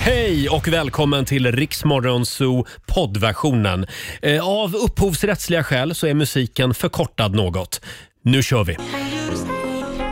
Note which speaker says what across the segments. Speaker 1: Hej och välkommen till Riksmorgonzoo poddversionen. Eh, Av upphovsrättsliga skäl så är musiken förkortad något. Nu kör vi!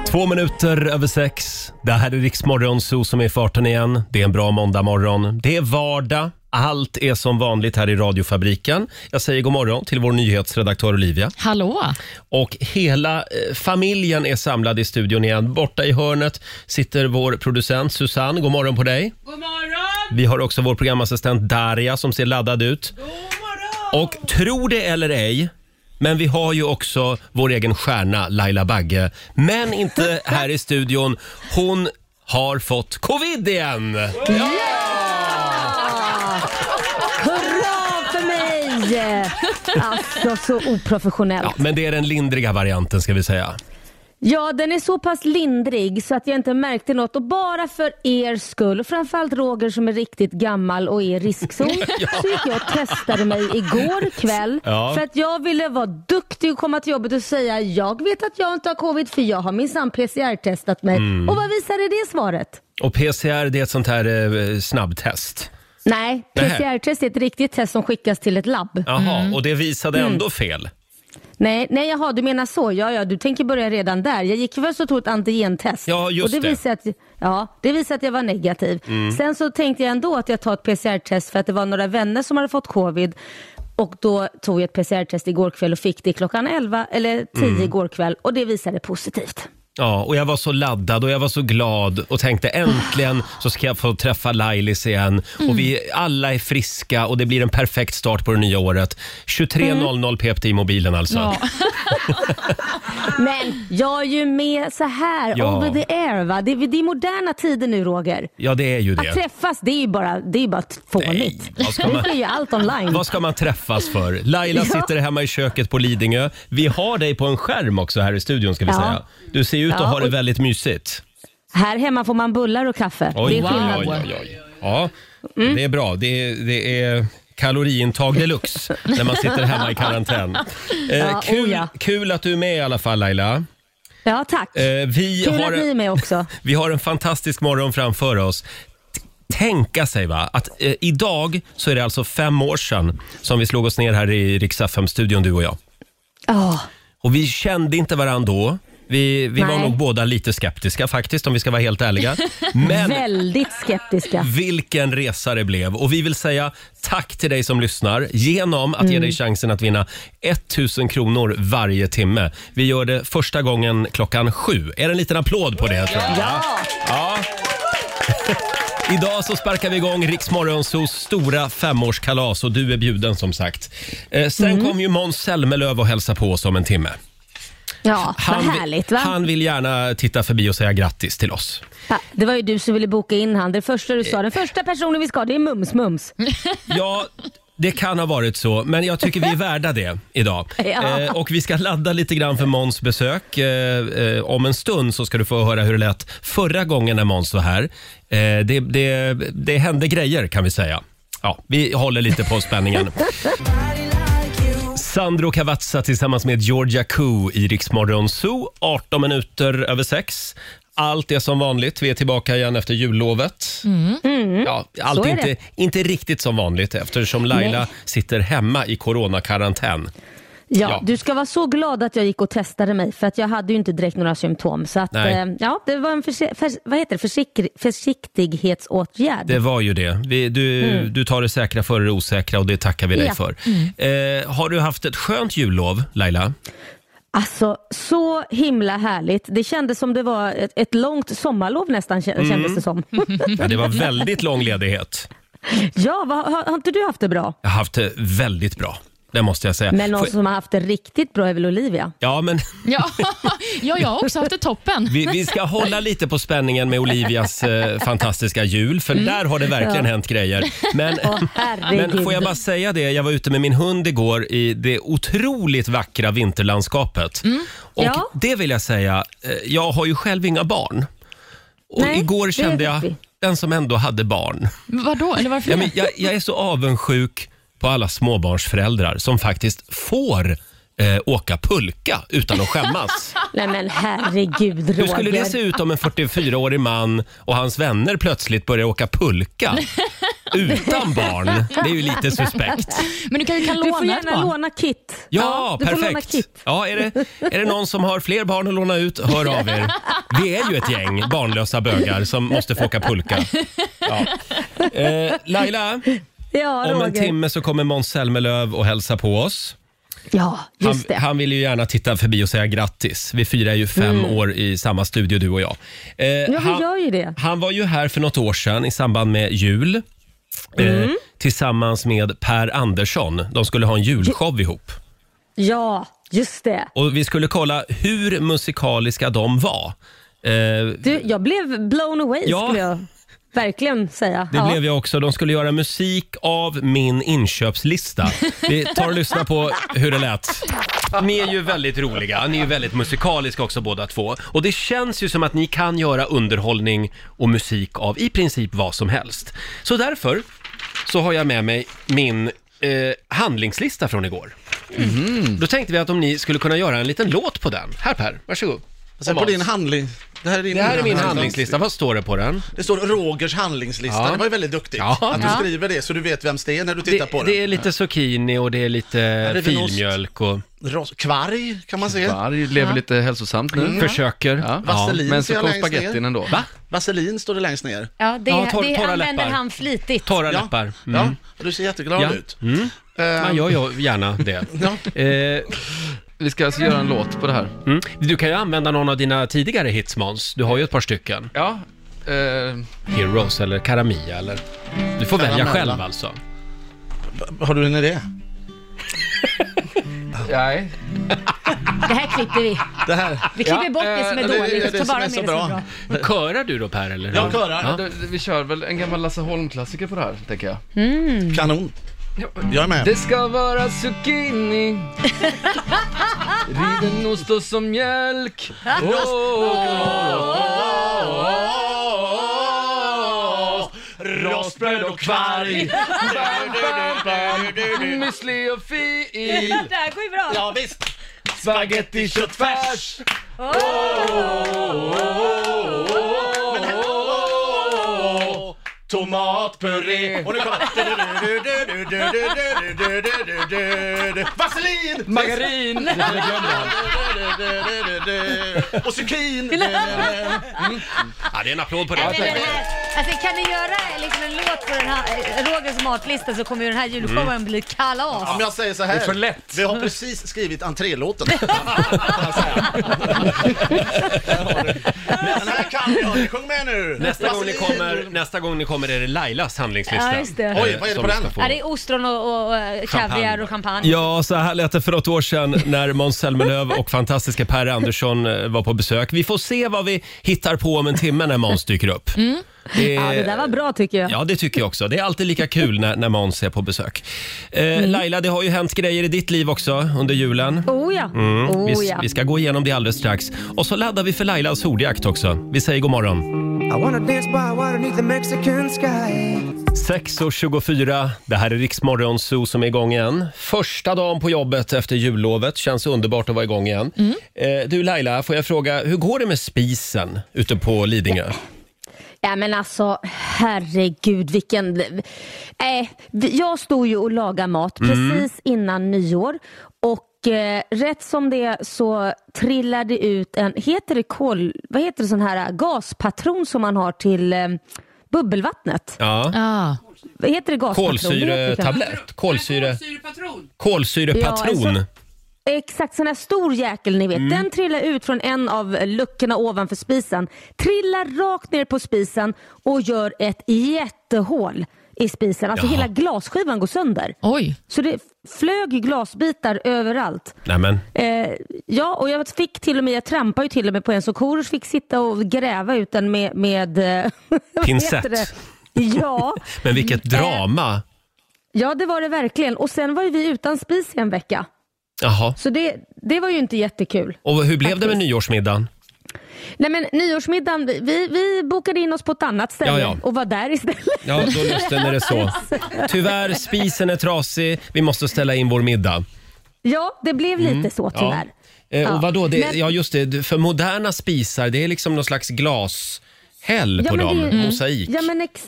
Speaker 1: Två minuter över sex. Det här är Riksmorgonzoo som är i farten igen. Det är en bra måndagmorgon. Det är vardag. Allt är som vanligt här i radiofabriken. Jag säger god morgon till vår nyhetsredaktör Olivia.
Speaker 2: Hallå!
Speaker 1: Och hela eh, familjen är samlad i studion igen. Borta i hörnet sitter vår producent Susanne. God morgon på dig.
Speaker 3: God morgon!
Speaker 1: Vi har också vår programassistent Daria som ser laddad ut. Och tro det eller ej, men vi har ju också vår egen stjärna Laila Bagge. Men inte här i studion. Hon har fått covid igen!
Speaker 4: Hurra för mig! Alltså så oprofessionellt.
Speaker 1: Ja, men det är den lindriga varianten ska vi säga.
Speaker 4: Ja, den är så pass lindrig så att jag inte märkte något. Och bara för er skull, och framförallt Roger som är riktigt gammal och är i riskzon, så gick jag och testade mig igår kväll.
Speaker 1: Ja.
Speaker 4: För att jag ville vara duktig och komma till jobbet och säga jag vet att jag inte har covid för jag har minsann PCR-testat mig.
Speaker 1: Mm.
Speaker 4: Och vad visade det svaret?
Speaker 1: Och PCR det är ett sånt här eh, snabbtest.
Speaker 4: Nej,
Speaker 1: Nähä.
Speaker 4: PCR-test är ett riktigt test som skickas till ett labb.
Speaker 1: Jaha,
Speaker 3: Mm.
Speaker 1: och det visade ändå fel.
Speaker 4: Nej, nej jaha, du menar så. Ja, ja, du tänker börja redan där. Jag gick först och tog ett antigentest.
Speaker 1: Ja, just
Speaker 4: och det.
Speaker 1: det. Mm.
Speaker 4: Visade att, ja, det visade att jag var negativ. Sen så tänkte jag ändå att jag tar ett PCR-test för att det var några vänner som hade fått covid. Och då tog jag ett PCR-test igår kväll och fick det klockan 11 eller 10
Speaker 1: Mm.
Speaker 4: igår kväll och det visade positivt.
Speaker 1: Ja, och jag var så laddad och jag var så glad och tänkte äntligen så ska jag få träffa Lailis igen.
Speaker 4: Mm.
Speaker 1: Och vi alla är friska och det blir en perfekt start på det nya året. 23.00 pep det i mobilen alltså.
Speaker 2: Ja.
Speaker 4: Men jag är ju med så här,
Speaker 1: Ja.
Speaker 4: over the air va. Det, är- det är moderna tider nu Roger.
Speaker 1: Ja, det är ju
Speaker 4: Att
Speaker 1: det.
Speaker 4: träffas det är ju bara, det är ju bara t- fånigt.
Speaker 1: vad ska
Speaker 4: Nu
Speaker 1: man-
Speaker 4: sker ju allt online.
Speaker 1: Vad ska man träffas för? Laila
Speaker 4: Ja.
Speaker 1: sitter hemma i köket på Lidingö. Vi har dig på en skärm också här i studion ska vi
Speaker 4: Ja.
Speaker 1: säga. Du ser ut att
Speaker 4: Ja,
Speaker 1: ha det
Speaker 4: och-
Speaker 1: väldigt mysigt.
Speaker 4: Här hemma får man bullar och kaffe. det är skillnad. Mm.
Speaker 1: oj, oj, oj. Ja, det är bra. Det är, det är kaloriintag deluxe när man sitter hemma i karantän. Eh,
Speaker 4: Ja,
Speaker 1: kul,
Speaker 4: oh ja.
Speaker 1: kul att du är med i alla fall Laila.
Speaker 4: Ja, tack.
Speaker 1: Eh, vi,
Speaker 4: Kul
Speaker 1: har,
Speaker 4: att ni är med också.
Speaker 1: vi har en fantastisk morgon framför oss. T- Tänka sig va, att eh, idag så är det alltså fem år sedan som vi slog oss ner här i Rix studion du och jag.
Speaker 4: Ja,
Speaker 1: Och vi kände inte varandra då. Vi, vi var
Speaker 4: Nej.
Speaker 1: nog båda lite skeptiska faktiskt om vi ska vara helt ärliga. Men
Speaker 4: väldigt skeptiska.
Speaker 1: Vilken resa det blev och vi vill säga tack till dig som lyssnar genom att
Speaker 4: Mm.
Speaker 1: ge dig chansen att vinna 1000 kronor varje timme. Vi gör det första gången klockan sju. Är det en liten applåd på det? Tror jag? Ja. ja. Idag så sparkar vi igång Riksmorgonsos stora femårskalas och du är bjuden som sagt. Eh, sen
Speaker 4: Mm.
Speaker 1: kom ju Måns Zelmerlöw och hälsa på oss om en timme.
Speaker 4: Ja, vad
Speaker 1: vill-
Speaker 4: härligt va?
Speaker 1: han vill gärna titta förbi och säga grattis till oss.
Speaker 4: Ja, Det var ju du som ville boka in han. Det första du
Speaker 1: Eh.
Speaker 4: sa, den första personen vi ska det är Mums-Mums.
Speaker 1: Ja, det kan ha varit så, men jag tycker vi är värda det idag.
Speaker 4: Ja.
Speaker 1: Eh, och vi ska ladda lite grann för Måns besök. Eh, eh, om en stund så ska du få höra hur det lät förra gången när Måns var här. Eh, det, det, det hände grejer kan vi säga. Ja, vi håller lite på spänningen. Sandro Cavazza tillsammans med Georgia Koo i Riksmorgon Zoo. 18 minuter över sex. Allt är som vanligt. Vi är tillbaka igen efter jullovet. Ja, allt
Speaker 4: Mm.
Speaker 1: är
Speaker 4: Så är det.
Speaker 1: inte, inte riktigt som vanligt eftersom Laila
Speaker 4: Nej.
Speaker 1: sitter hemma i coronakarantän.
Speaker 4: Ja,
Speaker 1: Ja.
Speaker 4: Du ska vara så glad att jag gick och testade mig för att jag hade ju inte direkt några symptom. Så att,
Speaker 1: Nej.
Speaker 4: eh, ja, det var en försi- förs- vad heter det? Försikri- försiktighetsåtgärd.
Speaker 1: Det var ju det. Vi, du, du tar det säkra före det osäkra och det tackar vi dig
Speaker 4: Mm. Ja. Mm.
Speaker 1: för. Eh, har du haft ett skönt jullov, Laila?
Speaker 4: Alltså så himla härligt. Det kändes som det var ett, ett långt sommarlov nästan kä- kändes
Speaker 1: Mm.
Speaker 4: det som.
Speaker 1: Ja, det var väldigt lång ledighet.
Speaker 4: ja, vad, har, har inte du haft det bra?
Speaker 1: Jag har haft det väldigt bra. Det måste jag säga.
Speaker 4: Men någon
Speaker 1: Får-
Speaker 4: som har haft det riktigt bra är väl Olivia?
Speaker 1: Ja, men
Speaker 2: Ja. ja, jag har också haft det toppen.
Speaker 1: vi, vi ska hålla lite på spänningen med Olivias eh, fantastiska jul, för där har det verkligen hänt grejer. Men,
Speaker 4: Mm. Åh, herregud.
Speaker 1: men får jag bara säga det, jag var ute med min hund igår i det otroligt vackra vinterlandskapet. Och
Speaker 4: Mm. Ja.
Speaker 1: det vill jag säga, eh, jag har ju själv inga barn. Och
Speaker 4: Nej,
Speaker 1: igår
Speaker 4: det
Speaker 1: kände
Speaker 4: vet
Speaker 1: jag,
Speaker 4: vi.
Speaker 1: den som ändå hade barn.
Speaker 2: Vadå? Eller varför
Speaker 1: Ja,
Speaker 2: det?
Speaker 1: men jag, jag är så avundsjuk på alla småbarnsföräldrar som faktiskt får eh, åka pulka utan att skämmas.
Speaker 4: Nej men herregud Roger.
Speaker 1: Hur skulle det se ut om en 44-årig man och hans vänner plötsligt börjar åka pulka? utan barn. Det är ju lite suspekt.
Speaker 2: Men du kan ju kan
Speaker 4: Du
Speaker 2: låna
Speaker 4: får
Speaker 2: ett
Speaker 4: gärna
Speaker 2: barn.
Speaker 4: låna kit.
Speaker 1: Ja,
Speaker 4: du får låna
Speaker 1: perfekt.
Speaker 4: kit.
Speaker 1: Ja, är, det, är det någon som har fler barn att låna ut, hör av er. Vi är ju ett gäng barnlösa bögar som måste få åka pulka. Ja. Eh, Laila,
Speaker 4: Ja,
Speaker 1: om en
Speaker 4: Roger.
Speaker 1: timme så kommer Måns Zelmerlöw och hälsa på oss.
Speaker 4: Ja,
Speaker 1: Han,
Speaker 4: just det.
Speaker 1: han vill ju gärna titta förbi och säga grattis. Vi firar ju fem år i samma studio, du och jag. Eh,
Speaker 4: Mm. Ja, vi
Speaker 1: han-
Speaker 4: gör ju det.
Speaker 1: han var ju här för något år sedan i samband med jul. Eh, tillsammans med Per Andersson. De skulle ha en julshow ihop.
Speaker 4: Ja, just det.
Speaker 1: Och vi skulle kolla hur musikaliska de var. Eh,
Speaker 4: Du, jag blev blown away
Speaker 1: Ja.
Speaker 4: skulle jag verkligen säga.
Speaker 1: det
Speaker 4: ja.
Speaker 1: blev jag också. De skulle göra musik av min inköpslista. Vi tar och lyssnar på hur det lät. Ni är ju väldigt roliga. Ni är ju väldigt musikaliska också båda två. Och det känns ju som att ni kan göra underhållning och musik av i princip vad som helst. Så därför så har jag med mig min eh, handlingslista från igår.
Speaker 3: Mhm.
Speaker 1: Då tänkte vi att om ni skulle kunna göra en liten låt på den. Här Per, varsågod.
Speaker 3: Sen Alltså, på din handling... Det här är din,
Speaker 1: Det här är min handlingslista. Vad står det på den?
Speaker 3: Det står Rogers handlingslista.
Speaker 1: Ja.
Speaker 3: Det var ju väldigt duktigt
Speaker 1: Ja.
Speaker 3: att du
Speaker 2: Ja.
Speaker 3: skriver det så du vet vems det är när du tittar
Speaker 1: Det,
Speaker 3: på
Speaker 1: det
Speaker 3: den.
Speaker 1: är lite zucchini och det är lite
Speaker 3: det är väl ost.
Speaker 1: filmjölk och
Speaker 3: Ros- Kvarg kan man se.
Speaker 5: Varg lever lite hälsosamt nu.
Speaker 1: försöker.
Speaker 5: Ja.
Speaker 3: Mm. Vaselin
Speaker 5: Men
Speaker 3: ser
Speaker 5: så
Speaker 3: jag
Speaker 5: kom
Speaker 3: längst ner.
Speaker 5: spagettin ändå.
Speaker 1: Va?
Speaker 3: Vaselin står det längst ner.
Speaker 6: Ja, det,
Speaker 1: Ja, torr-
Speaker 6: det
Speaker 1: torra
Speaker 6: använder
Speaker 1: läppar.
Speaker 6: han flitigt.
Speaker 1: Torra läppar. Mm.
Speaker 3: Ja, och du ser jätteglad
Speaker 1: Ja.
Speaker 3: ut.
Speaker 1: Man gör ju gärna det. Eh,
Speaker 5: Vi ska alltså göra en låt på det här.
Speaker 1: mm. Du kan ju använda någon av dina tidigare hits Måns. Du har ju ett par stycken.
Speaker 5: Ja, eh,
Speaker 1: Heroes eller Karamia eller... Du får välja
Speaker 3: Karamella.
Speaker 1: själv alltså.
Speaker 3: Har du en idé?
Speaker 5: nej.
Speaker 6: Det här klipper vi.
Speaker 3: Det här.
Speaker 6: Vi klipper bort det
Speaker 5: eh,
Speaker 6: som är
Speaker 3: det är
Speaker 6: dåligt
Speaker 3: det
Speaker 6: och tar
Speaker 3: som
Speaker 6: bara
Speaker 3: är
Speaker 6: med det
Speaker 3: så
Speaker 6: som är
Speaker 3: bra.
Speaker 6: bra.
Speaker 1: Körar du då Per eller?
Speaker 3: Jag körar.
Speaker 1: Ja.
Speaker 5: Då- Vi kör väl en gammal Lasse Holm-klassiker på det här, tänker jag.
Speaker 3: Kanon. Jag är med.
Speaker 5: Det ska vara zucchini Riden ost och som mjölk Åh,
Speaker 3: Rostbröd och kvarg.
Speaker 5: Müsli och fil
Speaker 6: Det här går ju bra.
Speaker 3: Ja, visst.
Speaker 5: Spaghetti köttfärs
Speaker 3: Tomatpuré. Och nu kommer... Vaselin!
Speaker 5: Margarin
Speaker 3: Och zucchini!
Speaker 1: ja, det är en applåd på det.
Speaker 6: Men den här- Alltså, kan ni göra liksom en låt på den här eh, Rogers matlista så kommer ju den här julshowen bli kalas.
Speaker 3: Om jag säger så här.
Speaker 5: för lätt.
Speaker 3: Vi har precis skrivit entrélåten. Kan jag säga. Den här kan jag. Sjung med nu.
Speaker 1: Nästa gång, ni
Speaker 3: Vaselin.
Speaker 1: kommer, nästa gång ni kommer är det Lailas handlingslista.
Speaker 6: Ja, just det.
Speaker 1: Eh,
Speaker 3: Oj, vad är det
Speaker 1: som
Speaker 3: på
Speaker 1: vi
Speaker 3: den?
Speaker 1: ska få.
Speaker 6: Ja, det är ostron och, och, och kaviar och champagne.
Speaker 1: Ja, så här lät det för något år sedan när Måns Zelmerlöw och fantastiska Per Andersson eh, var på besök. Vi får se vad vi hittar på om en timme när Måns dyker upp. Det,
Speaker 4: Mm. Ja, det där var bra tycker jag.
Speaker 1: Ja, det tycker jag också. Det är alltid lika kul när, när Måns är på besök. Eh,
Speaker 4: Mm.
Speaker 1: Laila, det har ju hänt grejer i ditt liv också under julen.
Speaker 4: Oh ja.
Speaker 1: Vi,
Speaker 4: Oh, ja.
Speaker 1: vi ska gå igenom det alldeles strax. Och så laddar vi för Lailas ordjakt också. Vi säger god morgon.
Speaker 7: I wanna dance by water beneath the Mexican sky.
Speaker 1: 6.24, det här är Riksmorgon Zoo som är igång igen. Första dagen på jobbet efter jullovet. Känns underbart att vara igång igen.
Speaker 4: Mm.
Speaker 1: Eh, du Laila, får jag fråga, hur går det med spisen ute på Lidingö?
Speaker 4: ja, men alltså herregud vilken... Nej, vi- jag stod ju och lagade mat precis innan nyår och eh, rätt som det är så trillade ut en, heter det kol, vad heter det sån här eh, gaspatron som man har till eh, bubbelvattnet?
Speaker 1: Ja.
Speaker 2: Ja.
Speaker 4: Vad heter det gaspatron? Det heter det kanske.
Speaker 1: Kolsyretablett? Kolsyre... Kolsyrepatron.
Speaker 4: Ja, alltså- en Exakt, sån här stor jäkel ni vet. Den trillar ut från en av luckorna ovanför spisen. Trillar rakt ner på spisen och gör ett jättehål i spisen. Alltså
Speaker 1: Jaha.
Speaker 4: hela glasskivan går sönder.
Speaker 2: Oj.
Speaker 4: Så det flög ju glasbitar överallt.
Speaker 1: Nämen.
Speaker 4: Eh, ja, och jag fick till och med, jag trampade ju till och med på en så Korosh fick sitta och gräva ut den med... med eh, vad
Speaker 1: Pinsett.
Speaker 4: heter det? Ja,
Speaker 1: Men vilket
Speaker 4: Eh.
Speaker 1: drama.
Speaker 4: ja, det var det verkligen. Och sen var ju vi utan spis i en vecka.
Speaker 1: Jaha.
Speaker 4: Så det, det var ju inte jättekul.
Speaker 1: Och hur blev det med nyårsmiddagen?
Speaker 4: Nej men nyårsmiddagen, vi, vi bokade in oss på ett annat ställe
Speaker 1: Ja, ja.
Speaker 4: och var där istället.
Speaker 1: Ja, då löste det så. Tyvärr, spisen är trasig. Vi måste ställa in vår middag.
Speaker 4: Ja, det blev
Speaker 1: Mm.
Speaker 4: lite så tyvärr.
Speaker 1: Eh, och
Speaker 4: Ja.
Speaker 1: vadå? Det,
Speaker 4: Men-
Speaker 1: ja, just det. För moderna spisar, det är liksom någon slags glashäll
Speaker 4: Ja,
Speaker 1: på
Speaker 4: men
Speaker 1: dem.
Speaker 4: det är-
Speaker 1: Mosaik. Mm.
Speaker 4: Ja men, ex,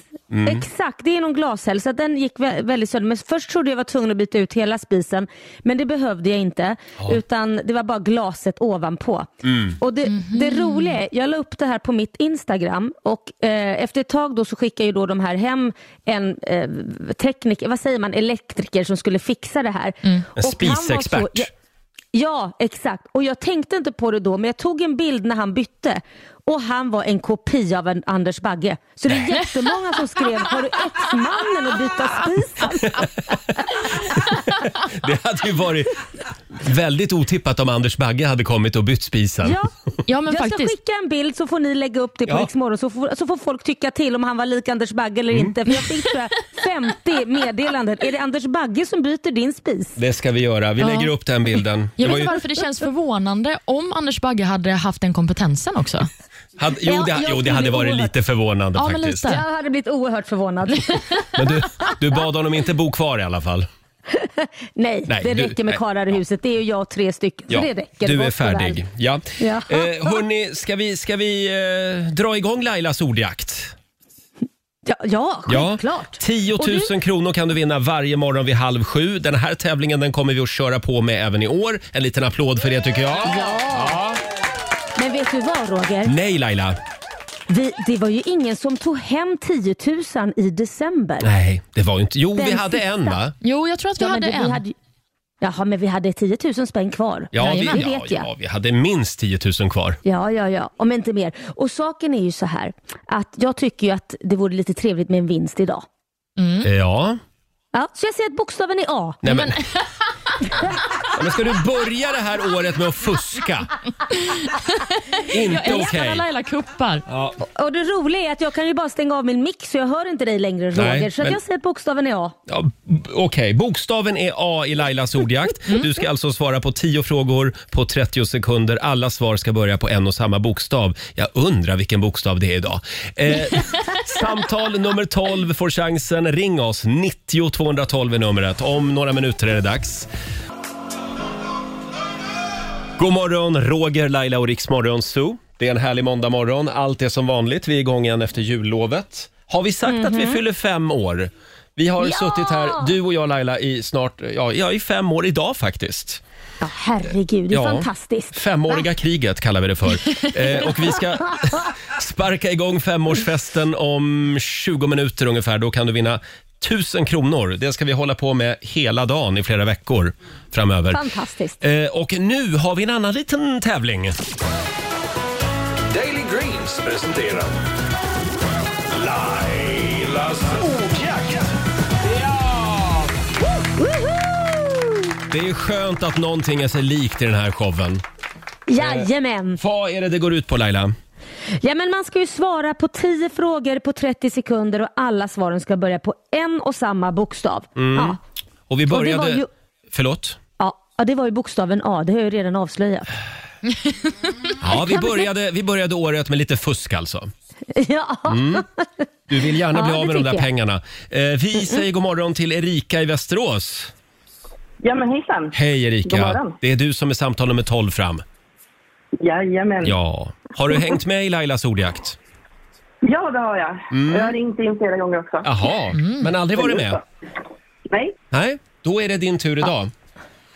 Speaker 4: Exakt, det är någon glashälsa. Den gick vä- väldigt sönder. Men först trodde jag var tvungen att byta ut hela spisen, men det behövde jag inte. Utan det var bara glaset ovanpå.
Speaker 1: Mm.
Speaker 4: Och det, det roliga är, jag la upp det här på mitt Instagram och eh, efter ett tag då så skickar ju då de här hem en eh, tekniker, vad säger man, elektriker som skulle fixa det här. Och han var så-
Speaker 1: Mm. spisexpert.
Speaker 4: ja, Ja, exakt. Och jag tänkte inte på det då, men jag tog en bild när han bytte och han var en kopia av en Anders Bagge. Så det är jättemånga som skrev, har du ex-mannen att byta spisen?
Speaker 1: Det hade ju varit väldigt otippat om Anders Bagge hade kommit och bytt spisen.
Speaker 4: Ja.
Speaker 2: Ja, men
Speaker 4: jag
Speaker 2: faktiskt.
Speaker 4: ska skicka en bild så får ni lägga upp det på
Speaker 1: Ja.
Speaker 4: Riksmorgon så får, så får folk tycka till om han var lik Anders Bagge
Speaker 1: Mm.
Speaker 4: eller inte. För jag fick så här 50 meddelanden. Är det Anders Bagge som byter din spis?
Speaker 1: Det ska vi göra. Vi
Speaker 2: Ja.
Speaker 1: lägger upp den bilden. Det var
Speaker 2: Jag vet
Speaker 1: ju,
Speaker 2: inte varför det känns förvånande om Anders Bagge hade haft den kompetensen också.
Speaker 1: hade, jo,
Speaker 4: Ja,
Speaker 1: det,
Speaker 4: jag
Speaker 1: jo, det
Speaker 4: tror
Speaker 1: hade
Speaker 4: det är
Speaker 1: varit
Speaker 4: oerhört.
Speaker 1: lite förvånande
Speaker 2: Ja, men
Speaker 1: faktiskt.
Speaker 4: Jag
Speaker 2: lite.
Speaker 4: hade blivit oerhört förvånad.
Speaker 1: Men du, du bad honom inte bo kvar i alla fall.
Speaker 4: Nej,
Speaker 1: Nej,
Speaker 4: det
Speaker 1: du-
Speaker 4: räcker med
Speaker 1: nej.
Speaker 4: karlar i huset. Det är ju jag och tre stycken.
Speaker 1: Ja,
Speaker 4: Så det räcker.
Speaker 1: du är
Speaker 4: gott och väl.
Speaker 1: färdig. Ja.
Speaker 4: Ja.
Speaker 1: Eh, hörni, ska vi, ska vi eh, dra igång Lailas ordjakt?
Speaker 4: Ja, ja självklart.
Speaker 1: 10 000
Speaker 4: Och du-
Speaker 1: kronor kan du vinna varje morgon vid halv sju. Den här tävlingen den kommer vi att köra på med även i år. En liten applåd för det tycker jag.
Speaker 4: Men vet du vad Roger?
Speaker 1: Nej Laila.
Speaker 4: Vi, det var ju ingen som tog hem 10 000 i december.
Speaker 1: Nej, det var ju inte... Jo,
Speaker 4: Den
Speaker 1: vi hade
Speaker 4: sista.
Speaker 1: en va?
Speaker 2: Jo, jag tror att vi
Speaker 4: Ja, men
Speaker 2: hade
Speaker 4: det-
Speaker 2: en.
Speaker 4: ju- Jaha, men vi hade 10 000 spänn kvar.
Speaker 1: Ja, vi,
Speaker 4: det
Speaker 1: ja,
Speaker 4: vet jag.
Speaker 1: ja, vi hade minst 10 000 kvar.
Speaker 4: Ja, ja, ja. Om inte mer. Och saken är ju så här att jag tycker ju att det vore lite trevligt med en vinst idag. Mm.
Speaker 1: Eh, Ja.
Speaker 4: Ja, så jag säger att bokstaven är A.
Speaker 1: Nej, men... Ja, men ska du börja det här året med att fuska?
Speaker 2: Jag
Speaker 1: inte
Speaker 2: älskar
Speaker 1: okej.
Speaker 2: alla Laila kuppar.
Speaker 4: Och det roliga är att jag kan ju bara stänga av min mick så jag hör inte dig längre Roger.
Speaker 1: Nej,
Speaker 4: så att
Speaker 1: men-
Speaker 4: jag säger att bokstaven är A.
Speaker 1: Ja, b- Okej, bokstaven är A i Lailas ordjakt. Du ska alltså svara på 10 frågor på 30 sekunder. Alla svar ska börja på en och samma bokstav. Jag undrar vilken bokstav det är idag. Eh, samtal nummer 12 får chansen. Ring oss. 90 212 är numret. Om några minuter är det dags. God morgon, Roger, Laila och Riksmorgon Zoo. Det är en härlig måndagmorgon. Allt är som vanligt. Vi är igång igen efter jullovet. Har vi sagt att vi fyller fem år? Vi har suttit här, du och jag Laila, i snart, ja, ja i fem år idag faktiskt.
Speaker 4: Ja, herregud. Det är
Speaker 1: Ja.
Speaker 4: fantastiskt.
Speaker 1: Femåriga kriget kallar vi det för. Eh, och vi ska sparka igång femårsfesten om 20 minuter ungefär. Då kan du vinna 1000 kronor. Det ska vi hålla på med hela dagen i flera veckor framöver.
Speaker 4: Fantastiskt.
Speaker 1: Eh, och nu har vi en annan liten tävling.
Speaker 8: Daily Greens presenterar Lailas ordjakt.
Speaker 1: Det är skönt att någonting är sig likt i den här showen.
Speaker 4: Jajamän.
Speaker 1: Vad är det det går ut på Laila?
Speaker 4: Ja, men man ska ju svara på 10 frågor på 30 sekunder och alla svaren ska börja på en och samma bokstav.
Speaker 1: Mm.
Speaker 4: Ja.
Speaker 1: Och vi
Speaker 4: Och det
Speaker 1: började...
Speaker 4: var ju-
Speaker 1: Förlåt?
Speaker 4: Ja, ja, det var ju bokstaven A. Det har jag ju redan avslöjat.
Speaker 1: Ja, vi började, vi började året med lite fusk alltså.
Speaker 4: Ja.
Speaker 1: Mm. Du vill gärna
Speaker 4: Ja,
Speaker 1: bli av
Speaker 4: det
Speaker 1: med de där
Speaker 4: tycker jag.
Speaker 1: pengarna. Eh, vi säger god morgon till Erika i Västerås.
Speaker 9: Ja men hejsan.
Speaker 1: Hej
Speaker 9: God
Speaker 1: Erika.
Speaker 9: morgon.
Speaker 1: Det är du som är samtal nummer 12 fram.
Speaker 9: Jajamän. Ja.
Speaker 1: Ja. Har du hängt med i Lailas ordjakt?
Speaker 9: ja det har jag. Jag har ringt in flera gånger också.
Speaker 1: Jaha, men aldrig varit med?
Speaker 9: Nej,
Speaker 1: Nej, då är det din tur idag.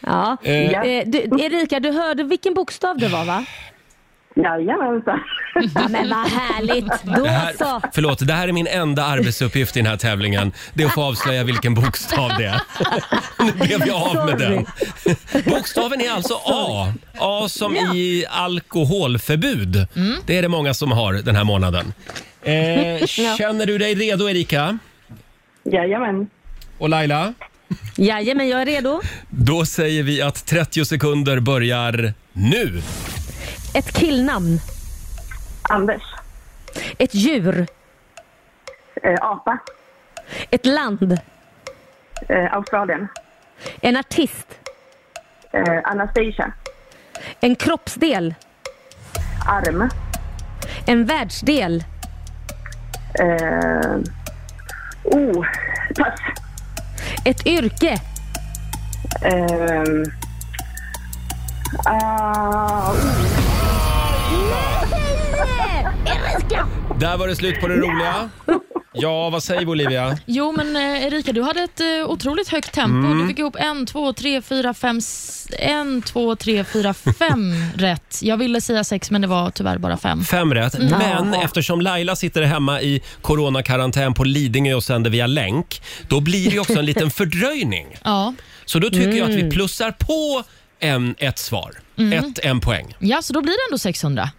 Speaker 4: ja.
Speaker 1: Eh,
Speaker 9: Ja.
Speaker 4: Eh, du, Erika, du hörde vilken bokstav det var va?
Speaker 9: jajamensan.
Speaker 4: Ja, men vad härligt. Då
Speaker 1: Det här,
Speaker 9: Alltså.
Speaker 4: så.
Speaker 1: förlåt, det här är min enda arbetsuppgift i den här tävlingen. Det är att få avslöja vilken bokstav det är. Nu blev jag av med den. Bokstaven är alltså A. A som i alkoholförbud.
Speaker 9: Mm.
Speaker 1: Det är det många som har den här månaden. Eh, känner du dig redo Erika?
Speaker 9: Jajamän.
Speaker 1: Och Laila?
Speaker 4: Jajamän, jag är redo.
Speaker 1: Då säger vi att 30 sekunder börjar nu.
Speaker 4: Ett killnamn.
Speaker 9: Anders.
Speaker 4: Ett djur.
Speaker 9: Eh, apa.
Speaker 4: Ett land.
Speaker 9: Eh, Australien.
Speaker 4: En artist.
Speaker 9: Eh, Anastasia.
Speaker 4: En kroppsdel.
Speaker 9: Arm.
Speaker 4: En världsdel.
Speaker 9: Eh, oh, pass.
Speaker 4: Ett yrke.
Speaker 9: Eh, ah, oh,
Speaker 1: Där var det slut på det roliga. Ja, vad säger vi, Olivia?
Speaker 2: Jo, men eh, Erika, du hade ett eh, otroligt högt tempo.
Speaker 1: Mm.
Speaker 2: Du fick ihop en, två, tre, fyra, fem, s- en, två, tre, fyra, fem rätt. Jag ville säga sex, men det var tyvärr bara fem.
Speaker 1: Fem rätt. Men eftersom Laila sitter hemma i coronakarantän på Lidingö och sänder via länk, då blir det ju också en liten fördröjning.
Speaker 2: Ja.
Speaker 1: Så då tycker jag att vi plussar på en, ett svar. Ett, en poäng.
Speaker 2: ja, så då blir det ändå 600.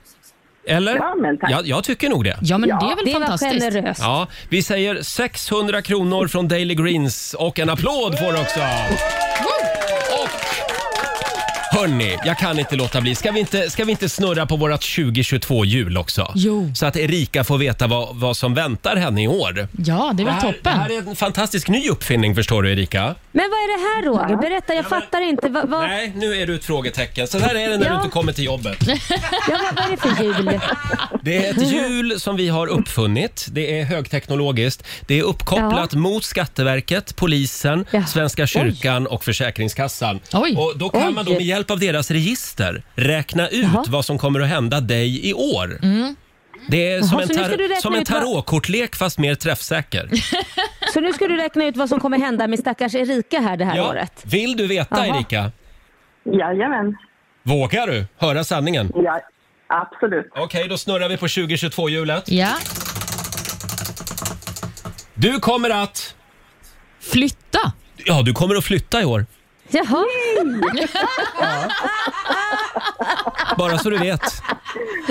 Speaker 1: Eller?
Speaker 9: Ja, men tack.
Speaker 1: Jag, jag tycker nog det.
Speaker 2: Ja, men det är väl
Speaker 4: Det var
Speaker 2: fantastiskt?
Speaker 4: generöst.
Speaker 1: Ja, vi säger 600 kronor från Daily Greens och en applåd får du också. Och hörni, jag kan inte låta bli. Ska vi inte, ska vi inte snurra på vårat 2022-hjul också?
Speaker 2: Jo.
Speaker 1: Så att Erika får veta vad, vad som väntar henne i år.
Speaker 2: Ja, det är väl
Speaker 1: här, det
Speaker 2: toppen.
Speaker 1: här är en fantastisk ny uppfinning förstår du Erika.
Speaker 4: Men vad är det här Roger? Berätta, jag fattar inte. Vad, vad,
Speaker 1: Nej, nu är du ett frågetecken. Så här är det när du
Speaker 4: Ja.
Speaker 1: inte kommer till jobbet.
Speaker 4: ja, vad, vad är det för jul?
Speaker 1: Det är ett hjul som vi har uppfunnit. Det är högteknologiskt. Det är uppkopplat mot Skatteverket, Polisen,
Speaker 4: Ja.
Speaker 1: Svenska kyrkan och Försäkringskassan.
Speaker 2: Oj.
Speaker 1: Och då kan
Speaker 4: Oj.
Speaker 1: man då med hjälp av deras register räkna ut
Speaker 4: Jaha. Mm.
Speaker 1: vad som kommer att hända dig i år. Det är som
Speaker 4: Jaha,
Speaker 1: en,
Speaker 4: så nu ska du
Speaker 1: tar-
Speaker 4: räkna
Speaker 1: som en
Speaker 4: ut vad-
Speaker 1: tarotkortlek fast mer träffsäker.
Speaker 4: Så nu ska du räkna ut vad som kommer hända med stackars Erika här det här
Speaker 1: Ja.
Speaker 4: året.
Speaker 1: Vill du veta
Speaker 4: Jaha.
Speaker 1: Erika?
Speaker 9: Jajamän.
Speaker 1: Vågar du höra sanningen?
Speaker 9: Ja, absolut.
Speaker 1: Okej, då snurrar vi på 2022-hjulet.
Speaker 2: Ja.
Speaker 1: Du kommer att...
Speaker 2: Flytta.
Speaker 1: Ja, du kommer att flytta i år.
Speaker 4: Jaha,
Speaker 1: Bara så du vet.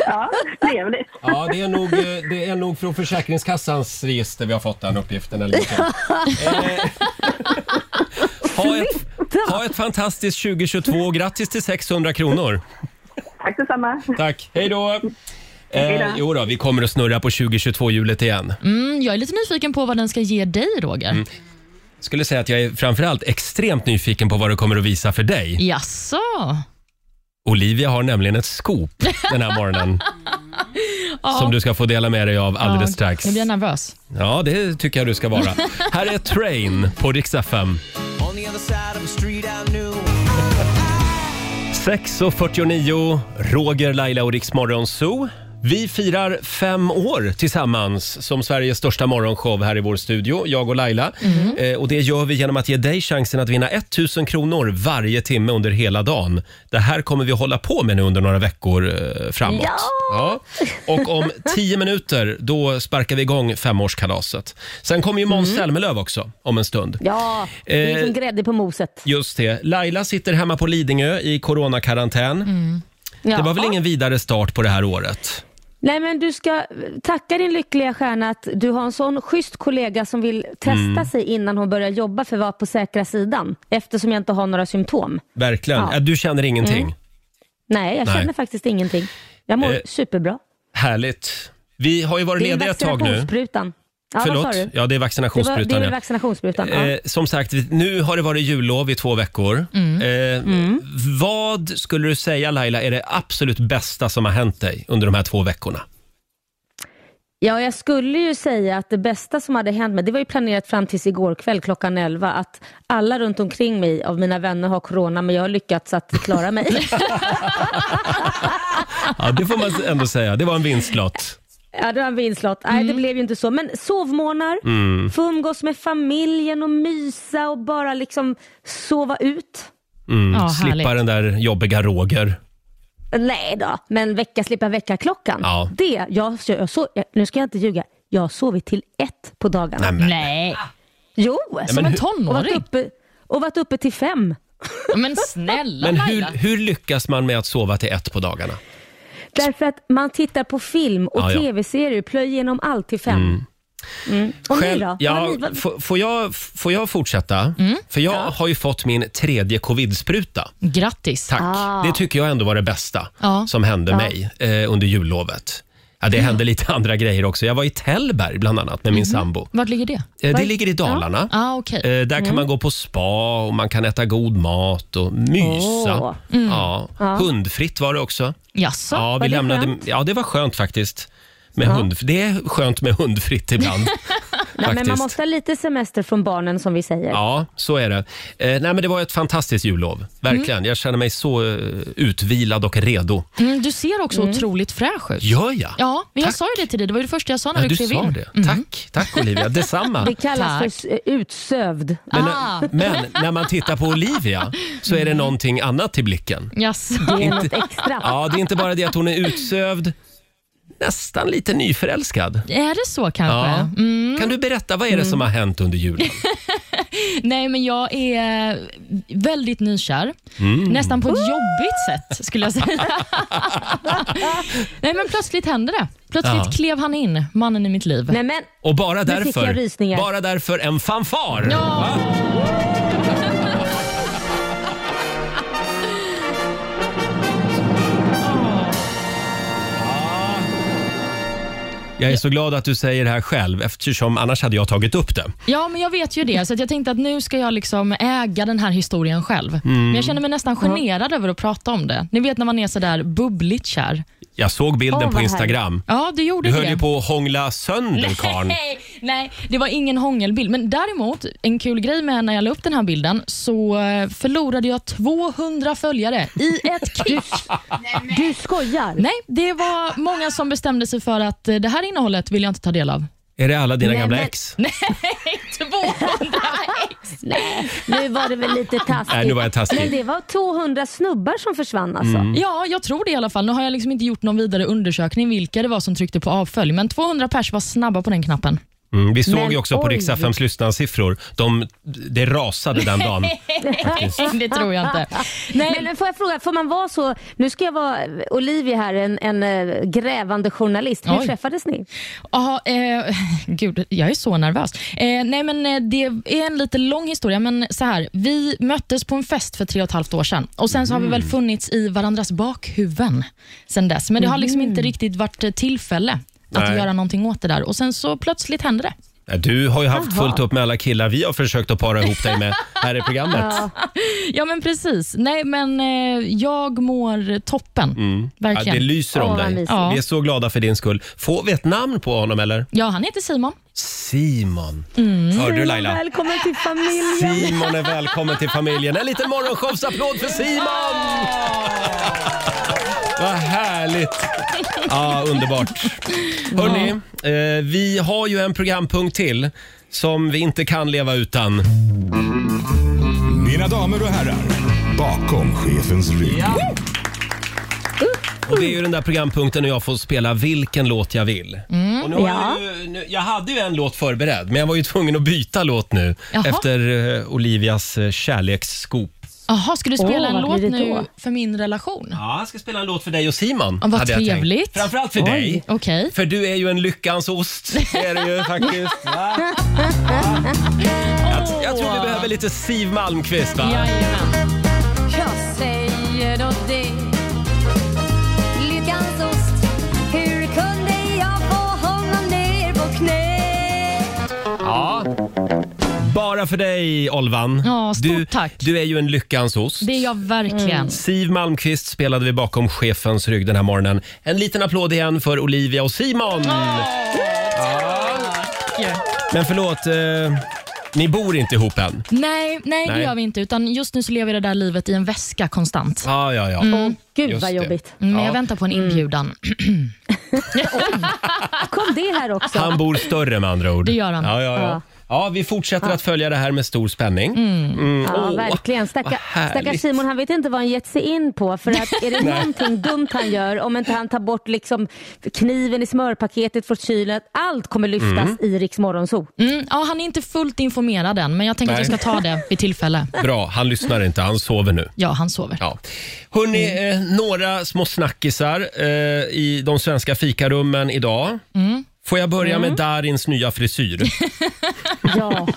Speaker 9: Ja, trevligt.
Speaker 1: Ja, det är nog, eh, det är nog från Försäkringskassans register vi har fått den uppgiften. Eller någonting. eh, ha, ett, ha ett fantastiskt 2022 och grattis till 600 kronor.
Speaker 9: Tack detsamma.
Speaker 1: Tack, hej då! Eh,
Speaker 9: Hej då.
Speaker 1: jo då, vi kommer att snurra på 2022-hjulet igen.
Speaker 2: Mm, jag är lite nyfiken på vad den ska ge dig,
Speaker 1: Mm.
Speaker 2: Roger.
Speaker 1: Skulle säga att jag är framförallt extremt nyfiken på vad du kommer att visa för dig.
Speaker 2: Jaså?
Speaker 1: Olivia har nämligen ett scoop den här morgonen
Speaker 2: Ja.
Speaker 1: som du ska få dela med dig av alldeles
Speaker 2: Ja,
Speaker 1: strax.
Speaker 2: Nu blir jag nervös.
Speaker 1: Ja, det tycker jag du ska vara. Här är Train på Rix FM. 6.49, Roger, Laila och Rix Morgon Zoo. Vi firar fem år tillsammans som Sveriges största morgonshow här i vår studio, jag och Laila. Eh, och det gör vi genom att ge dig chansen att vinna 1000 kronor varje timme under hela dagen. Det här kommer vi hålla på med nu under några veckor eh, framåt.
Speaker 4: Ja!
Speaker 1: Ja. Och om tio minuter, då sparkar vi igång femårskalaset. Sen kommer ju Måns Zelmerlöw också om en stund.
Speaker 4: ja. Det är
Speaker 1: Eh,
Speaker 4: liksom grädde på moset.
Speaker 1: Just det. Laila sitter hemma på Lidingö i coronakarantän.
Speaker 4: Mm. Ja.
Speaker 1: Det var väl ingen vidare start på det här året?
Speaker 4: Nej men du ska tacka din lyckliga stjärna att du har en sån schysst kollega som vill testa
Speaker 1: Mm.
Speaker 4: sig innan hon börjar jobba för att vara på säkra sidan. Eftersom jag inte har några symptom.
Speaker 1: Verkligen.
Speaker 4: Ja. Mm.
Speaker 1: Äh, Du känner ingenting?
Speaker 4: Nej, jag
Speaker 1: Nej.
Speaker 4: känner faktiskt ingenting. Jag mår
Speaker 1: Eh,
Speaker 4: superbra.
Speaker 1: Härligt. Vi har ju varit
Speaker 4: Det är
Speaker 1: lediga ett tag nu.
Speaker 4: vaccinationssprutan. Ja, vad
Speaker 1: Förlåt?
Speaker 4: sa du?
Speaker 1: Ja, det är
Speaker 4: Det, var, det är
Speaker 1: vaccinationssprutan.
Speaker 4: väl
Speaker 1: ja.
Speaker 4: vaccinationssprutan? Ja.
Speaker 1: Eh, som sagt, vi- nu har det varit jullov i två veckor.
Speaker 4: Mm.
Speaker 1: Eh, Vad skulle du säga Laila är det absolut bästa som har hänt dig under de här två veckorna?
Speaker 4: ja, jag skulle ju säga att det bästa som hade hänt mig, det var ju planerat fram tills igår kväll klockan 11, att alla runt omkring mig av mina vänner har corona, men jag har lyckats att klara mig.
Speaker 1: Ja, det får man ändå säga. Det var en vinstlott.
Speaker 4: Ja, det var en vinstlott. Nej,
Speaker 1: Mm.
Speaker 4: det blev ju inte så. Men sovmorgnar, få umgås med familjen och mysa och bara liksom sova ut.
Speaker 1: Mm.
Speaker 2: Ja,
Speaker 1: Slippa den
Speaker 2: härligt.
Speaker 1: där jobbiga Roger.
Speaker 4: Nej då, men vecka slippa vecka-klockan.
Speaker 1: Ja.
Speaker 4: Det, jag, så- jag, så, jag, nu ska jag inte ljuga. Jag har sovit till ett på dagarna.
Speaker 1: Nej, men-
Speaker 2: Nej,
Speaker 4: Jo!
Speaker 2: som
Speaker 1: men
Speaker 2: en
Speaker 1: hur-
Speaker 4: och, varit
Speaker 2: tonåring.
Speaker 4: uppe, och varit uppe till fem.
Speaker 2: Men snälla
Speaker 1: Men hur,
Speaker 2: Laila.
Speaker 1: hur lyckas man med att sova till ett på dagarna?
Speaker 4: Därför att man tittar på film och
Speaker 1: Ja, ja.
Speaker 4: tv-serier, plöjer igenom allt till fem. Mm. Och ni då? Vad Mm. har
Speaker 1: ja,
Speaker 4: ni, vad,
Speaker 1: f- får, jag, f- får jag fortsätta? För jag har ju fått min tredje covid-spruta.
Speaker 2: Grattis.
Speaker 1: Tack. Det tycker jag ändå var det bästa
Speaker 2: Ja.
Speaker 1: som hände mig eh, under jullovet. Ja,
Speaker 4: Mm.
Speaker 1: det hände lite andra grejer också. Jag var i Tällberg bland annat med min sambo.
Speaker 2: Vart ligger det?
Speaker 1: Eh, det ligger i Dalarna.
Speaker 2: Ah, okej.
Speaker 1: Eh, där
Speaker 4: Mm.
Speaker 1: kan man gå på spa och man kan äta god mat och mysa. Mm.
Speaker 4: Åh. Mm.
Speaker 1: Ja. Hundfritt var det också.
Speaker 2: Jaså?
Speaker 1: Ja, vi
Speaker 4: det
Speaker 1: lämnade,
Speaker 4: skönt?
Speaker 1: ja, det var skönt faktiskt. Med hund, det är skönt med hundfritt ibland.
Speaker 4: Nej, men man
Speaker 1: faktiskt.
Speaker 4: måste ha lite semester från barnen som vi säger.
Speaker 1: Ja, så är det. Eh, nej, men det var ett fantastiskt jullov. Verkligen. Jag känner mig så eh, utvilad och redo.
Speaker 2: Mm, du ser också otroligt fräsch ut.
Speaker 1: Gör jag?
Speaker 2: Ja, men jag
Speaker 1: Tack.
Speaker 2: sa ju det till dig. Det var ju det första jag sa
Speaker 1: Ja,
Speaker 2: när du
Speaker 1: du
Speaker 2: klev
Speaker 1: sa
Speaker 2: in.
Speaker 1: det. Tack, tack Olivia. Detsamma.
Speaker 4: Det kallas
Speaker 2: Tack.
Speaker 4: för s- eh, utsövd.
Speaker 1: Men, eh,
Speaker 2: Ah.
Speaker 1: men när man tittar på Olivia så är det någonting annat i blicken.
Speaker 2: Jaså?
Speaker 4: Det är
Speaker 1: Inte-
Speaker 4: något extra.
Speaker 1: Ja, det är inte bara det att hon är utsövd, nästan lite nyförälskad.
Speaker 2: Är det så kanske?
Speaker 1: Ja.
Speaker 2: Mm.
Speaker 1: Kan du berätta, vad är det som har hänt under julen?
Speaker 2: Nej, men jag är väldigt nykär.
Speaker 1: Mm.
Speaker 2: Nästan på ett jobbigt sätt skulle jag säga. Nej, men plötsligt hände det. Plötsligt
Speaker 1: Ja.
Speaker 2: klev han in, mannen i mitt liv.
Speaker 4: Nej men,
Speaker 1: Och bara
Speaker 4: Nu fick jag
Speaker 1: därför,
Speaker 4: rysningar.
Speaker 1: bara därför en fanfar!
Speaker 2: Ja.
Speaker 1: Jag är så glad att du säger det här själv eftersom annars hade jag tagit upp det.
Speaker 2: Ja, men jag vet ju det, så att jag tänkte att nu ska jag liksom äga den här historien själv.
Speaker 1: Mm.
Speaker 2: Men jag känner mig nästan generad över att prata om det. Ni vet när man är sådär bubbligt kär.
Speaker 1: Jag såg bilden
Speaker 4: Åh,
Speaker 1: på
Speaker 4: vad
Speaker 1: Instagram.
Speaker 2: Ja, du gjorde
Speaker 1: Du
Speaker 2: det.
Speaker 1: höll ju på att hångla sönder karln.
Speaker 2: Nej, nej, det var ingen hångelbild. Men däremot, en kul grej med när jag la upp den här bilden, så eh, förlorade jag 200 följare i ett kiss.
Speaker 4: du skojar.
Speaker 2: nej, det var många som bestämde sig för att eh, det här innehållet vill jag inte ta del av.
Speaker 1: Är det alla dina gamla
Speaker 4: men-
Speaker 1: ex?
Speaker 2: 200
Speaker 4: Nej, nu var det väl lite taskigt.
Speaker 1: Nej, nu var jag taskig. Mm.
Speaker 4: Men det var 200 snubbar som försvann alltså.
Speaker 2: Ja, jag tror det i alla fall. Nu har jag liksom inte gjort någon vidare undersökning vilka det var som tryckte på avfölj, men 200 pers var snabba på den knappen.
Speaker 1: Mm, vi såg
Speaker 4: Men
Speaker 1: ju också på
Speaker 4: oj.
Speaker 1: Rix FMs lyssnarsiffror. De, det rasade den dagen.
Speaker 2: det tror jag inte.
Speaker 4: Men, men får jag fråga, får man vara så, nu ska jag vara eh, Olivia här, en, en eh, grävande journalist. Hur
Speaker 2: Oj.
Speaker 4: träffades ni?
Speaker 2: Aha, eh, gud, jag är så nervös. Eh, nej, men eh, det är en lite lång historia, men så här. Vi möttes på en fest för tre och ett halvt år sedan och sen så har vi
Speaker 4: Mm.
Speaker 2: väl funnits i varandras bakhuvuden sen dess. Men det har liksom
Speaker 4: Mm.
Speaker 2: inte riktigt varit eh, tillfälle att
Speaker 1: Nej.
Speaker 2: göra någonting åt det där och sen så plötsligt hände det.
Speaker 1: Nej, Du har ju haft
Speaker 4: Jaha.
Speaker 1: fullt upp med alla killar vi har försökt att para ihop dig med här i programmet.
Speaker 2: Ja, men precis. Nej, men eh, jag mår toppen.
Speaker 4: Mm.
Speaker 1: Ja, det
Speaker 2: Verkligen.
Speaker 1: lyser
Speaker 4: Åh,
Speaker 1: om
Speaker 4: vad
Speaker 1: dig.
Speaker 4: mysigt.
Speaker 2: Ja.
Speaker 1: Vi är så glada för din skull. Får vi ett namn på honom eller?
Speaker 2: Ja, han heter Simon.
Speaker 1: Simon.
Speaker 4: Mm.
Speaker 1: Hörde du Laila?
Speaker 4: Välkommen till
Speaker 2: Alltså,
Speaker 4: familjen.
Speaker 1: Simon är välkommen till familjen. En liten morgonshowsapplåd för Simon! Vad härligt! Ja, underbart. Hörni, eh, vi har ju en programpunkt till som vi inte kan leva utan.
Speaker 8: Mina damer och herrar, bakom chefens rygg.
Speaker 1: Och Det är ju den där programpunkten när jag får spela vilken låt jag vill. och nu har
Speaker 4: Ja.
Speaker 1: jag, ju, nu, jag hade ju en låt förberedd, men jag var ju tvungen att byta låt nu
Speaker 2: Jaha.
Speaker 1: efter eh, Olivias eh, kärleksskop.
Speaker 2: Jaha, ska du spela
Speaker 4: Åh,
Speaker 2: en
Speaker 4: vad
Speaker 2: låt
Speaker 4: blir det
Speaker 2: nu
Speaker 4: då?
Speaker 2: för min relation?
Speaker 1: Ja, jag ska spela en låt för dig och Simon.
Speaker 2: Ja, vad
Speaker 1: hade jag tänkt.
Speaker 2: trevligt.
Speaker 1: Framförallt för
Speaker 2: Oj,
Speaker 1: dig.
Speaker 2: okej.
Speaker 1: För du är ju en lyckans ost. Det är du ju faktiskt. Ja. Jag, jag tror vi behöver lite Siw Malmkvist va?
Speaker 2: Jajamän.
Speaker 6: Jag säger då det Lyckans ost Hur kunde jag få honom ner på knä?
Speaker 1: Ja. Bara för dig Olvan.
Speaker 2: Ja, stort
Speaker 1: du,
Speaker 2: tack.
Speaker 1: Du är ju en lyckans ost.
Speaker 2: Det är jag verkligen.
Speaker 1: Siv Malmqvist spelade vi bakom chefens rygg den här morgonen. En liten applåd igen för Olivia och Simon. Men förlåt, eh, ni bor inte ihop än?
Speaker 2: Nej, nej,
Speaker 1: Nej.
Speaker 2: det gör vi inte. Utan just nu så lever jag det där livet i en väska konstant. Mm,
Speaker 1: Ja, ja, ja.
Speaker 4: Gud
Speaker 1: Just
Speaker 4: vad
Speaker 1: det.
Speaker 4: jobbigt.
Speaker 2: Men jag väntar på en inbjudan.
Speaker 4: Kom det här också.
Speaker 1: Han bor större med andra ord.
Speaker 2: Det gör han.
Speaker 1: Ja, ja, ja.
Speaker 4: Ja.
Speaker 1: ja vi fortsätter att följa det här med stor spänning. Mm.
Speaker 4: Ja,
Speaker 1: Åh,
Speaker 4: verkligen.
Speaker 1: vad
Speaker 4: Stacka,
Speaker 1: härligt.
Speaker 4: stackars Simon, han vet inte vad han gett sig in på. För att är det någonting dumt han gör, om inte han tar bort liksom kniven i smörpaketet från kylen, allt kommer lyftas i Riks Morgonzoo.
Speaker 2: Mm, ja, han är inte fullt informerad än, men jag tänker att
Speaker 1: Nej.
Speaker 2: jag ska ta det vid tillfälle.
Speaker 1: Bra, han lyssnar inte. Han sover nu.
Speaker 2: Ja, han sover.
Speaker 1: Ja. Hörrni, eh, några små snackisar eh, i de svenska fikarummen idag. Får jag börja med Darins nya frisyr?
Speaker 4: Ja,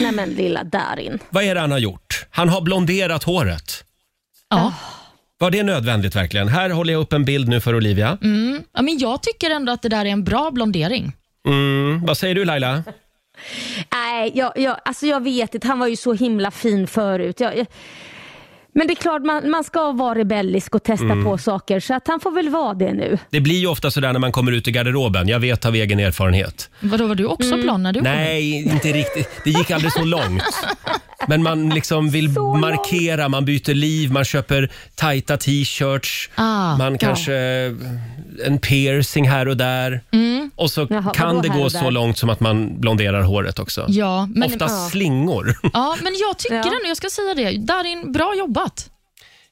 Speaker 4: nej men lilla Darin.
Speaker 1: Vad är det han har gjort? Han har blonderat håret.
Speaker 2: Ja.
Speaker 1: Var det nödvändigt verkligen? Här håller jag upp en bild nu för Olivia.
Speaker 2: Ja, men jag tycker ändå att det där är en bra blondering.
Speaker 1: Mm. Vad säger du Laila?
Speaker 4: Nej, jag, jag, alltså jag vet inte. Han var ju så himla fin förut. Jag, jag, Men det är klart, man, man ska vara rebellisk och testa
Speaker 1: Mm.
Speaker 4: på saker. Så att han får väl vara det nu.
Speaker 1: Det blir ju ofta sådär när man kommer ut i garderoben. Jag vet av egen erfarenhet.
Speaker 2: Vadå, var du också plan när du kom?
Speaker 1: Nej, inte riktigt. Det gick aldrig så långt. Men man liksom vill
Speaker 4: långt.
Speaker 1: markera, man byter liv, man köper tajta t-shirts,
Speaker 2: Ah,
Speaker 1: man
Speaker 2: ja.
Speaker 1: kanske eh, en piercing här och där. Och så
Speaker 4: Mm. Jaha,
Speaker 1: kan
Speaker 4: vadå
Speaker 1: det
Speaker 4: här
Speaker 1: gå
Speaker 4: och
Speaker 1: så
Speaker 4: där?
Speaker 1: långt som att man blonderar håret också.
Speaker 2: Ja, men,
Speaker 1: Oftast
Speaker 2: ja.
Speaker 1: slingor.
Speaker 2: ja, men jag tycker
Speaker 4: Ja.
Speaker 2: ändå, jag ska säga det, Darin, bra jobbat.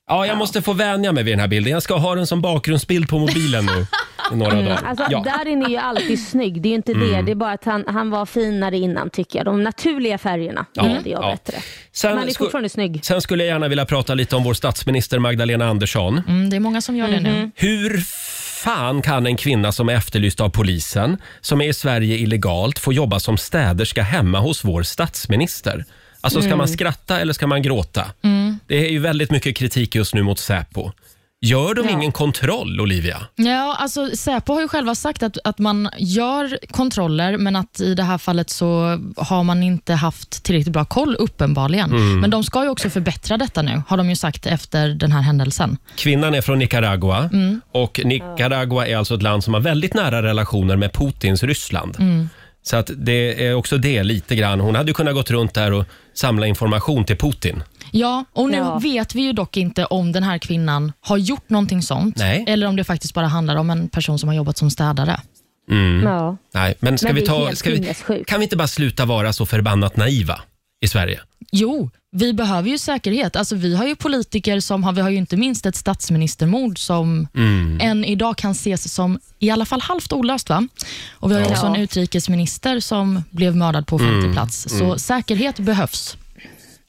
Speaker 1: Ja, jag måste få vänja mig vid den här bilden. Jag ska ha den som bakgrundsbild på mobilen nu i några dagar.
Speaker 4: Alltså,
Speaker 1: ja. Mm.
Speaker 4: Darin är ju alltid snygg. Det är ju inte det. Det är bara att han, han var finare innan tycker jag. De naturliga färgerna gillade jag
Speaker 1: ja.
Speaker 4: bättre.
Speaker 1: Sen
Speaker 4: Men han är
Speaker 1: sku-
Speaker 4: fortfarande snygg.
Speaker 1: Sen skulle jag gärna vilja prata lite om vår statsminister Magdalena Andersson.
Speaker 2: Mm, det är många som gör det nu.
Speaker 1: Hur fan kan en kvinna som är efterlyst av polisen, som är i Sverige illegalt, få jobba som städerska hemma hos vår statsminister? Alltså ska man skratta eller ska man gråta? Det är ju väldigt mycket kritik just nu mot Säpo. Gör de ingen kontroll, Olivia?
Speaker 2: Ja, alltså Säpo har ju själva sagt att, att man gör kontroller, men att i det här fallet så har man inte haft tillräckligt bra koll uppenbarligen. Men de ska ju också förbättra detta nu, har de ju sagt efter den här händelsen.
Speaker 1: Kvinnan är från Nicaragua
Speaker 4: Mm.
Speaker 1: och Nicaragua är alltså ett land som har väldigt nära relationer med Putins Ryssland.
Speaker 4: Mm.
Speaker 1: Så att det är också det lite grann. Hon hade ju kunnat gått runt där och samla information till Putin.
Speaker 2: Ja, och nu
Speaker 4: Ja.
Speaker 2: vet vi ju dock inte om den här kvinnan har gjort någonting sånt,
Speaker 1: Nej.
Speaker 2: eller om det faktiskt bara handlar om en person som har jobbat som städare.
Speaker 1: Mm.
Speaker 4: Ja.
Speaker 1: Nej, men ska
Speaker 4: Men
Speaker 1: vi
Speaker 4: det är
Speaker 1: ta...
Speaker 4: helt
Speaker 1: Ska vi,
Speaker 4: sinnessjukt.
Speaker 1: kan vi inte bara sluta vara så förbannat naiva i Sverige?
Speaker 2: Jo, vi behöver ju säkerhet. Alltså, vi har ju politiker som har, vi har ju inte minst ett statsministermord som än idag kan ses som i alla fall halvt olöst. Va? Och Vi har ju också en utrikesminister som blev mördad på offentlig plats. Så säkerhet behövs.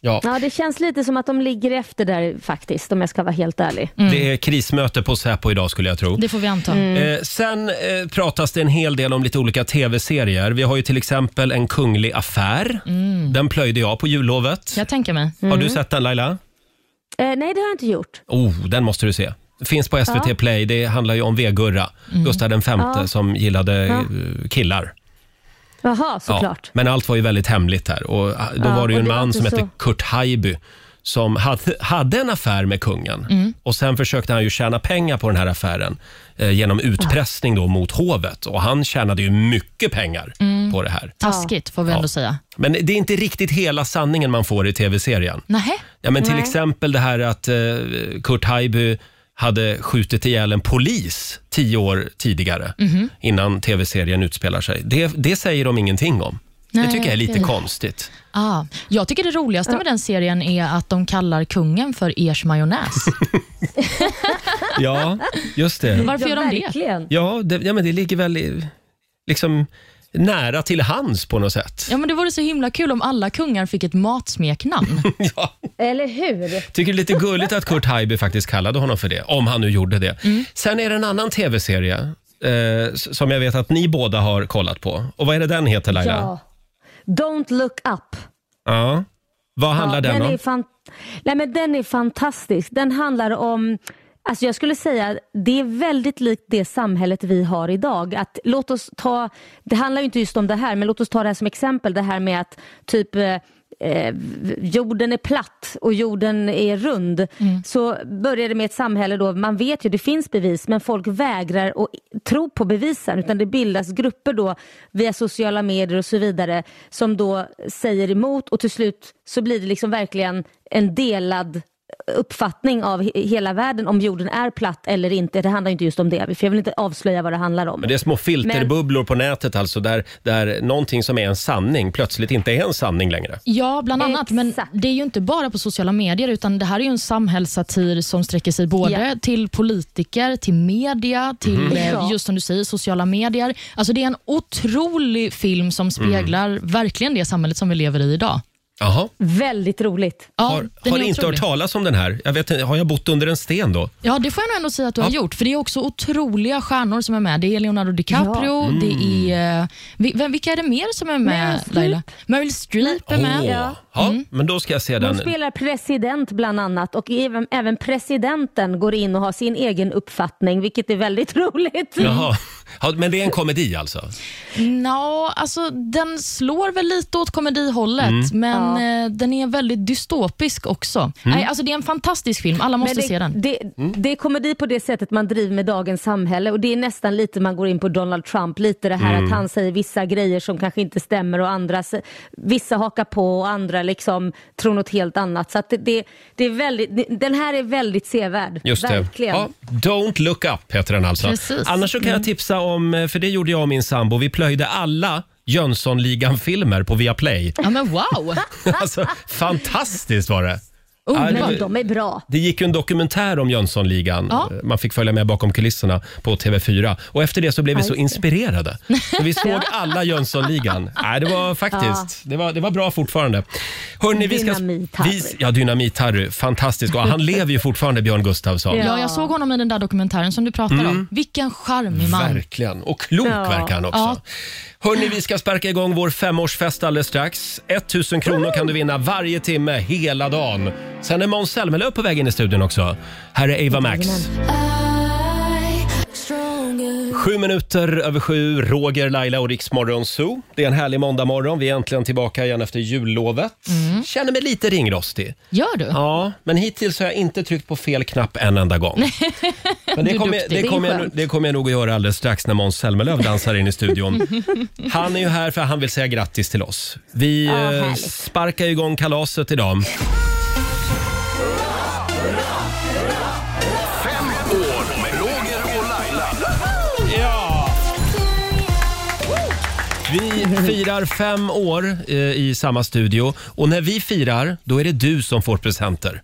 Speaker 1: Ja.
Speaker 4: ja, det känns lite som att de ligger efter där faktiskt om jag ska vara helt ärlig.
Speaker 1: Det är krismöte på Säpo idag skulle jag tro.
Speaker 2: Det får vi anta.
Speaker 4: Mm.
Speaker 1: Eh, sen eh, pratas det en hel del om lite olika tv-serier. Vi har ju till exempel En kunglig affär.
Speaker 4: Mm.
Speaker 1: Den plöjde jag på jullovet.
Speaker 2: Jag tänker mig.
Speaker 1: Har du sett den Laila?
Speaker 4: Eh, nej, det har jag inte gjort.
Speaker 1: Oh, den måste du se. Finns på SVT Play. Det handlar ju om V-Gurra,
Speaker 4: Mm.
Speaker 1: Gustav den femte som gillade eh, killar.
Speaker 4: Jaha, såklart.
Speaker 1: Men allt var ju väldigt hemligt här. Och eh, då
Speaker 4: Ja,
Speaker 1: var det ju
Speaker 4: och
Speaker 1: en
Speaker 4: det var
Speaker 1: man
Speaker 4: inte
Speaker 1: som hette
Speaker 4: så-
Speaker 1: Kurt Haijby som hade, hade en affär med kungen
Speaker 4: Mm.
Speaker 1: och sen försökte han ju tjäna pengar på den här affären eh, genom utpressning då mot hovet och han tjänade ju mycket pengar
Speaker 4: Mm.
Speaker 1: på det här.
Speaker 2: Taskigt får vi ändå säga.
Speaker 1: Men det är inte riktigt hela sanningen man får i tv-serien.
Speaker 2: Nähä?
Speaker 1: Ja, men till exempel det här att eh, Kurt Haijby hade skjutit ihjäl en polis tio år tidigare
Speaker 2: Mhm.
Speaker 1: innan tv-serien utspelar sig. Det, det säger de ingenting om. det
Speaker 2: Nej,
Speaker 1: tycker jag är lite
Speaker 2: okej.
Speaker 1: konstigt.
Speaker 2: Ah, jag tycker det roligaste med den serien är att de kallar kungen för ers majonnäs.
Speaker 1: Ja, just det.
Speaker 2: Varför gör de det?
Speaker 4: verkligen.
Speaker 1: Ja, det, ja men det ligger väl i- liksom nära till hands på något sätt.
Speaker 2: Ja, men det vore så himla kul om alla kungar fick ett matsmeknamn.
Speaker 1: Ja.
Speaker 4: Eller hur?
Speaker 1: Tycker det är lite gulligt att Kurt Haijby faktiskt kallade honom för det, om han nu gjorde det.
Speaker 2: Mm.
Speaker 1: Sen är det en annan tv-serie eh, s- som jag vet att ni båda har kollat på. Och vad är det den heter Laila?
Speaker 4: Ja. Don't look up.
Speaker 1: Ja. Vad handlar
Speaker 4: Ja,
Speaker 1: den,
Speaker 4: den
Speaker 1: om?
Speaker 4: är fan... Nej, men Den är fantastisk. Den handlar om Alltså jag skulle säga det är väldigt likt det samhället vi har idag. Att låt oss ta, det handlar ju inte just om det här, men låt oss ta det här som exempel. Det här med att typ eh, eh, jorden är platt och jorden är rund. Så börjar det med ett samhälle då, man vet ju det finns bevis men folk vägrar att tro på bevisen utan det bildas grupper då via sociala medier och så vidare som då säger emot och till slut så blir det liksom verkligen en delad uppfattning av he- hela världen om jorden är platt eller inte. Det handlar ju inte just om det, för jag vill inte avslöja vad det handlar om.
Speaker 1: Men det är små filterbubblor på nätet alltså där, där någonting som är en sanning plötsligt inte är en sanning längre.
Speaker 2: Ja, bland annat. Men
Speaker 4: Exakt.
Speaker 2: det är ju inte bara på sociala medier, utan det här är ju en samhällssatir som sträcker sig både
Speaker 4: Ja.
Speaker 2: till politiker, till media, till
Speaker 1: Mm.
Speaker 2: eh,
Speaker 4: Ja.
Speaker 2: just som du säger, sociala medier. Alltså Det är en otrolig film
Speaker 1: Mm.
Speaker 2: som speglar verkligen det samhället som vi lever i idag.
Speaker 1: Jaha.
Speaker 4: Väldigt roligt.
Speaker 2: Ja,
Speaker 1: Har,
Speaker 2: den
Speaker 1: har
Speaker 2: är
Speaker 1: ni inte
Speaker 2: otrolig.
Speaker 1: hört talas om den här? Jag vet, inte, har jag bott under en sten då?
Speaker 2: Ja, det får jag nog ändå säga att du har gjort. För det är också otroliga stjärnor som är med. Det är Leonardo DiCaprio, det
Speaker 1: Mm.
Speaker 2: är... eh, vi- vem- Vilka är det mer som är med,
Speaker 4: Meryl Streep.
Speaker 2: Laila? Meryl Streep är med.
Speaker 1: Åh,
Speaker 4: Ja.
Speaker 1: Ja, men då ska jag se
Speaker 4: Hon
Speaker 1: den.
Speaker 4: spelar president bland annat och även, även presidenten går in och har sin egen uppfattning vilket är väldigt roligt.
Speaker 1: Jaha. Ja, men det är en komedi alltså?
Speaker 2: Nå, alltså den slår väl lite åt komedihållet, men eh, den är väldigt dystopisk också. Nej, alltså det är en fantastisk film, alla måste
Speaker 4: det,
Speaker 2: se den.
Speaker 4: Det,
Speaker 1: Mm.
Speaker 4: det är komedi på det sättet man driver med dagens samhälle och det är nästan lite man går in på Donald Trump, lite det här att
Speaker 1: Mm.
Speaker 4: han säger vissa grejer som kanske inte stämmer och andra, se- vissa hakar på och andra liksom tror något helt annat. Så att det, det, det är väldigt, det- den här är väldigt sevärd.
Speaker 1: Just det.
Speaker 4: Verkligen.
Speaker 1: Ja, Don't look up heter den alltså.
Speaker 2: Precis.
Speaker 1: Annars så kan jag tipsa om, för det gjorde jag och min sambo, vi plöjde alla Jönssonligan-filmer på Viaplay.
Speaker 2: Ja, men wow!
Speaker 1: Alltså, fantastiskt var det!
Speaker 2: Underbart.
Speaker 1: Ja,
Speaker 4: Men de är bra.
Speaker 1: Det gick ju en dokumentär om Jönssonligan. Eh,
Speaker 2: Ja.
Speaker 1: Man fick följa med bakom kulisserna på TV4. Och efter det så blev vi så inspirerade. Så vi såg alla Jönssonligan. Nej, det var faktiskt, det, var, det var bra fortfarande. Hörrni, vi ska...
Speaker 4: Dynamit-Harry.
Speaker 1: vi- Ja, Dynamit-Harry. Fantastisk. Och han lever ju fortfarande, Björn Gustafsson.
Speaker 2: Ja, jag såg honom i den där dokumentären som du pratade om. Vilken charmig man.
Speaker 1: Verkligen. Och klok
Speaker 4: Ja.
Speaker 1: verkar han också.
Speaker 2: Ja.
Speaker 1: Hörni, vi ska sparka igång vår femårsfest alldeles strax. 1000 kronor kan du vinna varje timme hela dagen. Sen är Måns Zelmerlöw på väg in i studion också. Här är Ava Max. Sju minuter över sju, Roger, Laila och Riksmorgon Zoo. Det är en härlig måndagmorgon. Vi är äntligen tillbaka igen efter jullovet.
Speaker 2: Mm.
Speaker 1: Känner mig lite ringrostig.
Speaker 2: Gör du?
Speaker 1: Ja, men hittills har jag inte tryckt på fel knapp en enda gång. Men det
Speaker 2: är
Speaker 1: kommer
Speaker 2: duktig.
Speaker 1: det
Speaker 4: Det är
Speaker 1: kommer jag,
Speaker 4: skönt.
Speaker 1: nog- det kommer jag nog att göra alldeles strax när Måns Zelmerlöw dansar in i studion. Han är ju här för att han vill säga grattis till oss. Vi eh,
Speaker 4: härligt.
Speaker 1: sparkar igång kalaset idag.
Speaker 8: År med Roger och Laila.
Speaker 1: Ja! Vi firar fem år eh, i samma studio och när vi firar, då är det du som får presenter.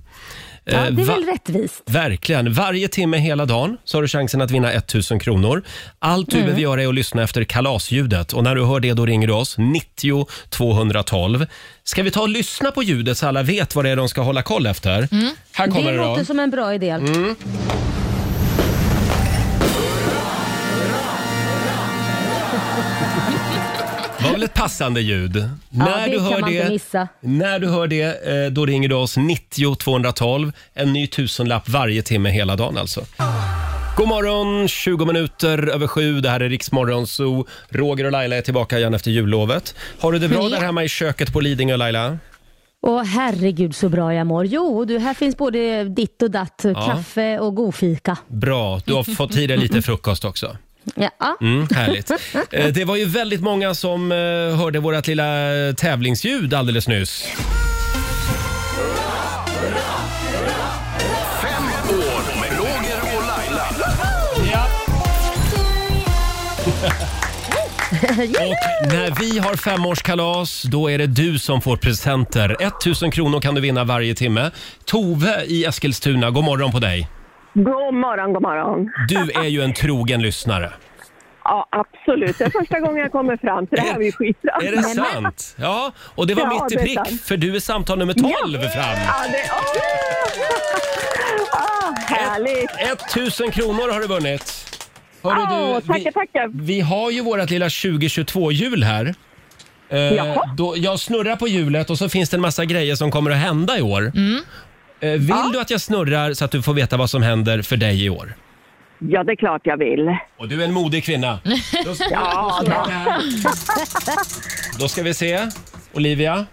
Speaker 4: Ja,
Speaker 1: Eh,
Speaker 4: det är
Speaker 1: va-
Speaker 4: väl rättvist.
Speaker 1: Verkligen. Varje timme hela dagen så har du chansen att vinna 1000 kronor. Allt du
Speaker 4: Mm.
Speaker 1: behöver göra är att lyssna efter kalasljudet och när du hör det då ringer du oss, 90 212. Ska vi ta och lyssna på ljudet så alla vet vad det är de ska hålla koll efter? Här kommer
Speaker 4: Mm. Det
Speaker 1: det, då. Mm.
Speaker 4: låter som en bra idé.
Speaker 1: Det var väl ett passande ljud? när,
Speaker 4: det
Speaker 1: du
Speaker 4: kan
Speaker 1: hör
Speaker 4: man inte missa.
Speaker 1: när du hör det, eh, då ringer du oss 90 212. En ny tusenlapp varje timme hela dagen alltså. God morgon, 20 minuter över sju. Det här är Riksmorgon Zoo. Roger och Laila är tillbaka igen efter jullovet. Har du det bra
Speaker 2: Ja.
Speaker 1: där hemma i köket på Lidingö, Laila?
Speaker 4: Åh herregud så bra jag mår. Jo, du, här finns både ditt och datt, kaffe och godfika.
Speaker 1: Bra, du har fått i dig lite frukost också.
Speaker 4: Ja.
Speaker 1: Mm, härligt. Eh, Det var ju väldigt många som eh, hörde vårt lilla eh, tävlingsljud alldeles nyss.
Speaker 8: Fem år med Roger och Laila.
Speaker 1: Och när vi har femårskalas, då är det du som får presenter. 1000 kronor kan du vinna varje timme. Tove i Eskilstuna, god morgon på dig.
Speaker 9: God morgon, god morgon.
Speaker 1: Du är ju en trogen lyssnare.
Speaker 9: Ja, absolut. Det är första gången jag kommer fram, så det här var ju skitbra.
Speaker 1: Är det sant? Ja, och det var
Speaker 9: Ja,
Speaker 1: mitt i
Speaker 9: det är
Speaker 1: prick,
Speaker 9: sant.
Speaker 1: för du är samtal nummer 12 fram.
Speaker 9: Ja, det... Åh! Ah, härligt!
Speaker 1: 1000 kronor har du vunnit. Hörru,
Speaker 9: Åh,
Speaker 1: du, vi,
Speaker 9: tackar, tackar.
Speaker 1: vi har ju vårt lilla 2022-hjul här. Eh,
Speaker 9: Jaha.
Speaker 1: då, jag snurrar på hjulet och så finns det en massa grejer som kommer att hända i år.
Speaker 9: Mm.
Speaker 1: Eh, vill du att jag snurrar så att du får veta vad som händer för dig i år?
Speaker 9: Ja, det är klart jag vill.
Speaker 1: Och du är en modig kvinna. Då, ska-
Speaker 9: Ja, det...
Speaker 1: då ska vi se. Olivia?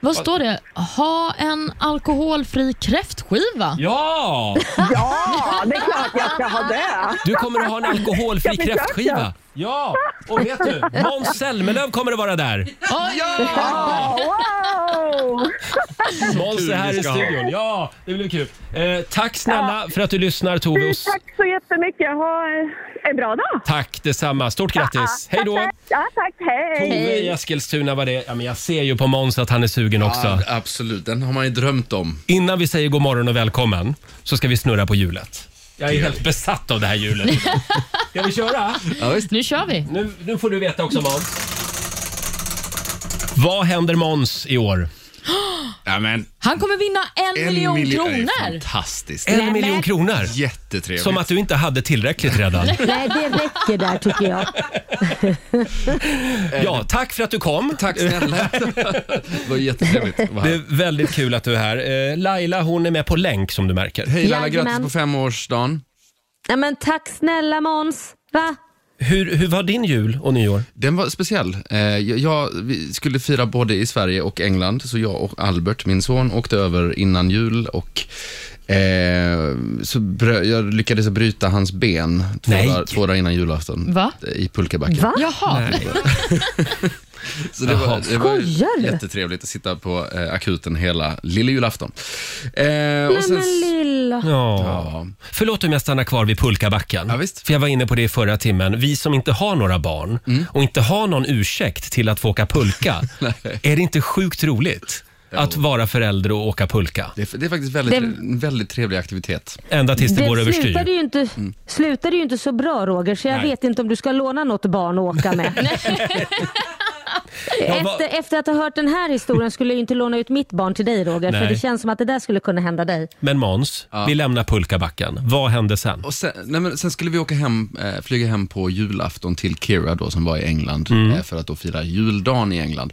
Speaker 2: Vad står det? Ha en alkoholfri kräftskiva.
Speaker 1: Ja!
Speaker 9: ja, det är klart jag ska ha det.
Speaker 1: Du kommer att ha en alkoholfri
Speaker 9: Jag försöker.
Speaker 1: kräftskiva. Ja! Och vet du? Måns Zelmerlöw kommer att vara där.
Speaker 9: Ja, wow!
Speaker 1: Måns är här i studion. Ja, det blir kul. Eh, tack snälla för att du lyssnar Tove. och-
Speaker 9: Tack så jättemycket. Ha en bra dag.
Speaker 1: Tack detsamma. Stort grattis. Hej då.
Speaker 9: Ja, tack. Hej.
Speaker 1: Tove i Eskilstuna var det. Ja, men jag ser ju på Måns att han är sugen också.
Speaker 3: Ja, absolut, den har man ju drömt om.
Speaker 1: Innan vi säger god morgon och välkommen så ska vi snurra på hjulet. Jag är helt besatt av det här hjulet. Ska vi köra?
Speaker 2: Nu kör vi.
Speaker 1: Nu, nu får du veta också Måns. Vad händer Måns i år?
Speaker 3: Ja, men,
Speaker 2: Han kommer vinna en,
Speaker 3: en
Speaker 2: miljon
Speaker 3: miljon är
Speaker 2: kronor.
Speaker 3: fantastiskt.
Speaker 1: En miljon kronor.
Speaker 3: Jättetrevligt.
Speaker 1: Som att du inte hade tillräckligt redan.
Speaker 4: Nej, det räcker där tycker jag.
Speaker 1: Ja, tack för att du kom.
Speaker 3: Tack snälla. det var jättetrevligt att vara
Speaker 1: Det
Speaker 3: här.
Speaker 1: är väldigt kul att du är här. Eh, Laila hon är med på länk som du märker.
Speaker 3: Hej Laila, grattis
Speaker 4: Jajamän.
Speaker 3: på femårsdagen.
Speaker 4: Nej, men tack snälla Måns. Va?
Speaker 1: Hur, hur var din jul och nyår?
Speaker 10: Den var speciell. Eh, jag, jag, vi skulle fira både i Sverige och England, så jag och Albert, min son, åkte över innan jul och eh, så brö, jag lyckades bryta hans ben två,
Speaker 1: Nej.
Speaker 10: dagar, två dagar innan julafton
Speaker 2: Va?
Speaker 10: i pulkabacken.
Speaker 4: Va?
Speaker 2: Jaha.
Speaker 10: Så det var, det var ju
Speaker 4: Skojar du?
Speaker 10: jättetrevligt att sitta på eh, akuten hela lille julafton. Eh, och
Speaker 4: Nej
Speaker 10: sen,
Speaker 4: men lilla.
Speaker 1: Ja. Förlåt om jag stannar kvar vid pulkabacken.
Speaker 10: Ja, visst.
Speaker 1: För jag var inne på det i förra timmen. Vi som inte har några barn och inte har någon ursäkt till att få åka pulka. är det inte sjukt roligt att vara förälder och åka pulka?
Speaker 10: det, är, det är faktiskt väldigt,
Speaker 4: Det-
Speaker 10: en väldigt trevlig aktivitet.
Speaker 1: Ända tills det, går
Speaker 4: Det
Speaker 1: överstyr.
Speaker 4: slutade ju, inte, slutade ju inte så bra Roger, så jag
Speaker 1: Nej.
Speaker 4: vet inte om du ska låna något barn att åka med.
Speaker 1: Ja, vad-
Speaker 4: efter, efter att ha hört den här historien skulle jag ju inte låna ut mitt barn till dig Roger,
Speaker 1: Nej.
Speaker 4: för det känns som att det där skulle kunna hända dig.
Speaker 1: Men Måns, vi lämnar pulkabacken. Vad hände sen?
Speaker 10: Och sen, nej men sen skulle vi åka hem, eh, flyga hem på julafton till Kira då, som var i England
Speaker 4: Mm.
Speaker 10: eh, för att då fira juldagen i England.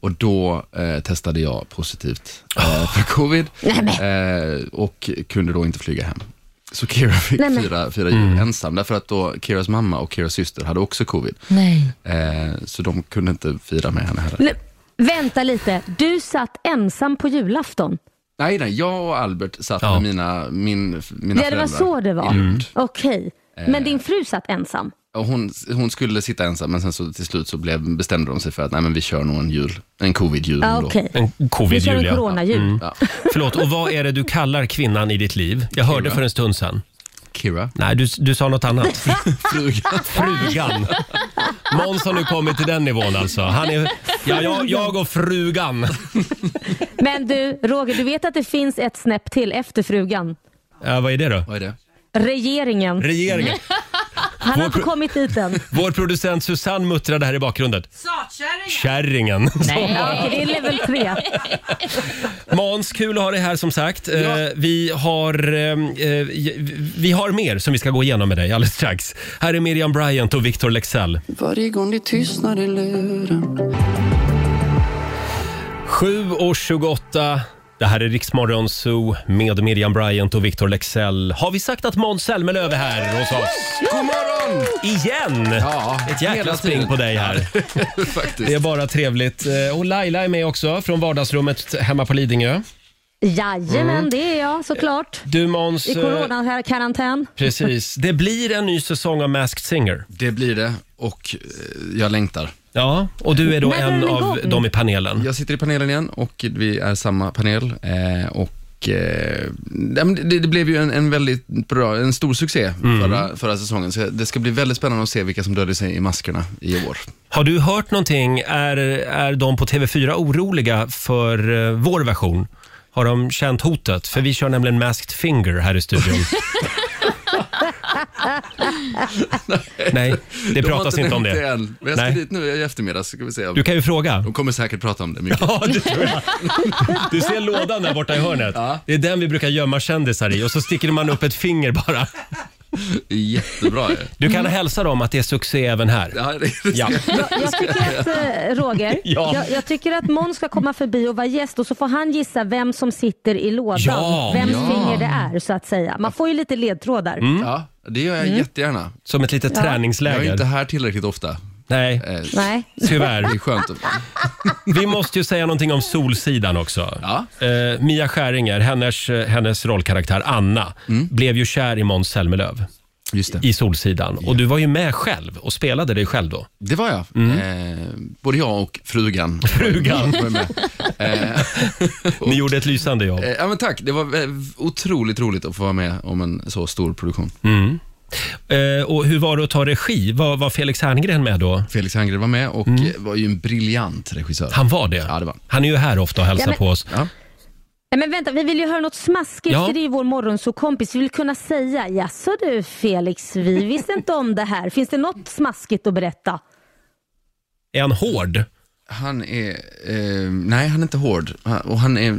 Speaker 10: Och då eh, testade jag positivt eh,
Speaker 4: Oh.
Speaker 10: för covid eh, och kunde då inte flyga hem. Så Kira fick
Speaker 4: Nej, men- Mm.
Speaker 10: fira, fira jul ensam, därför att då Kiras mamma och Kiras syster hade också covid.
Speaker 2: Nej.
Speaker 10: Eh, så de kunde inte fira med henne heller.
Speaker 4: Nej, vänta lite, du satt ensam på julafton.
Speaker 10: Nej, nej, jag och Albert satt
Speaker 1: Ja.
Speaker 10: med mina, min, mina
Speaker 4: Ja, det var
Speaker 10: föräldrar
Speaker 4: så det var. Mm.
Speaker 10: i Lund.
Speaker 4: Okej,
Speaker 1: Eh.
Speaker 4: men din fru satt ensam?
Speaker 10: Och hon, hon skulle sitta ensam, men sen så till slut så blev, bestämde de sig för att nej, men vi kör nog en jul, en covid-jul
Speaker 4: Ja,
Speaker 10: ändå.
Speaker 4: Ah, okej.
Speaker 1: En
Speaker 4: Vi kör
Speaker 1: covid-jul,
Speaker 4: en
Speaker 1: ja.
Speaker 4: coronajul.
Speaker 10: Ja.
Speaker 1: Förlåt, och vad är det du kallar kvinnan i ditt liv? Jag hörde för en stund sen.
Speaker 10: Kira,
Speaker 1: Nej, du, du sa något annat.
Speaker 10: frugan.
Speaker 1: Frugan. Måns har nu kommit till den nivån alltså. Han är, ja, jag, jag och frugan.
Speaker 4: Men du, Roger, du vet att det finns ett snäpp till efter frugan?
Speaker 1: Ja, vad är det då?
Speaker 10: Vad är det?
Speaker 4: Regeringen.
Speaker 1: Regeringen.
Speaker 4: Han har inte kommit dit än.
Speaker 1: Vår producent Susanne muttrade här i bakgrunden. Kärringen.
Speaker 4: Ja, okej, det är level 3.
Speaker 1: Måns, kul att ha dig här som sagt. Eh, vi, har, eh, eh, vi har mer som vi ska gå igenom med dig alldeles strax. Här är Miriam Bryant och Victor Lexell.
Speaker 7: Varje gång det tystnar i luren
Speaker 1: 7 och 28. Det här är Riksmorgon Zoo med Miriam Bryant och Victor Lexell. Har vi sagt att Måns Zelmerlöw är här hos oss?
Speaker 10: God morgon!
Speaker 1: Igen!
Speaker 10: Ja,
Speaker 1: Ett jäkla
Speaker 10: hela
Speaker 1: spring
Speaker 10: tiden.
Speaker 1: på dig här. Det är
Speaker 10: Faktiskt.
Speaker 1: bara trevligt. Eh, Och Laila är med också från vardagsrummet hemma på Lidingö.
Speaker 4: Jajamän, det är jag såklart.
Speaker 1: Du Måns,
Speaker 4: I
Speaker 1: eh,
Speaker 4: coronakarantän.
Speaker 1: precis. Det blir en ny säsong av Masked Singer.
Speaker 10: Det blir det och eh, jag längtar.
Speaker 1: Ja, och du är då
Speaker 4: När drar
Speaker 1: en
Speaker 4: den
Speaker 1: av
Speaker 4: igång?
Speaker 1: dem i panelen.
Speaker 10: Jag sitter i panelen igen och vi är samma panel eh, och eh, nej, men det, det blev ju en, en väldigt bra, en stor succé
Speaker 1: Mm.
Speaker 10: förra, förra säsongen. Så det ska bli väldigt spännande att se vilka som döljer sig i maskerna i år.
Speaker 1: Har du hört någonting? Är, är de på TV4 oroliga för eh, vår version? Har de känt hotet? För vi kör nämligen Masked Finger här i studion. Nej, det
Speaker 10: De har
Speaker 1: pratas inte om
Speaker 10: nämnt
Speaker 1: det.
Speaker 10: än, men jag ska
Speaker 1: Nej.
Speaker 10: dit nu i eftermiddag så ska vi se.
Speaker 1: Du kan ju fråga.
Speaker 10: De kommer säkert prata om det mycket.
Speaker 1: Ja, det tror jag. Du ser lådan där borta i hörnet. Det är den vi brukar gömma kändisar i och så sticker man upp ett finger bara.
Speaker 10: Jättebra ju.
Speaker 1: Du kan hälsa dem att det är succé även här.
Speaker 10: Ja, det, det
Speaker 1: Ja.
Speaker 10: ska-
Speaker 4: Jag, jag tycker att, eh, Roger,
Speaker 1: Ja.
Speaker 4: jag, jag tycker att Måns ska komma förbi och vara gäst och så får han gissa vem som sitter i lådan.
Speaker 1: Ja,
Speaker 4: vems
Speaker 10: ja. Mm.
Speaker 4: finger det är så att säga. Man får ju lite ledtrådar.
Speaker 1: Mm.
Speaker 10: ja, det gör
Speaker 4: Mm.
Speaker 10: jag jättegärna.
Speaker 1: Som ett litet
Speaker 10: Jag är
Speaker 1: träningsläger.
Speaker 10: inte här tillräckligt ofta.
Speaker 1: Nej,
Speaker 10: Eh,
Speaker 4: Nej.
Speaker 1: tyvärr.
Speaker 10: Det är skönt. att-
Speaker 4: Ah.
Speaker 1: Vi måste ju säga någonting om Solsidan också.
Speaker 10: Ja.
Speaker 1: Eh, Mia Skäringer, hennes, eh, hennes rollkaraktär Anna,
Speaker 10: Mm.
Speaker 1: blev ju kär i Måns Zelmerlöw
Speaker 10: Just det.
Speaker 1: i Solsidan. Och du var ju med själv och spelade dig själv då.
Speaker 10: Det var jag. Eh, både jag och frugan.
Speaker 1: Mm. Frugan.
Speaker 10: Var med.
Speaker 1: Ni gjorde ett lysande jobb.
Speaker 10: Eh, ja, men tack, det var eh, otroligt roligt att få vara med om en så stor produktion.
Speaker 1: Mm. Eh, och hur var det att ta regi? Var, var Felix Herngren med då?
Speaker 10: Felix Herngren var med och eh, var ju en briljant regissör.
Speaker 1: Mm. Han var det?
Speaker 10: Ja, det var han.
Speaker 1: Han är ju här ofta och hälsar
Speaker 4: Ja, men-
Speaker 1: på oss.
Speaker 10: Ja.
Speaker 4: Nej, men vänta, vi vill ju höra något smaskigt
Speaker 1: Ja.
Speaker 4: för det är ju vår morgonsåkompis. Vi vill kunna säga, jaså du Felix, vi visste inte om det här. Finns det något smaskigt att berätta?
Speaker 1: Är han hård?
Speaker 10: Han är, eh, nej han är inte hård. Han- Och han är,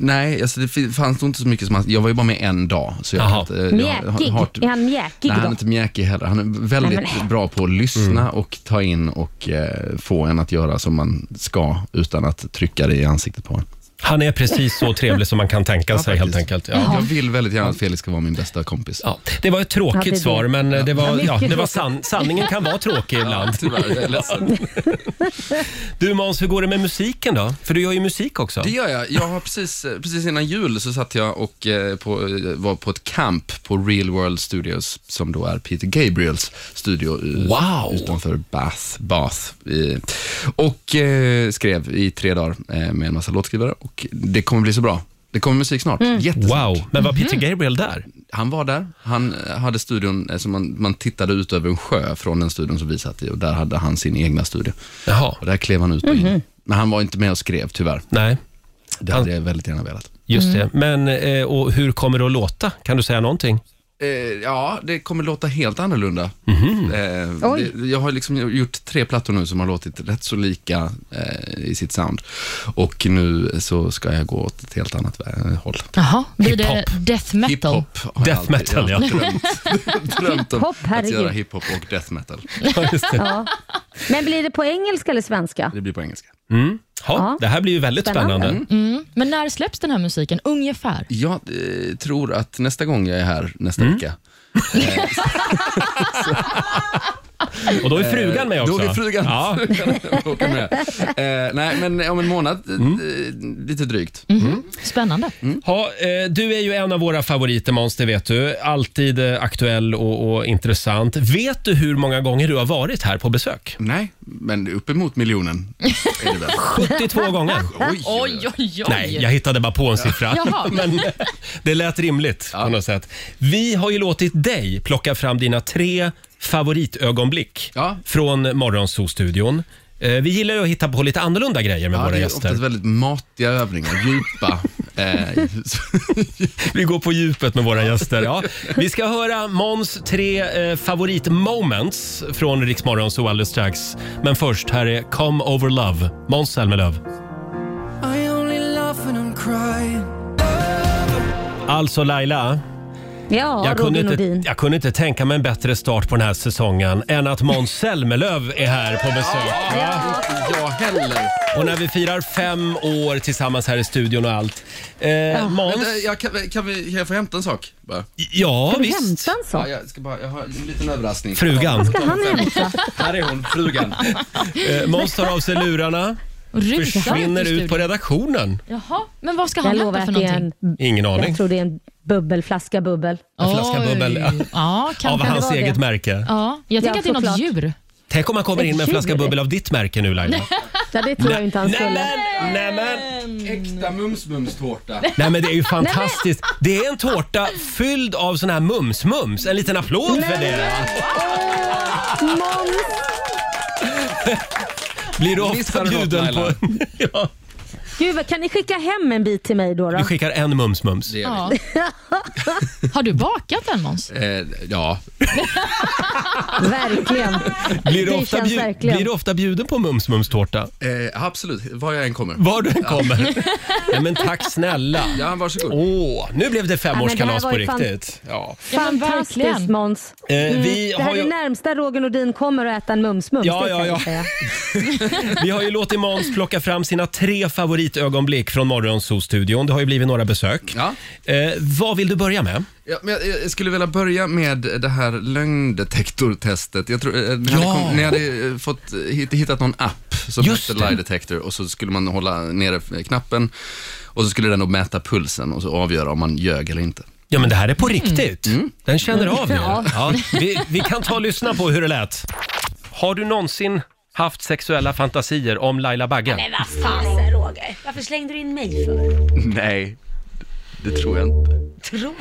Speaker 10: nej, alltså det fin- fanns nog inte så mycket som han, jag var ju bara med en dag. Så jag,
Speaker 1: Jaha.
Speaker 10: eh, jag-
Speaker 4: Mjäkig?
Speaker 10: jag har-
Speaker 4: Är han mjäkig
Speaker 10: Nej, han är
Speaker 4: då?
Speaker 10: inte mjäkig heller. Han är väldigt
Speaker 4: Nej, men-
Speaker 10: bra på att lyssna och ta in och eh, få en att göra som man ska utan att trycka det i ansiktet på en.
Speaker 1: Han är precis så trevlig som man kan tänka sig helt enkelt. Ja.
Speaker 10: Jag vill väldigt gärna att Felix ska vara min bästa kompis.
Speaker 1: Ja, det var ett
Speaker 10: Ja, det är
Speaker 1: tråkigt
Speaker 10: det.
Speaker 1: svar, men eh, det var,
Speaker 10: Ja,
Speaker 1: ja,
Speaker 10: mycket
Speaker 1: det var
Speaker 10: tråkigt.
Speaker 1: san, sanningen kan vara tråkig ibland.
Speaker 10: tyvärr, jag är ledsen.
Speaker 1: Du Måns, hur går det med musiken då? För du gör ju musik också.
Speaker 10: Det gör jag. Jag har precis, eh, precis innan jul så satt jag och eh, på, var på ett camp på Real World Studios, som då är Peter Gabriels studio eh,
Speaker 1: Wow.
Speaker 10: utanför Bath. Bath eh, och eh, skrev i tre dagar eh, med en massa låtskrivare och det kommer bli så bra. Det kommer musik snart.
Speaker 1: Mm.
Speaker 10: Jättesnart.
Speaker 1: Wow. Men var
Speaker 10: Mm-hmm.
Speaker 1: Peter Gabriel där?
Speaker 10: Han var där. Han eh, hade studion, eh, som man, man tittade ut över en sjö från den studion som vi satt i och där hade han sin egna studio.
Speaker 1: Jaha.
Speaker 10: Och där klev han ut och in.
Speaker 1: Mhm. Alltså-
Speaker 10: Men han var inte med och skrev tyvärr.
Speaker 1: Nej.
Speaker 10: Det hade jag väldigt gärna velat.
Speaker 1: Just det. Men eh, och hur kommer det att låta? Kan du säga någonting?
Speaker 10: Eh, ja, det kommer låta helt annorlunda.
Speaker 1: Mhm.
Speaker 10: Eh,
Speaker 1: Oj.
Speaker 10: det, jag har liksom gjort tre plattor nu som har låtit rätt så lika eh, i sitt sound. Och nu så ska jag gå åt ett helt annat eh, håll.
Speaker 2: Jaha, blir det death metal?
Speaker 10: Har jag
Speaker 1: Death
Speaker 10: alltid-
Speaker 1: metal,
Speaker 10: jag har
Speaker 1: ja.
Speaker 10: drömt, drömt om
Speaker 4: Hiphop,
Speaker 10: att
Speaker 4: herregud.
Speaker 10: göra hiphop och death metal.
Speaker 4: Ja. Men blir det på engelska eller svenska?
Speaker 10: Det blir på engelska.
Speaker 1: Mm. Ha,
Speaker 4: Ja.
Speaker 1: Det här blir ju väldigt spännande.
Speaker 2: Mm. Men när släpps den här musiken? Ungefär?
Speaker 10: Jag eh, tror att nästa gång jag är här nästa
Speaker 1: Mm.
Speaker 10: vecka.
Speaker 1: Och då är frugan med också.
Speaker 10: Mm. Eh, Då är frugan,
Speaker 1: Ja.
Speaker 10: frugan åker med. Eh, nej, men om en månad, eh,
Speaker 1: Mm.
Speaker 10: eh, lite drygt.
Speaker 2: Spännande.
Speaker 1: Ha, eh, du är ju en av våra favoriter Måns, det vet du. Alltid eh, aktuell och, och intressant. Vet du hur många gånger du har varit här på besök?
Speaker 10: Nej, men uppemot miljonen är det väl?
Speaker 1: 72 gånger.
Speaker 10: Oj, oj,
Speaker 2: oj. oj.
Speaker 1: Nej, jag hittade bara på en siffra.
Speaker 2: Jaha.
Speaker 1: Men det lät rimligt på något sätt. Vi har ju låtit dig plocka fram dina tre favoritögonblick från Morgonzoo-studion. Eh, Vi gillar ju att hitta på lite annorlunda grejer med
Speaker 10: Ja,
Speaker 1: våra
Speaker 10: det är
Speaker 1: gäster.
Speaker 10: oftast väldigt matiga övningar, djupa. Eh,
Speaker 1: Vi går på djupet med våra gäster. Ja. Vi ska höra Måns tre eh, favoritmoments från Riksmorgon så alldeles strax. Men först, här är Come Over Love, Måns Zelmerlöw.
Speaker 7: I only laugh when I'm crying.
Speaker 1: Alltså Laila,
Speaker 4: Ja,
Speaker 1: jag
Speaker 4: Roger
Speaker 1: kunde, inte,
Speaker 4: Nordin.
Speaker 1: jag kunde inte tänka mig en bättre start på den här säsongen än att Måns Zelmerlöw är här på besök.
Speaker 10: ja. Inte jag heller.
Speaker 1: Och när vi firar fem år tillsammans här i studion och allt. Eh,
Speaker 10: Men, eh,
Speaker 1: Måns,
Speaker 10: jag, kan, kan, vi, kan jag få hämta en sak? Bara?
Speaker 1: ja
Speaker 4: Kan du
Speaker 1: visst.
Speaker 4: hämta en
Speaker 10: Ja,
Speaker 4: sak?
Speaker 10: jag, ska bara, jag har en liten överraskning.
Speaker 1: Frugan. Vad
Speaker 4: Ska han hämta?
Speaker 10: Här är hon, frugan.
Speaker 1: Eh, Måns tar av sig lurarna,
Speaker 2: Och rusar
Speaker 1: försvinner
Speaker 2: ut ur
Speaker 1: ut på
Speaker 2: studion.
Speaker 1: redaktionen.
Speaker 2: Jaha, men vad ska
Speaker 4: Jag
Speaker 2: han
Speaker 4: lovar
Speaker 2: hämta för
Speaker 4: att det är
Speaker 2: någonting?
Speaker 4: en,
Speaker 1: Ingen aning.
Speaker 4: jag tror det är en bubbel, flaska bubbel.
Speaker 1: En flaska
Speaker 2: Oj.
Speaker 1: bubbel ja.
Speaker 2: Ja, kan,
Speaker 1: av
Speaker 2: kan
Speaker 1: hans
Speaker 2: det vara
Speaker 1: eget
Speaker 2: det?
Speaker 1: märke.
Speaker 2: Ja, jag tänker
Speaker 4: Ja,
Speaker 2: att det är något
Speaker 4: såklart.
Speaker 2: djur.
Speaker 1: Tänk om han kommer in med en flaska bubbel av ditt märke nu Laila.
Speaker 4: Ja, det tror jag inte han
Speaker 1: Nämen,
Speaker 4: skulle.
Speaker 1: nämen.
Speaker 10: Äkta mums-mums-tårta.
Speaker 1: Nej men det är ju fantastiskt. Det är en tårta fylld av sån här mums-mums. En liten applåd för det.
Speaker 4: Måns!
Speaker 1: Blir du
Speaker 10: Missar
Speaker 1: ofta
Speaker 10: du något,
Speaker 1: bjuden på...
Speaker 10: Laila?
Speaker 1: Ja,
Speaker 4: Gud, vad- kan ni skicka hem en bit till mig då? då?
Speaker 1: vi skickar en mums-mums.
Speaker 10: Det är
Speaker 2: Ja. Har du bakat den Måns?
Speaker 10: vi. Eh, ja,
Speaker 4: Verkligen.
Speaker 1: Blir du
Speaker 4: Det
Speaker 1: ofta,
Speaker 4: känns
Speaker 1: bju-
Speaker 4: verkligen.
Speaker 1: blir du ofta bjuden på mums-mums-tårta?
Speaker 10: eh, absolut. Var jag än kommer.
Speaker 1: Var du än kommer. Nej men tack snälla.
Speaker 10: Ja, varsågod.
Speaker 1: Åh, nu blev det
Speaker 4: Ja, men
Speaker 1: femårskalas
Speaker 4: det
Speaker 1: på
Speaker 4: här var ju fan-
Speaker 1: riktigt. Ja.
Speaker 2: men
Speaker 4: Fantastiskt
Speaker 2: verkligen.
Speaker 4: Måns. Mm.
Speaker 1: Eh, vi
Speaker 4: Det här
Speaker 1: har
Speaker 4: är
Speaker 1: ju...
Speaker 4: det närmsta Roger Nordin kommer att äta en mums-mums.
Speaker 1: Ja,
Speaker 4: det
Speaker 1: ja, ja.
Speaker 4: kan jag säga.
Speaker 1: Vi har ju låtit Måns plocka fram sina tre favoritögonblick från Morgonzoo-studion. Det har ju blivit några besök.
Speaker 10: Ja.
Speaker 1: Eh, vad vill du börja med?
Speaker 10: Ja, men jag, jag skulle vilja börja med det här lögndetektortestet. Jag tror, eh, ni, hade
Speaker 1: Ja.
Speaker 10: kom, ni hade eh, fått, hitt- hittat någon app som
Speaker 1: Just
Speaker 10: hette
Speaker 1: det.
Speaker 10: Lie Detector och så skulle man hålla nere eh, knappen och så skulle den då mäta pulsen och så avgöra om man ljög eller inte.
Speaker 1: Ja, men det här är på riktigt. Den känner av nu. Ja, vi, vi kan ta och lyssna på hur det lät. Har du någonsin haft sexuella fantasier om Laila Bagge?
Speaker 6: Men vad fasen Roger, varför slängde du in mig för?
Speaker 10: Nej, det tror jag inte.
Speaker 6: Tror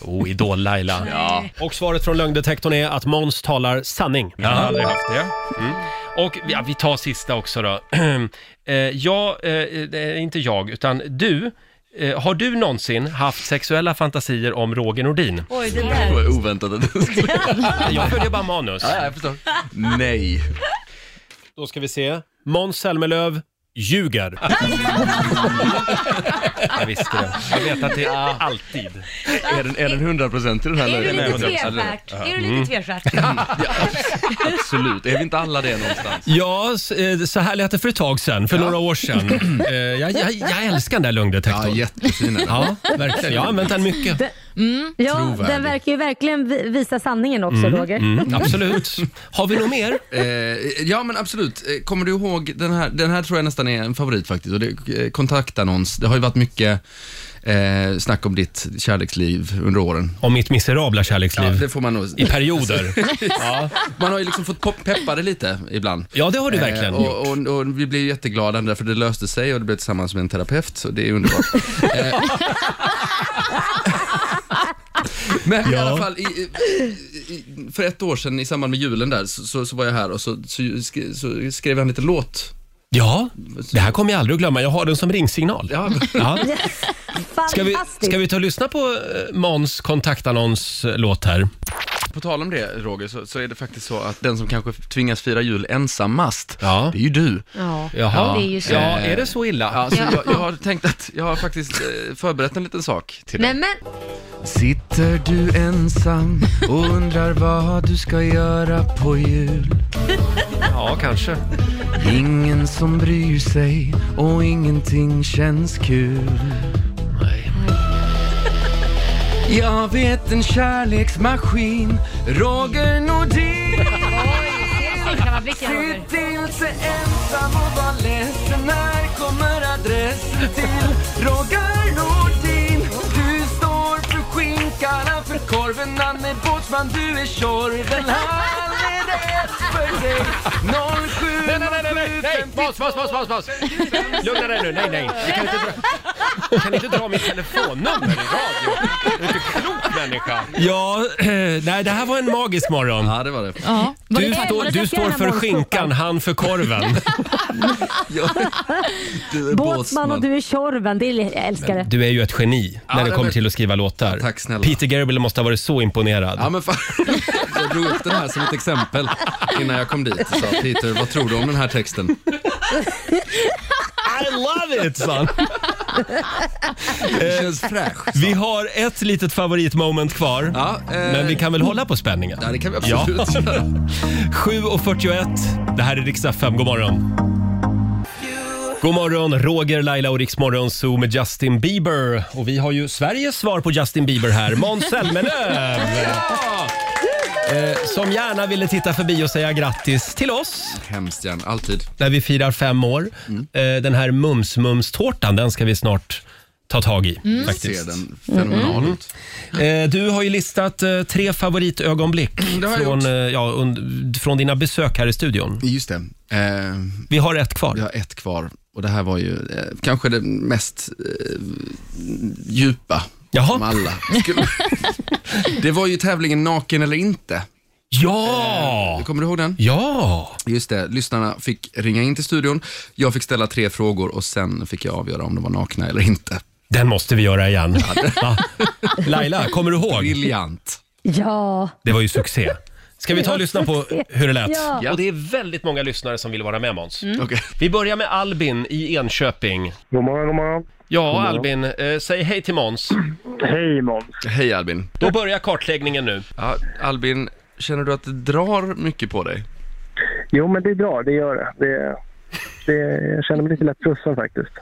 Speaker 1: Oh, Idol-Laila. Ja. Och svaret från lögndetektorn är att Måns talar sanning. Jag har aldrig haft det. Mm. Och ja, vi tar sista också då. Eh, jag, eh, det är inte jag, utan du. Eh, har du någonsin haft sexuella fantasier om Roger Nordin?
Speaker 6: Oj, det
Speaker 10: Det
Speaker 6: där.
Speaker 10: var oväntat att du skulle...
Speaker 1: Jag följer bara manus.
Speaker 10: Ja, jag förstår. Nej.
Speaker 1: Då ska vi se. Måns Zelmerlöw, ljuger. Jag visste det. Jag vet att det är alltid.
Speaker 10: Är den, är den 100 procent i den här
Speaker 6: Är du
Speaker 10: lögnen?
Speaker 6: lite
Speaker 1: 100%.
Speaker 6: tvestjärt? Är du
Speaker 1: Mm.
Speaker 6: lite tvestjärt?
Speaker 10: Absolut. Är vi inte alla det någonstans?
Speaker 1: Ja, s- eh, så här lät det för ett tag sedan, för några år sedan. Eh, Jag, jag, jag älskar den där lögndetektorn. Ja,
Speaker 10: jättefin
Speaker 1: Ja, verkligen. Jag har använt den mycket.
Speaker 4: Ja,
Speaker 1: Trovärdig.
Speaker 4: den verkar ju verkligen vi- visa sanningen också,
Speaker 10: Mm,
Speaker 4: Roger.
Speaker 10: mm,
Speaker 1: absolut. Har vi något mer?
Speaker 10: Eh, ja, men absolut. Eh, Kommer du ihåg, den här, den här tror jag nästan är en favorit faktiskt. Och det, eh, kontaktannons, det har ju varit mycket eh, snack om ditt kärleksliv under åren.
Speaker 1: Om mitt miserabla kärleksliv.
Speaker 10: Ja, det får man nog.
Speaker 1: I perioder.
Speaker 10: ja. Man har ju liksom fått pop- peppa det lite ibland.
Speaker 1: Ja, det har du verkligen
Speaker 10: och, och, och, vi blev jätteglada därför det löste sig och det blev tillsammans med en terapeut, så det är underbart. eh, Men i
Speaker 5: Ja.
Speaker 10: alla fall, i, i, i, för ett år sedan i samband med julen där så, så, så var jag här och så, så, sk- så skrev jag en liten låt.
Speaker 1: Ja, det här kommer jag aldrig att glömma. Jag har den som ringsignal.
Speaker 10: Ja.
Speaker 1: Ska, vi, ska vi ta och lyssna på eh, Måns kontaktannonslåt här?
Speaker 10: På tal om det Roger, så, så är det faktiskt så att den som kanske tvingas fira jul ensammast, det är ju du.
Speaker 6: Ja,
Speaker 10: Jaha.
Speaker 6: det är ju så.
Speaker 10: Ja,
Speaker 1: Är det så illa?
Speaker 10: Ja, så
Speaker 6: Ja.
Speaker 10: jag, jag har tänkt att, jag har faktiskt eh, förberett en liten sak till dig.
Speaker 6: Nej men,
Speaker 10: Sitter du ensam och undrar vad du ska göra på jul?
Speaker 1: Ja, kanske.
Speaker 10: Ingen som bryr sig och ingenting känns kul. Jag vet en kärleksmaskin, Roger Nordin.
Speaker 5: Roger?
Speaker 10: Se till sig ensam och var ledsen. Här kommer adressen till Roger Nordin. Du står för skinkan, för korven. Han är båtsman, du är Tjorven. Han är rätt för dig. 07
Speaker 1: Nej, nej, nej, nej, nej, paus, paus, paus, paus, paus. Lugna dig nu, nej, nej. Du kan inte dra, kan inte dra mitt telefonnummer i radio. Du är inte klok människa. Ja, eh, nej, det här var en magisk morgon.
Speaker 10: Ja, det var det.
Speaker 2: Ja, var det
Speaker 1: Du,
Speaker 2: tack
Speaker 1: står-
Speaker 2: vare
Speaker 1: du
Speaker 2: den
Speaker 1: står för
Speaker 2: fjärran
Speaker 1: skinkan, han för korven.
Speaker 10: Du
Speaker 4: Båtsman och du är Tjorven, det är, jag älskar det.
Speaker 1: Du är ju ett geni när det
Speaker 10: nej,
Speaker 1: kommer
Speaker 10: men-
Speaker 1: till att skriva låtar.
Speaker 10: Tack snälla.
Speaker 1: Peter Gabriel måste ha varit så imponerad.
Speaker 10: Ja, men fan. Jag drog upp den här som ett exempel innan jag kom dit och sa Peter, vad tror du om den här texten?
Speaker 1: I love it, son.
Speaker 10: Det känns fräscht.
Speaker 1: Vi har ett litet favoritmoment kvar, men vi kan väl hålla på spänningen?
Speaker 10: eh, Ja, det kan vi absolut
Speaker 1: Ja.
Speaker 10: göra.
Speaker 1: 7.41, det här är riksdag 5. God morgon! God morgon, Roger, Laila och Riksmorgon Zoo med Justin Bieber. Och vi har ju Sveriges svar på Justin Bieber här, Måns Zelmerlöw! Eh, Som gärna ville titta förbi och säga grattis till oss
Speaker 10: Hemskt gärna, alltid.
Speaker 1: när vi firar fem år.
Speaker 10: Mm.
Speaker 1: Eh, Den här Mums-Mums-tårtan, den ska vi snart ta tag i.
Speaker 10: Mm.
Speaker 1: Faktiskt.
Speaker 10: Ser den fenomenal
Speaker 1: Mm.
Speaker 10: ut.
Speaker 1: Eh, Du har ju listat eh, tre favoritögonblick
Speaker 10: Mm, Det har jag
Speaker 1: från,
Speaker 10: gjort.
Speaker 1: eh, ja, und- från dina besök här i studion.
Speaker 10: Just det. Eh,
Speaker 1: vi har ett kvar.
Speaker 10: Vi har ett kvar. Och det här var ju eh, kanske det mest eh, djupa av alla. Skulle- det var ju tävlingen Naken eller inte.
Speaker 1: Ja!
Speaker 10: Eh, kommer du ihåg den?
Speaker 1: Ja!
Speaker 10: Just det, lyssnarna fick ringa in till studion. Jag fick ställa tre frågor och sen fick jag avgöra om de var nakna eller inte.
Speaker 1: Den måste vi göra igen. Va? Laila, kommer du ihåg?
Speaker 10: Briljant.
Speaker 4: Ja.
Speaker 1: Det var ju succé. Ska vi ta och
Speaker 4: Det
Speaker 1: lyssna
Speaker 4: var
Speaker 1: på
Speaker 4: succé.
Speaker 1: hur det lät?
Speaker 4: Ja.
Speaker 1: Och det är väldigt många lyssnare som vill vara med Måns.
Speaker 10: Mm. Okej.
Speaker 1: Vi börjar med Albin i Enköping.
Speaker 11: God morgon, god morgon.
Speaker 1: Ja,
Speaker 11: God morgon.
Speaker 1: Albin, eh, säg hej till Måns.
Speaker 11: Hej Måns.
Speaker 10: Hej Albin.
Speaker 1: Då börjar kartläggningen nu.
Speaker 10: Ja, Albin, känner du att det drar mycket på dig?
Speaker 11: Jo, men det är bra, det gör det. det, det jag känner mig lite lätt frusen faktiskt.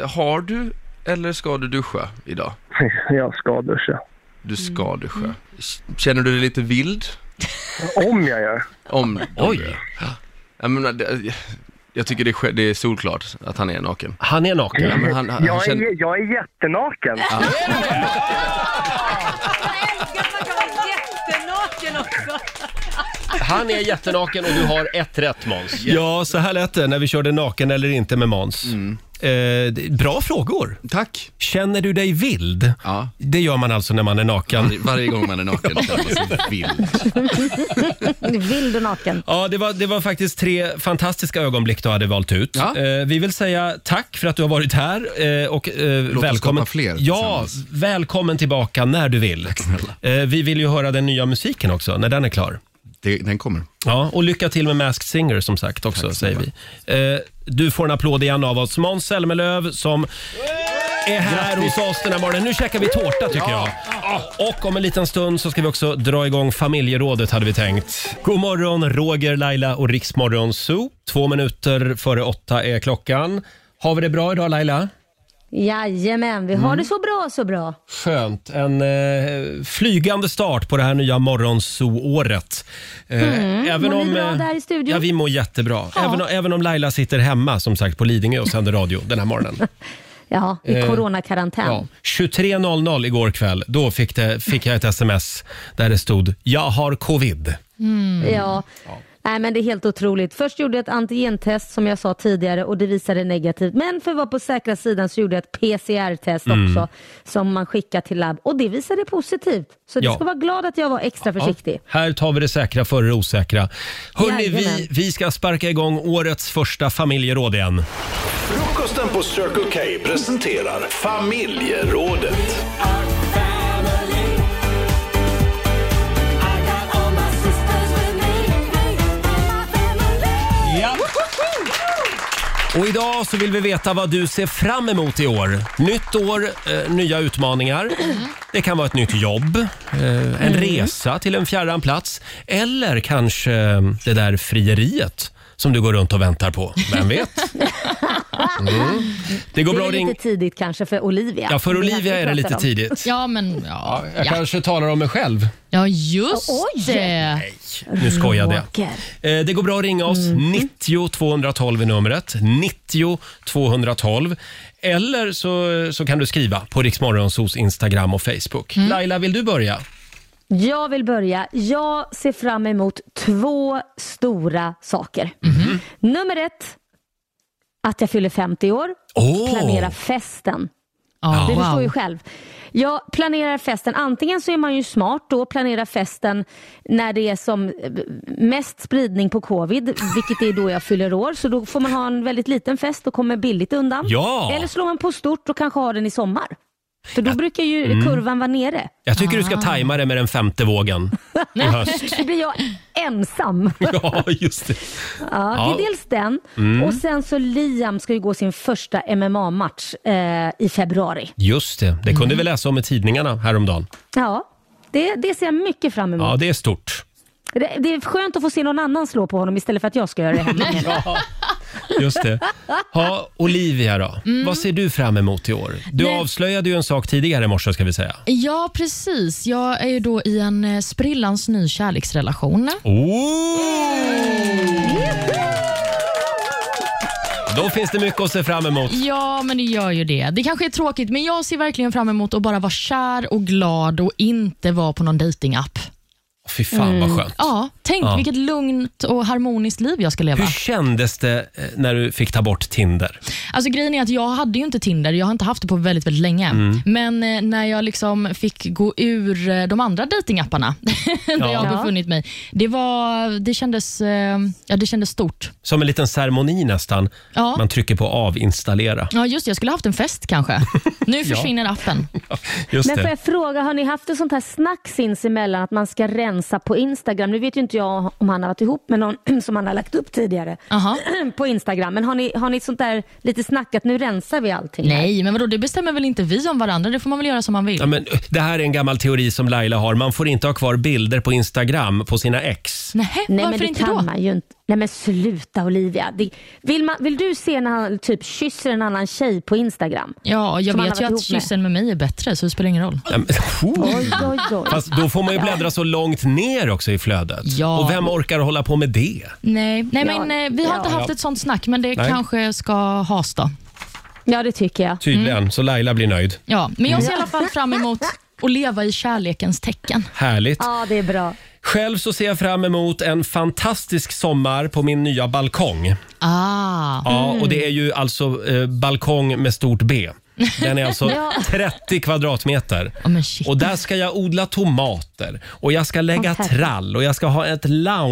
Speaker 10: Eh, Har du eller ska du duscha idag?
Speaker 11: Jag ska duscha.
Speaker 10: Du ska duscha. K- Känner du dig lite vild?
Speaker 11: Om jag gör.
Speaker 10: Om
Speaker 1: Oj.
Speaker 10: Ja. Jag, menar, det, jag tycker det är, sj- det är solklart att han är naken.
Speaker 1: Han är naken.
Speaker 10: Ja, men han, han, han
Speaker 11: jag,
Speaker 10: känner,
Speaker 11: är, jag är jättenaken.
Speaker 6: jag kan vara jättenaken också.
Speaker 1: Han är jättenaken och du har ett rätt Måns. Ja, så här lät det när vi körde naken eller inte med Måns. Eh, det- bra frågor.
Speaker 10: Tack.
Speaker 1: Känner du dig vild?
Speaker 10: Ja.
Speaker 1: Det gör man alltså när man är naken.
Speaker 10: varje, varje gång man är naken känner man sig vild.
Speaker 4: Vild och naken.
Speaker 1: Ja, det var, det var faktiskt tre fantastiska ögonblick du hade valt ut. Eh, vi vill säga tack för att du har varit här eh, och eh,
Speaker 10: oss
Speaker 1: välkommen.
Speaker 10: skapa fler
Speaker 1: ja,
Speaker 10: tillsammans.
Speaker 1: välkommen tillbaka när du vill.
Speaker 10: Tack snälla.
Speaker 1: Eh, vi vill ju höra den nya musiken också, när den är klar.
Speaker 10: det, den kommer.
Speaker 1: Ja, och lycka till med Masked Singer som sagt också, säger vi. Eh, du får en applåd igen av oss. Måns Zelmerlöw som är här hos oss den här morgonen. Nu käkar vi tårta tycker jag. Ah, Och om en liten stund så ska vi också dra igång familjerådet hade vi tänkt. God morgon Roger, Laila och Riksmorgon Zoo. Två minuter före åtta är klockan. Har vi det bra idag Laila?
Speaker 4: Jajamän, vi har
Speaker 1: Mm.
Speaker 4: det så bra, så bra.
Speaker 1: Skönt. En eh, flygande start på det här nya morgonzoo-året. Eh,
Speaker 4: Mm, mår ni bra
Speaker 1: eh,
Speaker 4: där i studion?
Speaker 1: Ja, vi mår jättebra.
Speaker 4: Ja.
Speaker 1: Även, om- även om Laila sitter hemma som sagt på Lidingö och sänder radio den här morgonen.
Speaker 4: Ja, i
Speaker 1: Eh,
Speaker 4: coronakarantän.
Speaker 1: Ja. 23.00 igår kväll, då fick, det, fick jag ett sms där det stod “Jag har covid”. Mm.
Speaker 4: Ja. Nej, men det är helt otroligt. Först gjorde jag ett antigentest som jag sa tidigare och det visade negativt. Men för att vara på säkra sidan så gjorde jag ett PCR-test
Speaker 1: Mm.
Speaker 4: också som man skickar till labb och det visade positivt. Så du
Speaker 1: Ja.
Speaker 4: ska vara glad att jag var extra försiktig.
Speaker 1: Här tar vi det säkra före det osäkra. Hörrni, vi,
Speaker 4: Jajamän.
Speaker 1: vi ska sparka igång årets första familjeråd igen.
Speaker 8: Frukosten på Circle K presenterar familjerådet.
Speaker 1: Ja. Och idag så vill vi veta vad du ser fram emot i år. Nytt år, eh, nya utmaningar. Det kan vara ett nytt jobb, eh,
Speaker 4: Mm.
Speaker 1: en resa till en fjärran plats eller kanske eh, det där frieriet som du går runt och väntar på. Vem vet? Mm. Det går
Speaker 4: det
Speaker 1: bra
Speaker 4: är
Speaker 1: att
Speaker 4: lite
Speaker 1: ring-
Speaker 4: tidigt kanske för Olivia.
Speaker 1: Ja, för
Speaker 4: Det
Speaker 1: Olivia
Speaker 4: vi
Speaker 1: är det lite
Speaker 4: pratar om.
Speaker 1: tidigt.
Speaker 2: Ja, men ja.
Speaker 1: Jag
Speaker 2: Ja.
Speaker 1: kanske talar om mig själv.
Speaker 2: Ja, just
Speaker 4: Oj!
Speaker 2: det.
Speaker 1: Nu skojade jag. Eh, Det går bra att ringa oss.
Speaker 2: Mm.
Speaker 1: 90 212 är numret. 90 212. Eller så, så kan du skriva på Riksmorgonsos Instagram och Facebook.
Speaker 2: Mm.
Speaker 1: Laila, vill du börja?
Speaker 4: Jag vill börja. Jag ser fram emot två stora saker.
Speaker 1: Mhm.
Speaker 4: Nummer ett, att jag fyller 50 år.
Speaker 1: Åh.
Speaker 4: Planera festen.
Speaker 2: Ja,
Speaker 4: du
Speaker 2: wow.
Speaker 4: förstår ju själv. Jag planerar festen, antingen så är man ju smart då och planerar festen när det är som eh, mest spridning på covid, vilket är då jag fyller år. Så då får man ha en väldigt liten fest och kommer billigt undan.
Speaker 1: Ja.
Speaker 4: Eller slår man på stort och kanske har den i sommar. För då brukar ju
Speaker 1: Mm.
Speaker 4: kurvan vara nere.
Speaker 1: Jag tycker
Speaker 2: Ah.
Speaker 1: du ska tajma det med den femte vågen i höst.
Speaker 4: Så blir jag ensam.
Speaker 1: Ja, just det.
Speaker 4: Ja, det
Speaker 1: Ja.
Speaker 4: är dels den.
Speaker 1: Mm.
Speaker 4: Och sen så Liam ska ju gå sin första MMA-match eh, i februari.
Speaker 1: Just det. Det
Speaker 2: Mm.
Speaker 1: kunde vi läsa om i tidningarna häromdagen.
Speaker 4: Ja, det, det ser jag mycket fram
Speaker 2: Mm.
Speaker 4: emot.
Speaker 1: Ja, det är stort.
Speaker 4: Det, det är skönt att få se någon annan slå på honom istället för att jag ska göra det hemma.
Speaker 1: Just det. Ja, Olivia då.
Speaker 2: Mm.
Speaker 1: Vad ser du fram emot i år? Du
Speaker 2: Nej.
Speaker 1: avslöjade ju en sak tidigare i morse ska vi säga.
Speaker 2: Ja, precis. Jag är ju då i en eh, sprillans ny kärleksrelation.
Speaker 1: Oh! Då finns det mycket att se fram emot.
Speaker 2: Ja, men det gör ju det. Det kanske är tråkigt, men jag ser verkligen fram emot att bara vara kär och glad och inte vara på någon datingapp.
Speaker 1: Fy fan vad skönt.
Speaker 2: Ja, tänk
Speaker 1: Mm. Ja.
Speaker 2: vilket lugnt och harmoniskt liv jag ska leva.
Speaker 1: Hur kändes det eh, när du fick ta bort Tinder?
Speaker 2: Alltså grejen är att jag hade ju inte Tinder, jag har inte haft det på väldigt, väldigt länge.
Speaker 1: Mm.
Speaker 2: Men eh, när jag liksom fick gå ur eh, de andra datingapparna där
Speaker 1: Ja.
Speaker 2: jag har
Speaker 1: Ja.
Speaker 2: befunnit mig, det, var, det, kändes, eh, ja, det kändes stort.
Speaker 1: Som en liten ceremoni nästan.
Speaker 2: Ja.
Speaker 1: Man trycker på avinstallera.
Speaker 2: Ja, just det, jag skulle ha haft en fest kanske. Nu
Speaker 1: Ja.
Speaker 2: försvinner appen.
Speaker 1: Just
Speaker 4: Men får
Speaker 1: det.
Speaker 4: jag fråga, har ni haft ett sånt här snack sinsemellan att man ska rensa på Instagram? Nu vet ju inte jag om han har varit ihop med någon som han har lagt upp tidigare på Instagram. Men har ni, har ni ett sånt där lite snack att nu rensar vi allting? här?
Speaker 2: Nej, men vadå, det bestämmer väl inte vi om varandra? Det får man väl göra som man vill.
Speaker 1: Ja, men, eh, det här är en gammal teori som Laila har. Man får inte ha kvar bilder på Instagram på sina ex.
Speaker 2: Nej,
Speaker 4: Nej men
Speaker 2: varför
Speaker 4: det
Speaker 2: inte
Speaker 4: kan
Speaker 2: då?
Speaker 4: man ju inte. Nej men sluta Olivia. Det, vill, man, vill du se när han typ kysser en annan tjej på Instagram?
Speaker 2: Ja, jag
Speaker 4: Som han
Speaker 2: vet ju
Speaker 4: har varit
Speaker 2: att
Speaker 4: ihop med.
Speaker 2: kyssen med mig är bättre, så det spelar ingen roll.
Speaker 1: Nej, men- oh!
Speaker 4: Oj, oj, oj.
Speaker 1: Fast då får man ju bläddra så långt ner också i flödet.
Speaker 2: Ja.
Speaker 1: Och vem orkar hålla på med det?
Speaker 2: Nej, nej
Speaker 4: Ja.
Speaker 2: men eh, vi har
Speaker 4: Ja.
Speaker 2: inte haft
Speaker 1: Ja.
Speaker 2: ett sånt snack, men det
Speaker 1: Nej.
Speaker 2: kanske ska has då.
Speaker 4: Ja det tycker jag.
Speaker 1: Tydligen, så Laila blir nöjd.
Speaker 2: Ja, men jag ser i
Speaker 4: Mm.
Speaker 2: alla fall fram emot att leva i kärlekens tecken.
Speaker 1: Härligt.
Speaker 4: Ja det är bra.
Speaker 1: Själv så ser jag fram emot en fantastisk sommar på min nya balkong.
Speaker 2: Ah.
Speaker 1: Ja, och det är ju alltså eh, balkong med stort B. Den är alltså
Speaker 2: Ja.
Speaker 1: 30 kvadratmeter.
Speaker 2: Ja, men shit.
Speaker 1: Och där ska jag odla tomater och jag ska lägga
Speaker 2: Åh, herregud.
Speaker 1: trall och jag ska ha ett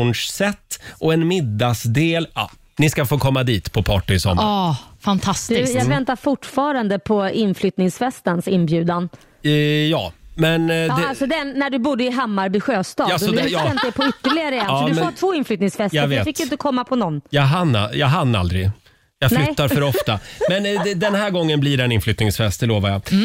Speaker 1: lounge-set och en middagsdel. Ja, ni ska få komma dit på party i sommar.
Speaker 2: Ah,
Speaker 4: Du,
Speaker 2: fantastiskt.
Speaker 4: jag väntar fortfarande på inflyttningsfestens inbjudan.
Speaker 1: Eh, ja, Men eh,
Speaker 4: Ja,
Speaker 1: det,
Speaker 4: alltså den, när du bodde i Hammarby sjöstad.
Speaker 1: Ja,
Speaker 4: Ja,
Speaker 1: så
Speaker 4: så
Speaker 1: där-
Speaker 4: nu
Speaker 1: ja.
Speaker 4: väntar jag på ytterligare en.
Speaker 1: Ja,
Speaker 4: så du får
Speaker 1: men-
Speaker 4: ha två inflyttningsfester.
Speaker 1: Jag
Speaker 4: för
Speaker 1: vet.
Speaker 4: Jag fick ju inte komma på någon.
Speaker 1: jag, hann, jag hann aldrig. Jag
Speaker 4: Nej.
Speaker 1: flyttar för ofta. Men eh, det- den här gången blir det en inflyttningsfest, det lovar jag. Eh,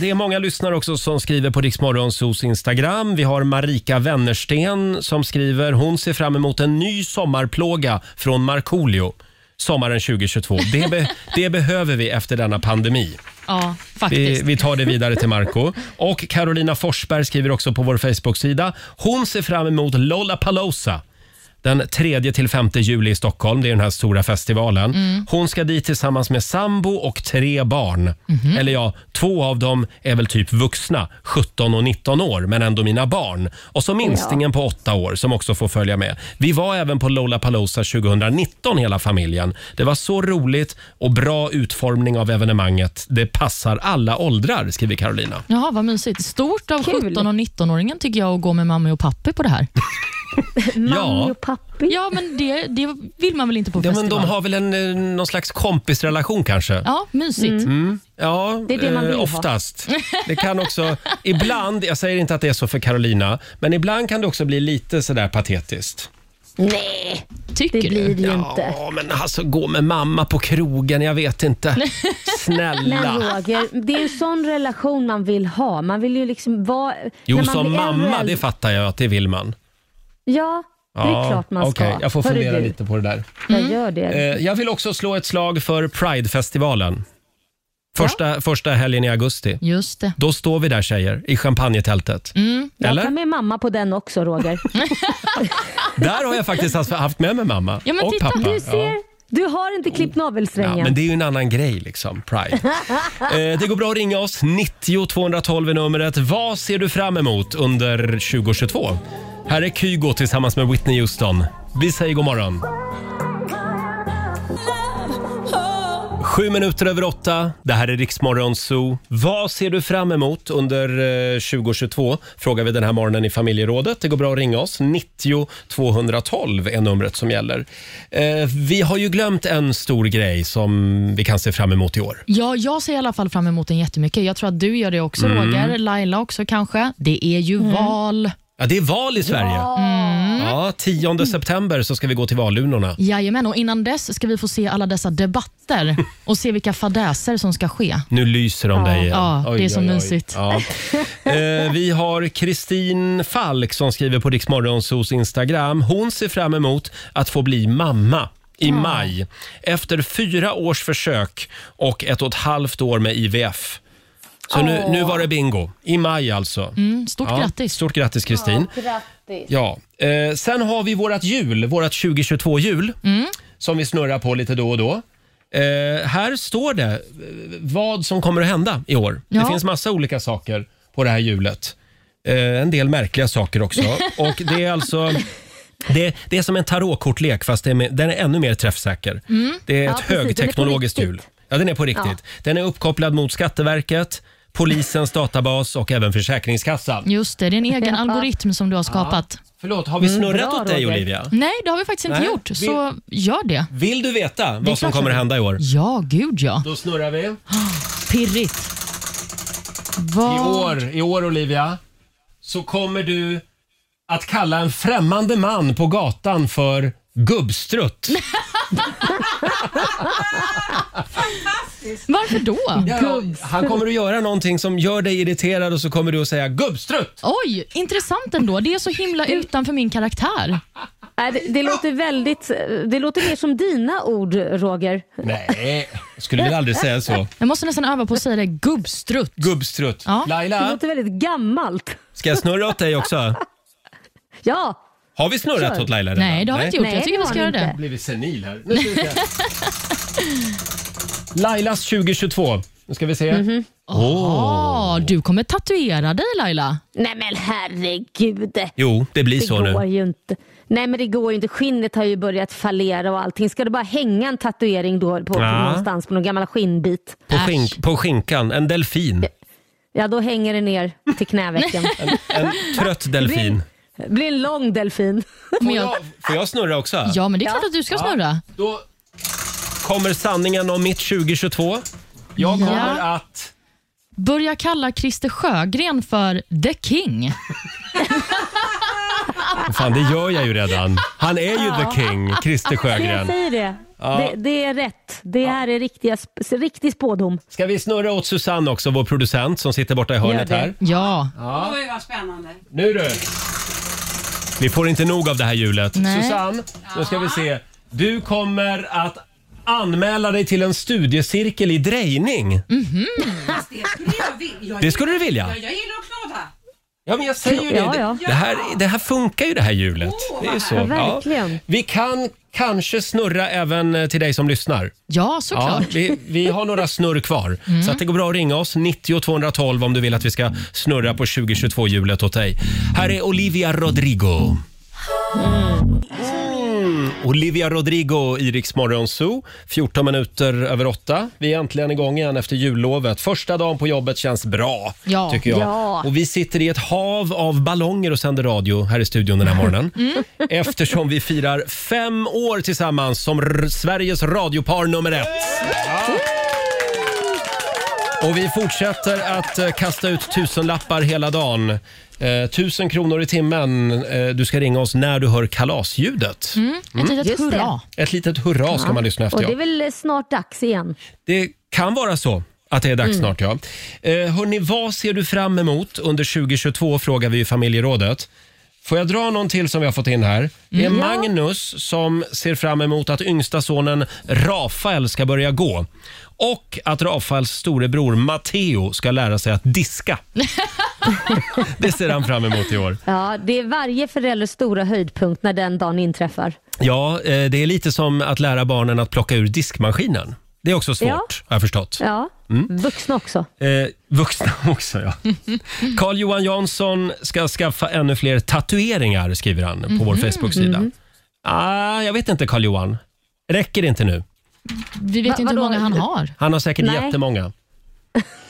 Speaker 1: Det är många lyssnare också som skriver på Riksmorgonsos Instagram. Vi har Marika Wennersten som skriver, hon ser fram emot en ny sommarplåga från Markoolio sommaren 2022. Det, be, det behöver vi efter denna pandemi.
Speaker 2: Ja,
Speaker 1: Vi,
Speaker 2: faktiskt.
Speaker 1: vi tar det vidare till Marco. Och Carolina Forsberg skriver också på vår Facebook-sida. Hon ser fram emot Lollapalooza. Den 3-5 juli i Stockholm, det är den här stora festivalen.
Speaker 2: Mm.
Speaker 1: Hon ska dit tillsammans med sambo och tre barn.
Speaker 2: Mhm.
Speaker 1: Eller ja, två av dem är väl typ vuxna, 17 och 19 år, men ändå mina barn. Och så minstingen på 8 år som också får följa med. Vi var även på Lollapalooza 2019 hela familjen. Det var så roligt och bra utformning av evenemanget. Det passar alla åldrar, skriver Carolina.
Speaker 2: Jaha, vad mysigt. Stort av 17 och 19-åringen tycker jag att gå med mamma och pappi på det här.
Speaker 1: Mamma och
Speaker 4: pappi?
Speaker 2: Ja, men det, det vill man väl inte på
Speaker 1: Ja, men
Speaker 2: festival?
Speaker 1: de har väl en, eh, någon slags kompisrelation kanske?
Speaker 2: Ja, mysigt.
Speaker 1: Mm. Ja,
Speaker 2: Det är det man vill
Speaker 1: eh,
Speaker 2: ha.
Speaker 1: oftast. Det kan också, ibland, jag säger inte att det är så för Carolina, men ibland kan det också bli lite sådär patetiskt.
Speaker 4: Nej,
Speaker 2: tycker
Speaker 4: det blir det ju
Speaker 1: Ja,
Speaker 4: inte.
Speaker 1: men alltså gå med mamma på krogen, jag vet inte.
Speaker 4: Men
Speaker 1: Snälla.
Speaker 4: Roger, det är ju en sån relation man vill ha. Man vill ju liksom vara...
Speaker 1: Jo,
Speaker 4: när man
Speaker 1: som
Speaker 4: blir äldre-
Speaker 1: mamma, det fattar jag att det vill man.
Speaker 4: Ja, det är klart man ska.
Speaker 1: okej, jag får
Speaker 4: Hörru
Speaker 1: fundera
Speaker 4: du,
Speaker 1: lite på det där.
Speaker 4: Jag
Speaker 2: Mm.
Speaker 4: gör det.
Speaker 1: Eh, Jag vill också slå ett slag för Pridefestivalen. Första, första helgen i augusti.
Speaker 2: Just det.
Speaker 1: Då står vi där tjejer, i champagnetältet.
Speaker 4: jag
Speaker 1: Eller?
Speaker 4: tar med mamma på den också, Roger.
Speaker 1: Där har jag faktiskt haft- haft med mig mamma
Speaker 4: ja, men
Speaker 1: och
Speaker 4: titta,
Speaker 1: pappa.
Speaker 4: du ser.
Speaker 1: Ja.
Speaker 4: Du har inte klippt
Speaker 1: Ja,
Speaker 4: navelsträngen.
Speaker 1: men det är ju en annan grej liksom, Pride. eh, det går bra att ringa oss, 90 212 är numret. Vad ser du fram emot under 2022? Här är Kygo tillsammans med Whitney Houston. Vi säger god morgon. Sju minuter över åtta. Det här är Riksmorgon Zoo. Vad ser du fram emot under eh, 2022? Frågar vi den här morgonen i familjerådet. Det går bra att ringa oss. 90 212 är numret som gäller. Eh, vi har ju glömt en stor grej som vi kan se fram emot i år.
Speaker 2: Ja, jag ser i alla fall fram emot den jättemycket. Jag tror att du gör det också,
Speaker 1: Mm.
Speaker 2: Roger. Laila också kanske. Det är ju
Speaker 4: Mm.
Speaker 2: val.
Speaker 1: Ja, det är val i Sverige.
Speaker 2: Mm.
Speaker 1: Ja, 10 september så ska vi gå till valurnorna.
Speaker 2: Jajamän, och innan dess ska vi få se alla dessa debatter och se vilka fadäser som ska ske.
Speaker 1: Nu lyser de
Speaker 2: Ja.
Speaker 1: dig igen.
Speaker 2: Ja, det är så mysigt.
Speaker 1: Ja. Eh, vi har Kristin Falk som skriver på Riksmorgonsos Instagram. Hon ser fram emot att få bli mamma i maj. Efter fyra års försök och ett och ett halvt år med IVF. Så nu,
Speaker 2: Åh.
Speaker 1: nu var det bingo. I maj alltså.
Speaker 2: Mm, stort
Speaker 1: Ja,
Speaker 2: grattis.
Speaker 1: Stort grattis Kristin.
Speaker 4: Grattis.
Speaker 1: Ja, eh, sen har vi vårat jul, vårat 2022-jul
Speaker 5: Mm.
Speaker 1: som vi snurrar på lite då och då. Eh, här står det eh, vad som kommer att hända i år.
Speaker 2: Ja.
Speaker 1: Det finns massa olika saker på det här julet. Eh, en del märkliga saker också. Och det är alltså... Det, det är som en tarotkortlek fast det är med, den är ännu mer träffsäker.
Speaker 5: Mm.
Speaker 1: Det är
Speaker 5: Ja,
Speaker 1: ett
Speaker 5: precis. Den är på
Speaker 1: högteknologiskt
Speaker 5: riktigt.
Speaker 1: jul. Ja, den är på riktigt.
Speaker 5: Ja.
Speaker 1: Den är uppkopplad mot Skatteverket, Polisens databas och även Försäkringskassan.
Speaker 2: Just det, det är en egen algoritm som du har skapat.
Speaker 1: Förlåt, har vi
Speaker 2: Mm.
Speaker 1: snurrat åt dig Olivia?
Speaker 2: Nej, det har vi faktiskt inte
Speaker 1: Nej,
Speaker 2: gjort,
Speaker 1: vi-
Speaker 2: så gör det.
Speaker 1: Vill du veta
Speaker 2: Det är
Speaker 1: vad som
Speaker 2: klart
Speaker 1: kommer
Speaker 2: jag
Speaker 1: att hända i år?
Speaker 2: Ja, gud ja.
Speaker 1: Då snurrar vi.
Speaker 2: Pirrigt. Vad...
Speaker 1: I år, i år Olivia, så kommer du att kalla en främmande man på gatan för gubbstrutt.
Speaker 2: Varför då?
Speaker 1: Ja, han kommer att göra någonting som gör dig irriterad och så kommer du att säga gubbstrutt.
Speaker 2: Oj, intressant ändå. Det är så himla utanför min karaktär.
Speaker 4: Nej, det, det låter väldigt... Det låter mer som dina ord, Roger.
Speaker 1: Nej, jag skulle väl aldrig säga så.
Speaker 2: Jag måste nästan öva på att säga det. Gubbstrutt.
Speaker 1: Gubbstrutt.
Speaker 4: Det
Speaker 1: Laila,
Speaker 4: låter väldigt gammalt.
Speaker 1: ska jag snurra åt dig också?
Speaker 4: Ja,
Speaker 1: Har vi snurrat
Speaker 4: Kör.
Speaker 1: åt Laila redan?
Speaker 2: Nej, det har vi inte gjort. Jag tycker vi ska göra det.
Speaker 1: blivit senil här. Nu ska vi se. Lailas 2022. Nu ska vi se.
Speaker 4: Mhm.
Speaker 2: Åh, Ah, du kommer tatuera dig Laila.
Speaker 4: Nej men herregud.
Speaker 1: Jo, det blir så
Speaker 4: går
Speaker 1: nu.
Speaker 4: ju inte. Nej men det går ju inte. Skinnet har ju börjat fallera och allting. Ska det bara hänga en tatuering då på, på
Speaker 1: Ja.
Speaker 4: någonstans på någon gammal skinnbit?
Speaker 1: På, skink, på skinkan, en delfin.
Speaker 4: Ja då hänger det ner till knävecken.
Speaker 1: En trött delfin.
Speaker 4: Det blir en lång delfin.
Speaker 2: Men
Speaker 1: Får jag snurra också?
Speaker 2: Ja, men det är klart att du ska snurra.
Speaker 1: Då kommer sanningen om mitt 2022. Jag kommer
Speaker 2: Ja.
Speaker 1: att
Speaker 2: Börja kalla Christer Sjögren för The King.
Speaker 1: Fan, det gör jag ju redan. Han är ju
Speaker 4: Ja.
Speaker 1: the king, Christer
Speaker 4: Jag
Speaker 1: Sjögren.
Speaker 4: säger det.
Speaker 1: Ja.
Speaker 4: det. Det är rätt. Det här är riktiga, sp- riktig spådom.
Speaker 1: Ska vi snurra åt Susanne också, vår producent som sitter borta i hörnet här?
Speaker 2: Ja.
Speaker 1: Ja.
Speaker 12: Oj, vad spännande.
Speaker 1: Nu du! Vi får inte nog av det här hjulet.
Speaker 12: Nej.
Speaker 1: Susanne, nu ska vi se. Du kommer att anmäla dig till en studiecirkel i drejning.
Speaker 12: Fast det skulle jag vilja.
Speaker 1: Det skulle du vilja?
Speaker 12: Ja, jag gillar att knåda.
Speaker 1: Ja, men jag säger ju det.
Speaker 12: Ja, ja.
Speaker 1: Det, här, det här funkar ju det här hjulet. det är ju så.
Speaker 12: Ja, verkligen.
Speaker 1: Vi kan kanske snurra även eh, till dig som lyssnar.
Speaker 2: Ja,
Speaker 1: Ja, vi, vi har några snurr kvar.
Speaker 2: Mm.
Speaker 1: Så att det går bra att ringa oss, 90 212 om du vill att vi ska snurra på 2022-hjulet åt dig. Här är Olivia Rodrigo. Mm. Olivia Rodrigo i Rix Morgon Zoo. 14 minuter över 8. Vi är äntligen igång igen efter jullovet. Första dagen på jobbet känns bra,
Speaker 2: Ja.
Speaker 1: tycker jag.
Speaker 2: Ja.
Speaker 1: Och vi sitter i ett hav av ballonger och sänder radio här i studion den här morgonen.
Speaker 2: Mm.
Speaker 1: Eftersom vi firar fem år tillsammans som r- Sveriges radiopar nummer ett. Och vi fortsätter att eh, kasta ut tusenlappar hela dagen. Eh, tusen kronor i timmen. Eh, du ska ringa oss när du hör kalasljudet.
Speaker 4: Mm, ett litet Just hurra. det.
Speaker 1: Ett litet hurra ska man lyssna efter.
Speaker 4: Och
Speaker 1: ja.
Speaker 4: det är väl snart dags igen.
Speaker 1: Det kan vara så att det är dags
Speaker 4: Mm.
Speaker 1: snart, ja. Eh, hörni, vad ser du fram emot under 2022, frågar vi i familjerådet. Får jag dra någon till som vi har fått in här? Det är
Speaker 13: Mm. Ja.
Speaker 1: Magnus som ser fram emot att yngsta sonen Rafael ska börja gå. Och att Rafaels storebror Matteo ska lära sig att diska. det ser han fram emot i år.
Speaker 4: Ja, det är varje förälders stora höjdpunkt när den dagen inträffar.
Speaker 1: Ja, eh, det är lite som att lära barnen att plocka ur diskmaskinen. Det är också svårt,
Speaker 4: Ja.
Speaker 1: har jag förstått.
Speaker 4: Ja,
Speaker 1: Mm.
Speaker 4: vuxna också.
Speaker 1: Eh, vuxna också, ja. Carl Johan Jansson ska skaffa ännu fler tatueringar, skriver han på vår
Speaker 2: Mhm.
Speaker 1: Facebook-sida.
Speaker 2: Mhm.
Speaker 1: Ah, jag vet inte, Carl Johan. Räcker det inte nu?
Speaker 2: Vi vet
Speaker 4: Va-
Speaker 2: inte hur
Speaker 4: vadå?
Speaker 2: många han har.
Speaker 1: Han har säkert
Speaker 4: Nej.
Speaker 1: jättemånga.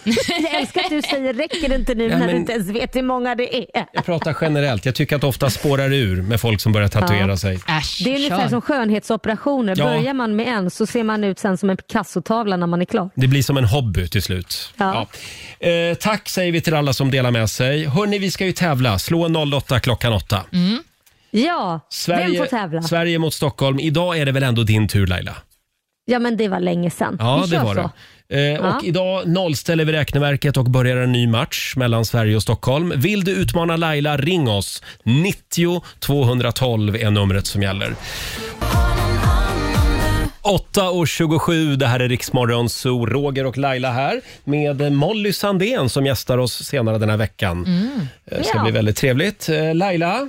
Speaker 4: Jag älskar att du säger räcker det inte nu
Speaker 1: Ja,
Speaker 4: när
Speaker 1: men-
Speaker 4: du inte ens vet hur många det är.
Speaker 1: Jag pratar generellt. Jag tycker att det ofta spårar ur med folk som börjar tatuera
Speaker 4: Ja.
Speaker 1: sig.
Speaker 4: det är ungefär
Speaker 1: kör.
Speaker 4: som skönhetsoperationer.
Speaker 1: Ja.
Speaker 4: Börjar man med en så ser man ut sen som en Picasso-tavla när man är klar.
Speaker 1: Det blir som en hobby till slut.
Speaker 4: Ja.
Speaker 1: Ja. Eh, tack säger vi till alla som delar med sig. Hörni, vi ska ju tävla. Slå en 08 klockan 8.
Speaker 4: Ja, vem får
Speaker 1: Sverige,
Speaker 4: Mm. tävla?
Speaker 1: Sverige mot Stockholm. Idag är det väl ändå din tur Laila?
Speaker 4: Ja, men det var länge sedan.
Speaker 1: Ja,
Speaker 4: Vi
Speaker 1: det
Speaker 4: kör
Speaker 1: var
Speaker 4: så.
Speaker 1: det. Eh, och
Speaker 4: Ja.
Speaker 1: Idag nollställer vi räkneverket och börjar en ny match mellan Sverige och Stockholm. Vill du utmana Laila, ring oss. 90 212 är numret som gäller. 8 och 27, det här är Riksmorgon, så Roger och Laila här med Molly Sandén som gästar oss senare den här veckan. Det ska
Speaker 4: Mm. Ja.
Speaker 1: bli väldigt trevligt. Eh, Laila,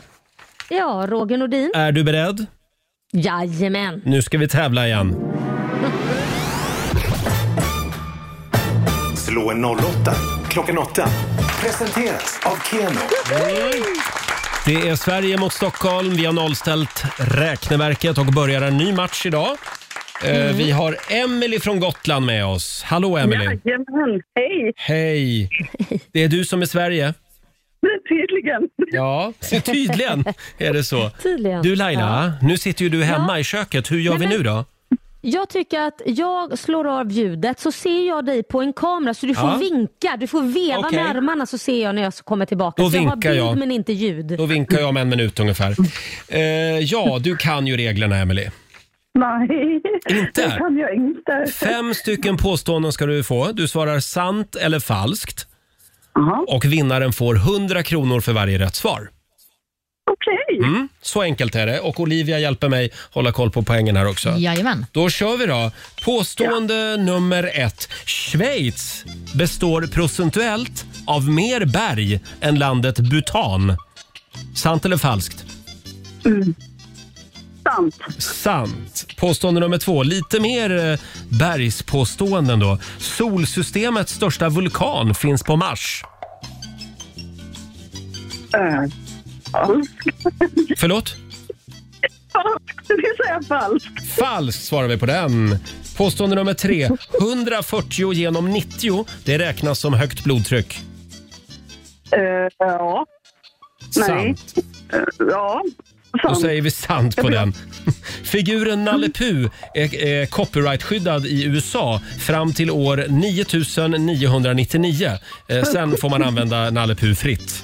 Speaker 4: Ja, Roger Nordin.
Speaker 1: är du beredd?
Speaker 4: Jajamän.
Speaker 1: Nu ska vi tävla igen.
Speaker 8: Slå en 08 klockan 8. Presenteras av Keno.
Speaker 1: Det är Sverige mot Stockholm. Vi har nollställt räkneverket och börjar en ny match idag. Eh,
Speaker 9: Mm.
Speaker 1: Vi har Emily från Gotland med oss. Hallå Emily.
Speaker 9: Jajamän, hej!
Speaker 1: Hej! Det är du som är Sverige.
Speaker 9: Tydligen.
Speaker 1: Ja, så tydligen är det så.
Speaker 4: Tydligen.
Speaker 1: Du Laila, nu sitter ju du hemma
Speaker 4: Ja.
Speaker 1: i köket. Hur gör
Speaker 4: Nej,
Speaker 1: vi nu
Speaker 4: men-
Speaker 1: då?
Speaker 4: Jag tycker att jag slår av ljudet så ser jag dig på en kamera så du får
Speaker 1: Ja.
Speaker 4: vinka. Du får veva
Speaker 1: Okej.
Speaker 4: med armarna så ser jag när jag kommer tillbaka.
Speaker 1: Då
Speaker 4: så jag har
Speaker 1: vinkar
Speaker 4: bild
Speaker 1: jag.
Speaker 4: men inte ljud.
Speaker 1: Då vinkar jag om en minut ungefär. Eh, ja, du kan ju reglerna Emily.
Speaker 9: Nej,
Speaker 1: Inte?
Speaker 9: det kan jag inte.
Speaker 1: Fem stycken påståenden ska du få. Du svarar sant eller falskt. Och vinnaren får 100 kronor för varje rätt svar. Okej. Mm, så enkelt är det. Och Olivia hjälper mig hålla koll på poängen här också.
Speaker 2: Jajamän.
Speaker 1: Då kör vi då. Påstående nummer ett. Schweiz består procentuellt av mer berg än landet Bhutan. Sant eller falskt?
Speaker 9: Mm. Sant.
Speaker 1: Sant. Påstående nummer två. Lite mer eh, bergspåståenden då. Solsystemets största vulkan finns på Mars.
Speaker 9: Äh, falskt.
Speaker 1: Förlåt?
Speaker 9: Falskt, det säger jag falskt.
Speaker 1: Falskt svarar vi på den. Påstående nummer tre. 140 genom 90, det räknas som högt blodtryck.
Speaker 9: Äh, ja. Nej.
Speaker 1: Sant.
Speaker 9: Äh, ja.
Speaker 1: Då säger vi sant på den. Figuren Nalle Puh är, är copyrightskyddad i USA fram till år 9999. Eh, Sen får man använda Nalle Puh fritt.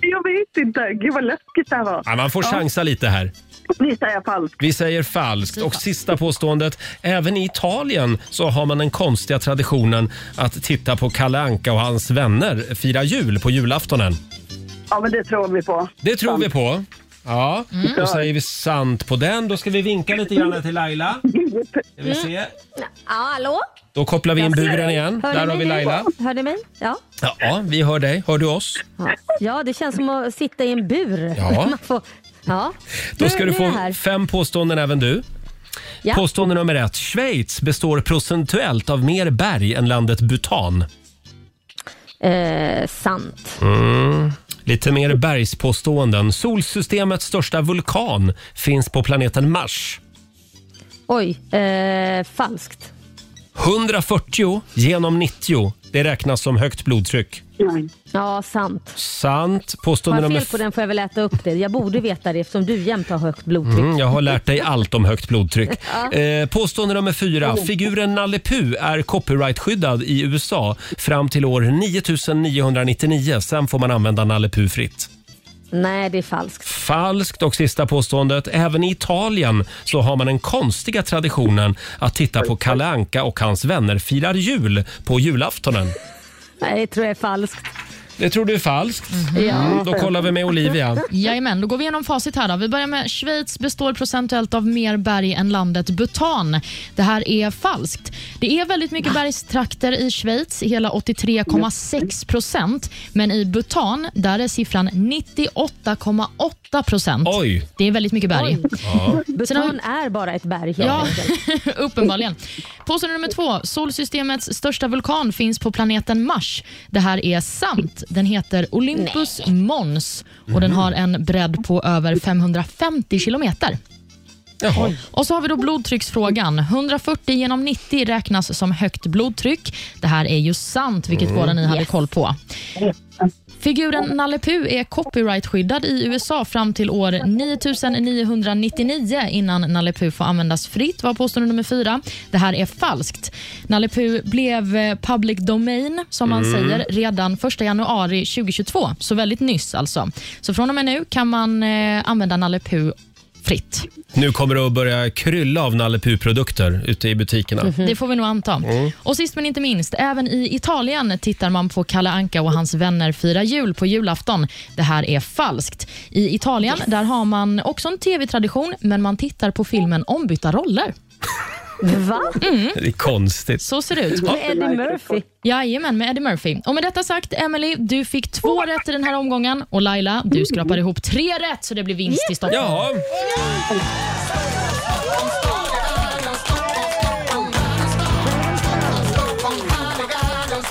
Speaker 9: Jag vet inte. Gud vad läskigt det här var.
Speaker 1: Ja, man får chansa lite här.
Speaker 9: Nu säger jag falskt.
Speaker 1: Vi säger falskt. Och sista påståendet. Även i Italien så har man den konstiga traditionen att titta på Kalle Anka och hans vänner fira jul på julaftonen.
Speaker 9: Ja, men det tror vi på.
Speaker 1: Det tror vi på. Ja,
Speaker 4: Mm.
Speaker 1: då säger vi sant på den. Då ska vi vinka lite grann till Laila. Ska vi se.
Speaker 4: Hallå?
Speaker 1: Då kopplar vi in buren igen.
Speaker 4: Hör ni
Speaker 1: Där har
Speaker 4: mig
Speaker 1: vi
Speaker 4: nu?
Speaker 1: Laila.
Speaker 4: Hör ni mig? Ja.
Speaker 1: Ja, vi hör dig. Hör du oss?
Speaker 4: ja. Ja, det känns som att sitta i en bur.
Speaker 1: Ja.
Speaker 4: Man får... ja.
Speaker 1: Då ska
Speaker 4: Nu-
Speaker 1: du
Speaker 4: nu är jag
Speaker 1: få
Speaker 4: här.
Speaker 1: fem påståenden även du.
Speaker 4: Ja.
Speaker 1: Påstående nummer ett. Schweiz består procentuellt av mer berg än landet Bhutan.
Speaker 4: Eh, sant.
Speaker 1: Mm. Lite mer bergspåståenden. Solsystemets största vulkan finns på planeten Mars.
Speaker 4: Oj, eh, falskt.
Speaker 1: 140 genom 90. Det räknas som högt blodtryck.
Speaker 4: Ja, sant.
Speaker 1: Sant.
Speaker 4: Har
Speaker 1: Påstående
Speaker 4: jag
Speaker 1: nummer
Speaker 4: fel på den får jag väl äta upp det. Jag borde veta det eftersom du jämt har högt blodtryck.
Speaker 1: Mm, jag har lärt dig allt om högt blodtryck.
Speaker 4: Ja. Oh.
Speaker 1: Eh, påstående nummer fyra. Figuren Nalle Puh är copyrightskyddad i USA fram till år 9999. Sen får man använda Nalle Puh fritt.
Speaker 4: Nej, det är falskt.
Speaker 1: Falskt. Och sista påståendet. Även i Italien så har man den konstiga traditionen att titta på Kalle Anka och hans vänner firar jul på julaftonen.
Speaker 4: Nej, det tror jag är falskt.
Speaker 1: Det tror du är falskt? Mm, då kollar vi med Olivia.
Speaker 2: Jajamän, då går vi igenom facit här. Då. Vi börjar med Schweiz består procentuellt av mer berg än landet Bhutan. Det här är falskt. Det är väldigt mycket bergstrakter i Schweiz, hela 83,6 procent. Men i Bhutan, där är siffran 98,8 procent.
Speaker 1: Oj.
Speaker 2: Det är väldigt mycket berg.
Speaker 1: Ja.
Speaker 4: Bhutan är bara ett berg helt
Speaker 2: Ja,
Speaker 4: enkelt.
Speaker 2: uppenbarligen. Påstående nummer två. Solsystemets största vulkan finns på planeten Mars. Det här är sant. Den heter Olympus Mons och den har en bredd på över 550 kilometer.
Speaker 1: Jaha.
Speaker 2: Och så har vi då blodtrycksfrågan. 140 genom 90 räknas som högt blodtryck. Det här är ju sant, vilket
Speaker 13: Mm.
Speaker 2: båda ni hade
Speaker 13: Yes.
Speaker 2: koll på. Figuren Nalle Puh är copyrightskyddad i USA fram till år 9999 innan Nalle Puh får användas fritt, var påstående nummer fyra. Det här är falskt. Nalle Puh blev eh, public domain, som man
Speaker 13: Mm.
Speaker 2: säger, redan 1 januari 2022, så väldigt nyss alltså. Så från och med nu kan man eh, använda Nalle Puh fritt.
Speaker 1: Nu kommer det att börja krylla av Nalle Puh-produkter ute i butikerna.
Speaker 2: Det får vi nog anta.
Speaker 1: Mm.
Speaker 2: Och sist men inte minst, även i Italien tittar man på Kalle Anka och hans vänner fira jul på julafton. Det här är falskt. I Italien där har man också en tv-tradition, men man tittar på filmen Ombytta roller.
Speaker 4: Va?
Speaker 2: Mm.
Speaker 1: Det är konstigt.
Speaker 2: Så ser det ut.
Speaker 1: Ja.
Speaker 2: Jajamän, med Eddie Murphy. Och med detta sagt, Emily, du fick två rätt i den här omgången och Laila, du skrapar ihop tre rätt så det blir vinst i Stockholm.
Speaker 1: Jaha.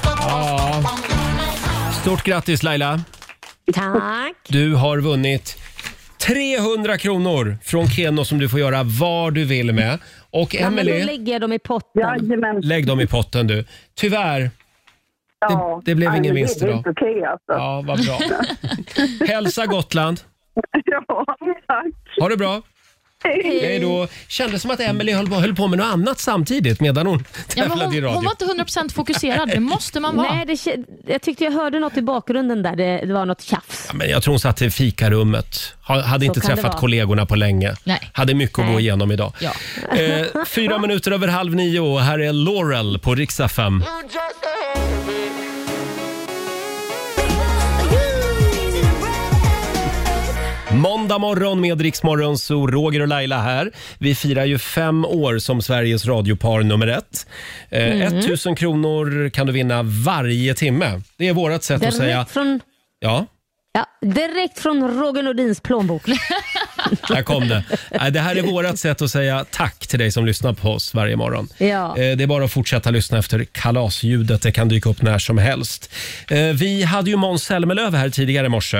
Speaker 1: Ja. Stort grattis Laila.
Speaker 4: Tack.
Speaker 1: Du har vunnit 300 kronor från Keno som du får göra vad du vill med. Och
Speaker 4: Ja, men då
Speaker 1: Emelie,
Speaker 4: lägger jag dem i potten. Jajamän.
Speaker 1: lägg dem i potten du. Tyvärr,
Speaker 4: Ja.
Speaker 1: det blev
Speaker 9: Nej,
Speaker 1: ingen
Speaker 9: men
Speaker 1: vinst
Speaker 9: det är
Speaker 1: idag.
Speaker 9: inte okej alltså.
Speaker 1: Ja, vad bra. Hälsa Gotland. Ha det bra.
Speaker 9: Hej.
Speaker 1: Hej då. Kändes som att Emelie höll, på- höll på med något annat samtidigt medan hon
Speaker 2: Ja, men
Speaker 1: tävlade i
Speaker 2: hon,
Speaker 1: radio.
Speaker 2: hon var inte 100% fokuserad, det måste man vara.
Speaker 4: Nej, det, kä- jag tyckte jag hörde något i bakgrunden där. Det, det var något tjafs.
Speaker 1: Men jag tror hon satt i fikarummet. Ha- Hade
Speaker 4: Så
Speaker 1: inte
Speaker 4: kan det
Speaker 1: träffat
Speaker 4: vara.
Speaker 1: kollegorna på länge.
Speaker 4: Nej.
Speaker 1: Hade mycket att gå
Speaker 4: Nej.
Speaker 1: igenom idag.
Speaker 4: Ja.
Speaker 1: Eh, fyra minuter över halv nio och här är Laurel på riksdag 5. Måndag morgon med Riksmorgon, så Roger och Laila här. Vi firar ju fem år som Sveriges radiopar nummer ett. Eh,
Speaker 4: Mm.
Speaker 1: 1000 kronor kan du vinna varje timme. Det är vårt sätt att
Speaker 4: Direkt
Speaker 1: säga...
Speaker 4: från,
Speaker 1: Ja,
Speaker 4: ja, direkt från Roger Nordins plånbok.
Speaker 1: där kom det. Nej, Det här är vårt sätt att säga tack till dig som lyssnar på oss varje morgon.
Speaker 4: ja.
Speaker 1: Eh, Det är bara att fortsätta lyssna efter kalasljudet. Det kan dyka upp när som helst. Eh, Vi hade ju Måns Zelmerlöw här tidigare i morse.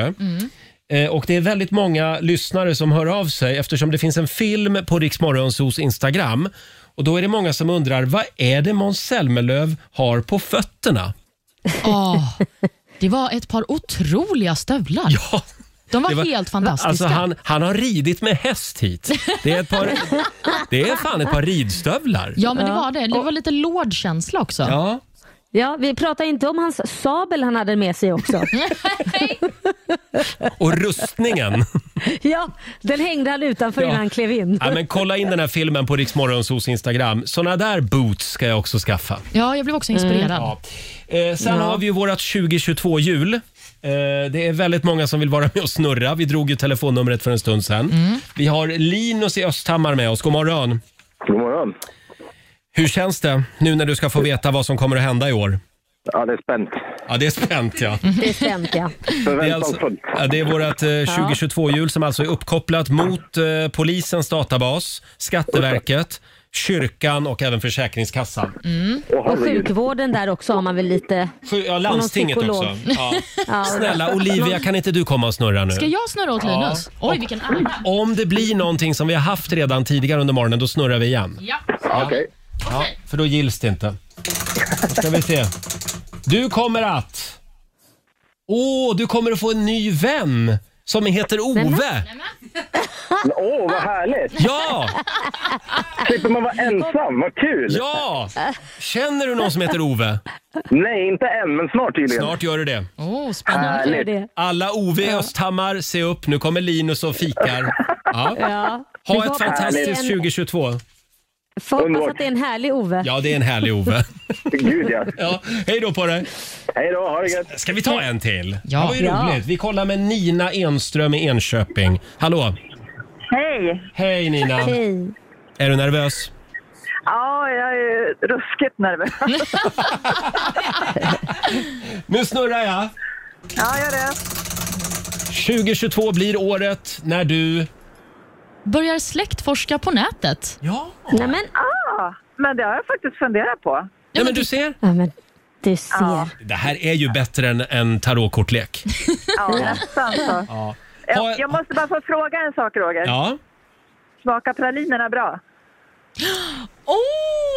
Speaker 1: Eh, Och det är väldigt många lyssnare som hör av sig eftersom det finns en film på Rix Morgonzoos Instagram. Och då är det många som undrar, vad är det Måns Zelmerlöw har på fötterna?
Speaker 2: Ja, det var ett par otroliga stövlar.
Speaker 1: Ja.
Speaker 2: De var helt fantastiska.
Speaker 1: Alltså han, han har ridit med häst hit. Det är, ett par, det är fan ett par ridstövlar.
Speaker 2: Ja, men det var det. Det var lite lådkänsla också.
Speaker 1: Ja.
Speaker 4: Ja, vi pratar inte om hans sabel han hade med sig också.
Speaker 1: Och rustningen.
Speaker 4: ja, den hängde han utanför
Speaker 1: Ja.
Speaker 4: innan han klev in.
Speaker 1: Ja, men kolla in den här filmen på Rix Morgonzos Instagram. Såna där boots ska jag också skaffa.
Speaker 2: Ja, jag blev också inspirerad.
Speaker 1: Ja. Eh, sen har vi ju vårt 2022-jul. Eh, det är väldigt många som vill vara med och snurra. Vi drog ju telefonnumret för en stund sedan.
Speaker 2: Mm.
Speaker 1: Vi har Linus i Östhammar med oss. God morgon.
Speaker 11: God morgon.
Speaker 1: Hur känns det nu när du ska få veta vad som kommer att hända i år?
Speaker 11: Ja, det är spänt.
Speaker 1: Ja, det är spänt ja.
Speaker 4: Det är stämt ja.
Speaker 1: Det är, alltså,
Speaker 4: Ah,
Speaker 1: ja, det är vårt eh, 2022-hjul som alltså är uppkopplat mot eh, polisens databas, Skatteverket, kyrkan och även Försäkringskassan.
Speaker 4: Och sjukvården där också har man väl lite...
Speaker 1: Ja, landstinget
Speaker 4: Och någon
Speaker 1: också.
Speaker 4: psykolog.
Speaker 1: Ja.
Speaker 4: Ja.
Speaker 1: Snälla Olivia, kan inte du komma och snurra nu?
Speaker 2: Ska jag snurra åt
Speaker 1: Ja.
Speaker 2: Linus? Oj, vilken arm.
Speaker 1: Om det blir någonting som vi har haft redan tidigare under morgonen, då snurrar vi igen.
Speaker 2: Ja.
Speaker 1: Ja. Ja, för då gills det inte. Då ska vi se. Du kommer att... Åh, du kommer att få en ny vän som heter Ove.
Speaker 11: Åh,
Speaker 4: ah,
Speaker 11: vad härligt!
Speaker 1: Ja!
Speaker 11: Slipper man vara ensam, vad kul!
Speaker 1: Ja! Känner du någon som heter Ove?
Speaker 11: Nej, inte än, men snart tydligen.
Speaker 1: Snart gör du det.
Speaker 2: Åh, spännande.
Speaker 11: Härligt.
Speaker 1: Alla Ove i Östhammar, se upp. Nu kommer Linus och fikar. Ja.
Speaker 4: Ja.
Speaker 1: Ha
Speaker 4: Vi
Speaker 1: ett
Speaker 4: hoppas det är
Speaker 1: fantastiskt
Speaker 4: en-
Speaker 1: 2022.
Speaker 4: Får hoppas
Speaker 11: Underbart.
Speaker 4: att det är en härlig Ove.
Speaker 1: Ja, det är en härlig Ove.
Speaker 11: Gud ja.
Speaker 1: Ja, hej då på dig.
Speaker 11: Hej då, ha det gött.
Speaker 1: Ska vi ta en till?
Speaker 2: Ja.
Speaker 1: Det var ju
Speaker 2: Ja.
Speaker 1: roligt. Vi kollar med Nina Enström i Enköping. Hallå!
Speaker 9: Hej!
Speaker 1: Hej Nina!
Speaker 4: Hej!
Speaker 1: Är du nervös?
Speaker 9: Ja, jag är ruskigt nervös.
Speaker 1: Mm. Nu snurrar jag!
Speaker 9: ja, gör det.
Speaker 1: 2022 blir året när du...
Speaker 2: Eh, Börjar släktforska på nätet.
Speaker 1: Ja.
Speaker 4: Nej, men,
Speaker 9: Ah, men det har jag faktiskt funderat på.
Speaker 1: Ja, men du ser.
Speaker 4: ja, men du ser.
Speaker 1: Det här är ju bättre än en tarotkortlek.
Speaker 9: Ja, nästan så.
Speaker 1: Ja.
Speaker 9: Jag, jag måste bara få fråga en sak, Roger.
Speaker 1: ja.
Speaker 9: Smakar pralinerna bra?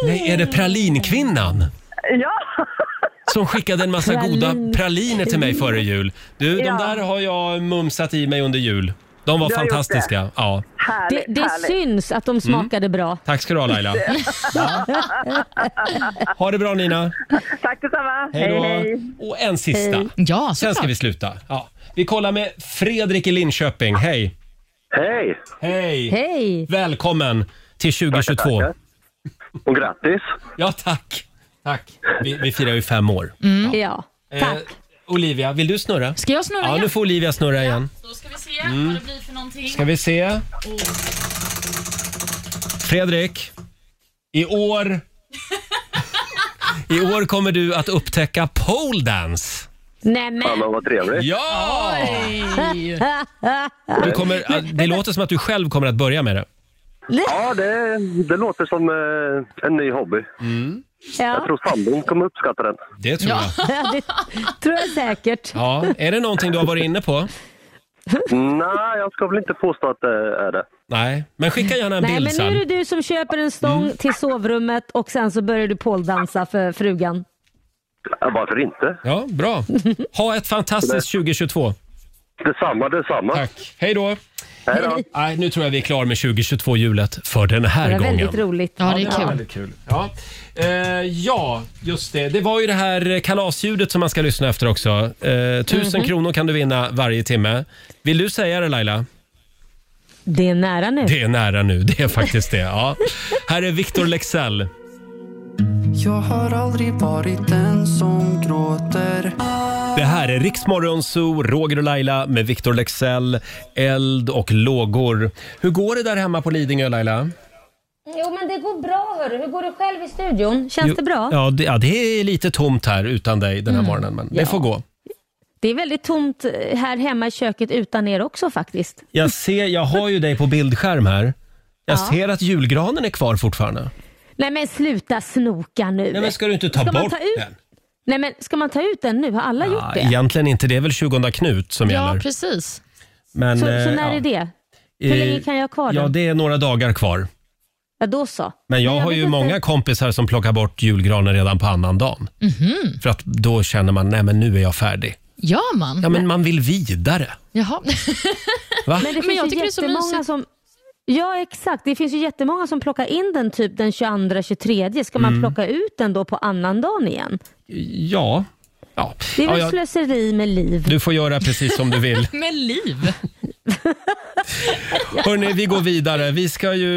Speaker 1: Nej, är det pralinkvinnan
Speaker 9: Ja!
Speaker 1: som skickade en massa goda praliner till mig före jul? Du,
Speaker 9: Ja.
Speaker 1: de där har jag mumsat i mig under jul. De var
Speaker 9: Du har gjort
Speaker 1: fantastiska. Ja.
Speaker 9: Härligt,
Speaker 4: Det, det
Speaker 9: härligt.
Speaker 4: syns att
Speaker 1: Mm.
Speaker 4: de smakade bra.
Speaker 1: Tack ska du ha Laila. Ja. Ha det bra Nina.
Speaker 9: Tack detsamma.
Speaker 1: Hej då. Och en sista.
Speaker 2: Ja,
Speaker 1: Sen ska
Speaker 2: såklart.
Speaker 1: vi sluta. Ja. Vi kollar med Fredrik i Linköping. Hej!
Speaker 11: Hej!
Speaker 1: Hej!
Speaker 4: Hej!
Speaker 1: Välkommen till 2022.
Speaker 11: Och grattis!
Speaker 1: Ja, tack. Tack. Vi, vi firar ju fem år.
Speaker 4: Ja. Tack.
Speaker 1: Eh, Olivia, vill du snurra?
Speaker 2: Ska jag snurra
Speaker 1: Ja,
Speaker 2: igen?
Speaker 1: nu får Olivia snurra igen.
Speaker 2: Då ska vi se
Speaker 6: Mm.
Speaker 2: vad det blir för någonting.
Speaker 1: Ska vi se. Fredrik, i år... I år kommer du att upptäcka pole dance.
Speaker 4: Nej, men.
Speaker 11: Hallå, vad trevligt.
Speaker 1: Ja!
Speaker 2: Oj.
Speaker 1: Du kommer, det låter som att du själv kommer att börja med det.
Speaker 11: Ja, det, det låter som eh, en ny hobby. Jag
Speaker 4: Ja.
Speaker 11: tror sambon kommer uppskatta den.
Speaker 1: Det tror jag.
Speaker 4: Ja, det tror jag säkert.
Speaker 1: Ja, är det någonting du har varit inne på?
Speaker 11: Nej, jag ska väl inte påstå att det är det.
Speaker 1: Nej, men skicka gärna en
Speaker 4: Nej,
Speaker 1: bild
Speaker 4: men nu
Speaker 1: sen.
Speaker 4: är
Speaker 1: Mm.
Speaker 4: det du som köper en stång till sovrummet och sen så börjar du poldansa för frugan.
Speaker 11: Ja, varför inte?
Speaker 1: Ja, bra. Ha ett fantastiskt 2022.
Speaker 11: Detsamma, detsamma.
Speaker 1: Tack. Hej då.
Speaker 11: Hej då.
Speaker 1: Nej, nu tror jag vi är klar med 2022-hjulet för den här
Speaker 4: Det var
Speaker 1: gången.
Speaker 4: väldigt roligt.
Speaker 2: Ja, det är
Speaker 1: Ja,
Speaker 2: kul.
Speaker 1: väldigt kul. Ja. Eh, ja, just det. Det var ju det här kalasljudet som man ska lyssna efter också. Eh, tusen kronor kan du vinna varje timme. Vill du säga det Laila?
Speaker 4: Det är nära nu.
Speaker 1: Det är nära nu, det är faktiskt det. Ja. Här är Victor Lexell.
Speaker 7: Jag har aldrig varit den som gråter.
Speaker 1: Det här är Riksmorgon Zoo, Roger och Laila med Victor Lexell, Eld och lågor. Hur går det där hemma på Lidingö Laila?
Speaker 4: Jo, men det går bra hörru. Hur går det själv i studion? Känns det bra? Mm.
Speaker 1: Ja det, ja, det är lite tomt här utan dig den här morgonen, men det
Speaker 4: Ja.
Speaker 1: får gå.
Speaker 4: Det är väldigt tomt eh, här hemma i köket utan er också faktiskt.
Speaker 1: Jag ser, jag har ju dig på bildskärm här. Jag
Speaker 4: Ja.
Speaker 1: ser att julgranen är kvar fortfarande.
Speaker 4: Nej men sluta snoka nu.
Speaker 1: Nej, men ska du inte ta
Speaker 4: Ska man
Speaker 1: bort
Speaker 4: ta ut-
Speaker 1: den?
Speaker 4: Nej, men ska man ta ut den nu? Har alla gjort
Speaker 1: Ja,
Speaker 4: det?
Speaker 1: Ah, egentligen inte, det är väl 20 Knut som
Speaker 2: Ja,
Speaker 1: gäller.
Speaker 2: precis.
Speaker 1: Men,
Speaker 4: Så, så
Speaker 1: eh,
Speaker 4: när
Speaker 1: ja.
Speaker 4: är det? Hur länge
Speaker 1: Eh,
Speaker 4: kan jag ha kvar
Speaker 1: Ja,
Speaker 4: den?
Speaker 1: det är några dagar kvar.
Speaker 4: Ja, då så.
Speaker 1: Men jag, har
Speaker 4: vet
Speaker 1: ju
Speaker 4: inte.
Speaker 1: många kompisar
Speaker 4: Mhm.
Speaker 1: som plockar bort julgranen redan på annan dagen. För att då känner man, nej men nu är jag färdig.
Speaker 2: Gör man?
Speaker 1: Ja, men man vill vidare.
Speaker 2: Jaha.
Speaker 1: Va?
Speaker 4: Men det finns
Speaker 2: jag
Speaker 4: ju
Speaker 2: tycker det är så
Speaker 4: jättemånga
Speaker 2: mysigt.
Speaker 4: som... Ja, exakt. Det finns ju jättemånga som plockar in den typ den 22-23. Ska man
Speaker 1: Mm.
Speaker 4: plocka ut den då på annandagen igen?
Speaker 1: Ja. ja.
Speaker 4: Det är
Speaker 1: ja,
Speaker 4: väl
Speaker 1: ja.
Speaker 4: slöseri med liv.
Speaker 1: Du får göra precis som du vill.
Speaker 2: Med liv?
Speaker 1: Hörni, vi går vidare. Vi ska ju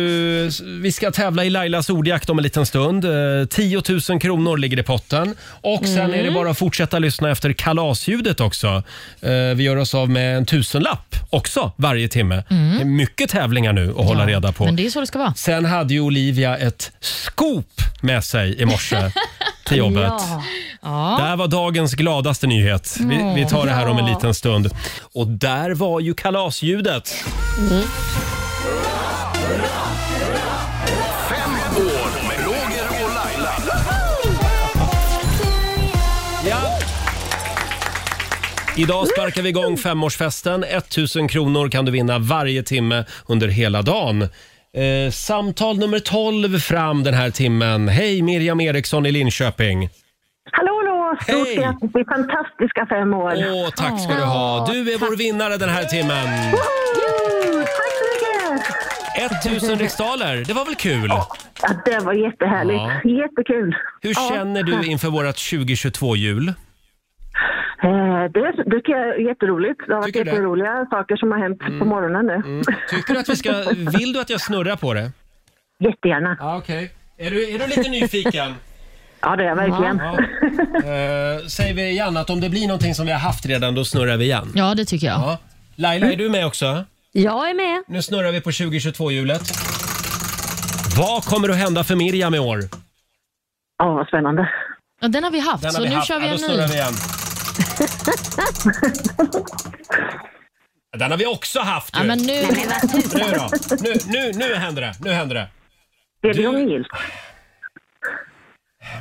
Speaker 1: vi ska tävla i Lailas ordjakt om en liten stund. Eh, 10 000 kronor ligger i potten. Och sen
Speaker 13: Mm.
Speaker 1: är det bara att fortsätta lyssna efter kalasljudet också. Eh, Vi gör oss av med en tusenlapp också varje timme.
Speaker 2: Mm.
Speaker 1: Det är mycket tävlingar nu att hålla reda på.
Speaker 2: Men det är så det ska vara.
Speaker 1: Sen hade ju Olivia ett scoop med sig i morse till jobbet.
Speaker 2: Ja.
Speaker 1: Det här var dagens gladaste nyhet. Vi, vi tar det här om en
Speaker 2: Ja.
Speaker 1: liten stund. Och där var ju kalasljudet.
Speaker 13: Fem år med Roger och Laila.
Speaker 1: Ja. Idag sparkar vi igång femårsfesten. 1000 kronor kan du vinna varje timme under hela dagen. Eh, samtal nummer 12 fram den här timmen. Hej Miriam Eriksson i Linköping.
Speaker 9: Hallå, hallå! Stort
Speaker 1: Hej.
Speaker 9: grattis till fantastiska fem år.
Speaker 1: Åh, tack ska du ha. Du är vår vinnare den här timmen.
Speaker 9: Woo! Tack så mycket!
Speaker 1: 1000 riksdaler, det var väl kul?
Speaker 9: Ja, det var jättehärligt. Jättekul.
Speaker 1: Hur
Speaker 9: Ja.
Speaker 1: känner du inför vårt 2022-jul?
Speaker 9: Eh, Det det tycker jag är jätteroligt. Det har varit
Speaker 1: Tycker du det? Mm.
Speaker 9: jätteroliga saker som har hänt på morgonen nu.
Speaker 1: Tycker du att vi ska, vill du att jag snurrar på det?
Speaker 9: Jättegärna.
Speaker 1: Ja, okej. Är, du, är du lite nyfiken?
Speaker 9: Ja, det är jag verkligen.
Speaker 1: Ja. Eh, säger vi igen att om det blir någonting som vi har haft redan, då snurrar vi igen.
Speaker 2: Ja, det tycker jag.
Speaker 1: Ja. Laila, är du med också?
Speaker 4: Jag är med.
Speaker 1: Nu snurrar vi på 2022-hjulet. Vad kommer att hända för Miriam i år?
Speaker 9: Ja, vad spännande.
Speaker 2: Ja, den har vi haft,
Speaker 1: Den har
Speaker 2: så
Speaker 1: vi
Speaker 2: nu
Speaker 1: haft.
Speaker 2: kör vi
Speaker 1: ja,
Speaker 2: en
Speaker 1: då snurrar
Speaker 2: ny.
Speaker 1: vi igen. Den har vi också haft
Speaker 2: Ja,
Speaker 1: ju.
Speaker 2: men nu...
Speaker 1: Nu då? Nu, nu, nu händer det. Nu händer det.
Speaker 9: Är det ångest?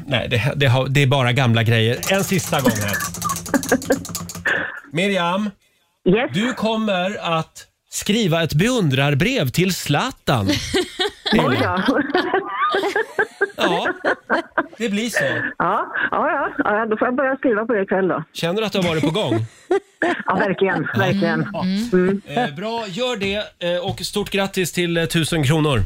Speaker 1: Nej, det, det, har, det är bara gamla grejer. En sista gång här. Miriam, du kommer att skriva ett beundrarbrev till Zlatan.
Speaker 9: Oj då.
Speaker 1: Ja, det blir så.
Speaker 9: Ja, ja, ja, ja, då får jag börja skriva på det ikväll då.
Speaker 1: Känner du att du har varit på gång?
Speaker 9: Ja, verkligen. verkligen. Mm.
Speaker 1: Eh, bra, gör det eh, och stort grattis till eh, 1000 kronor.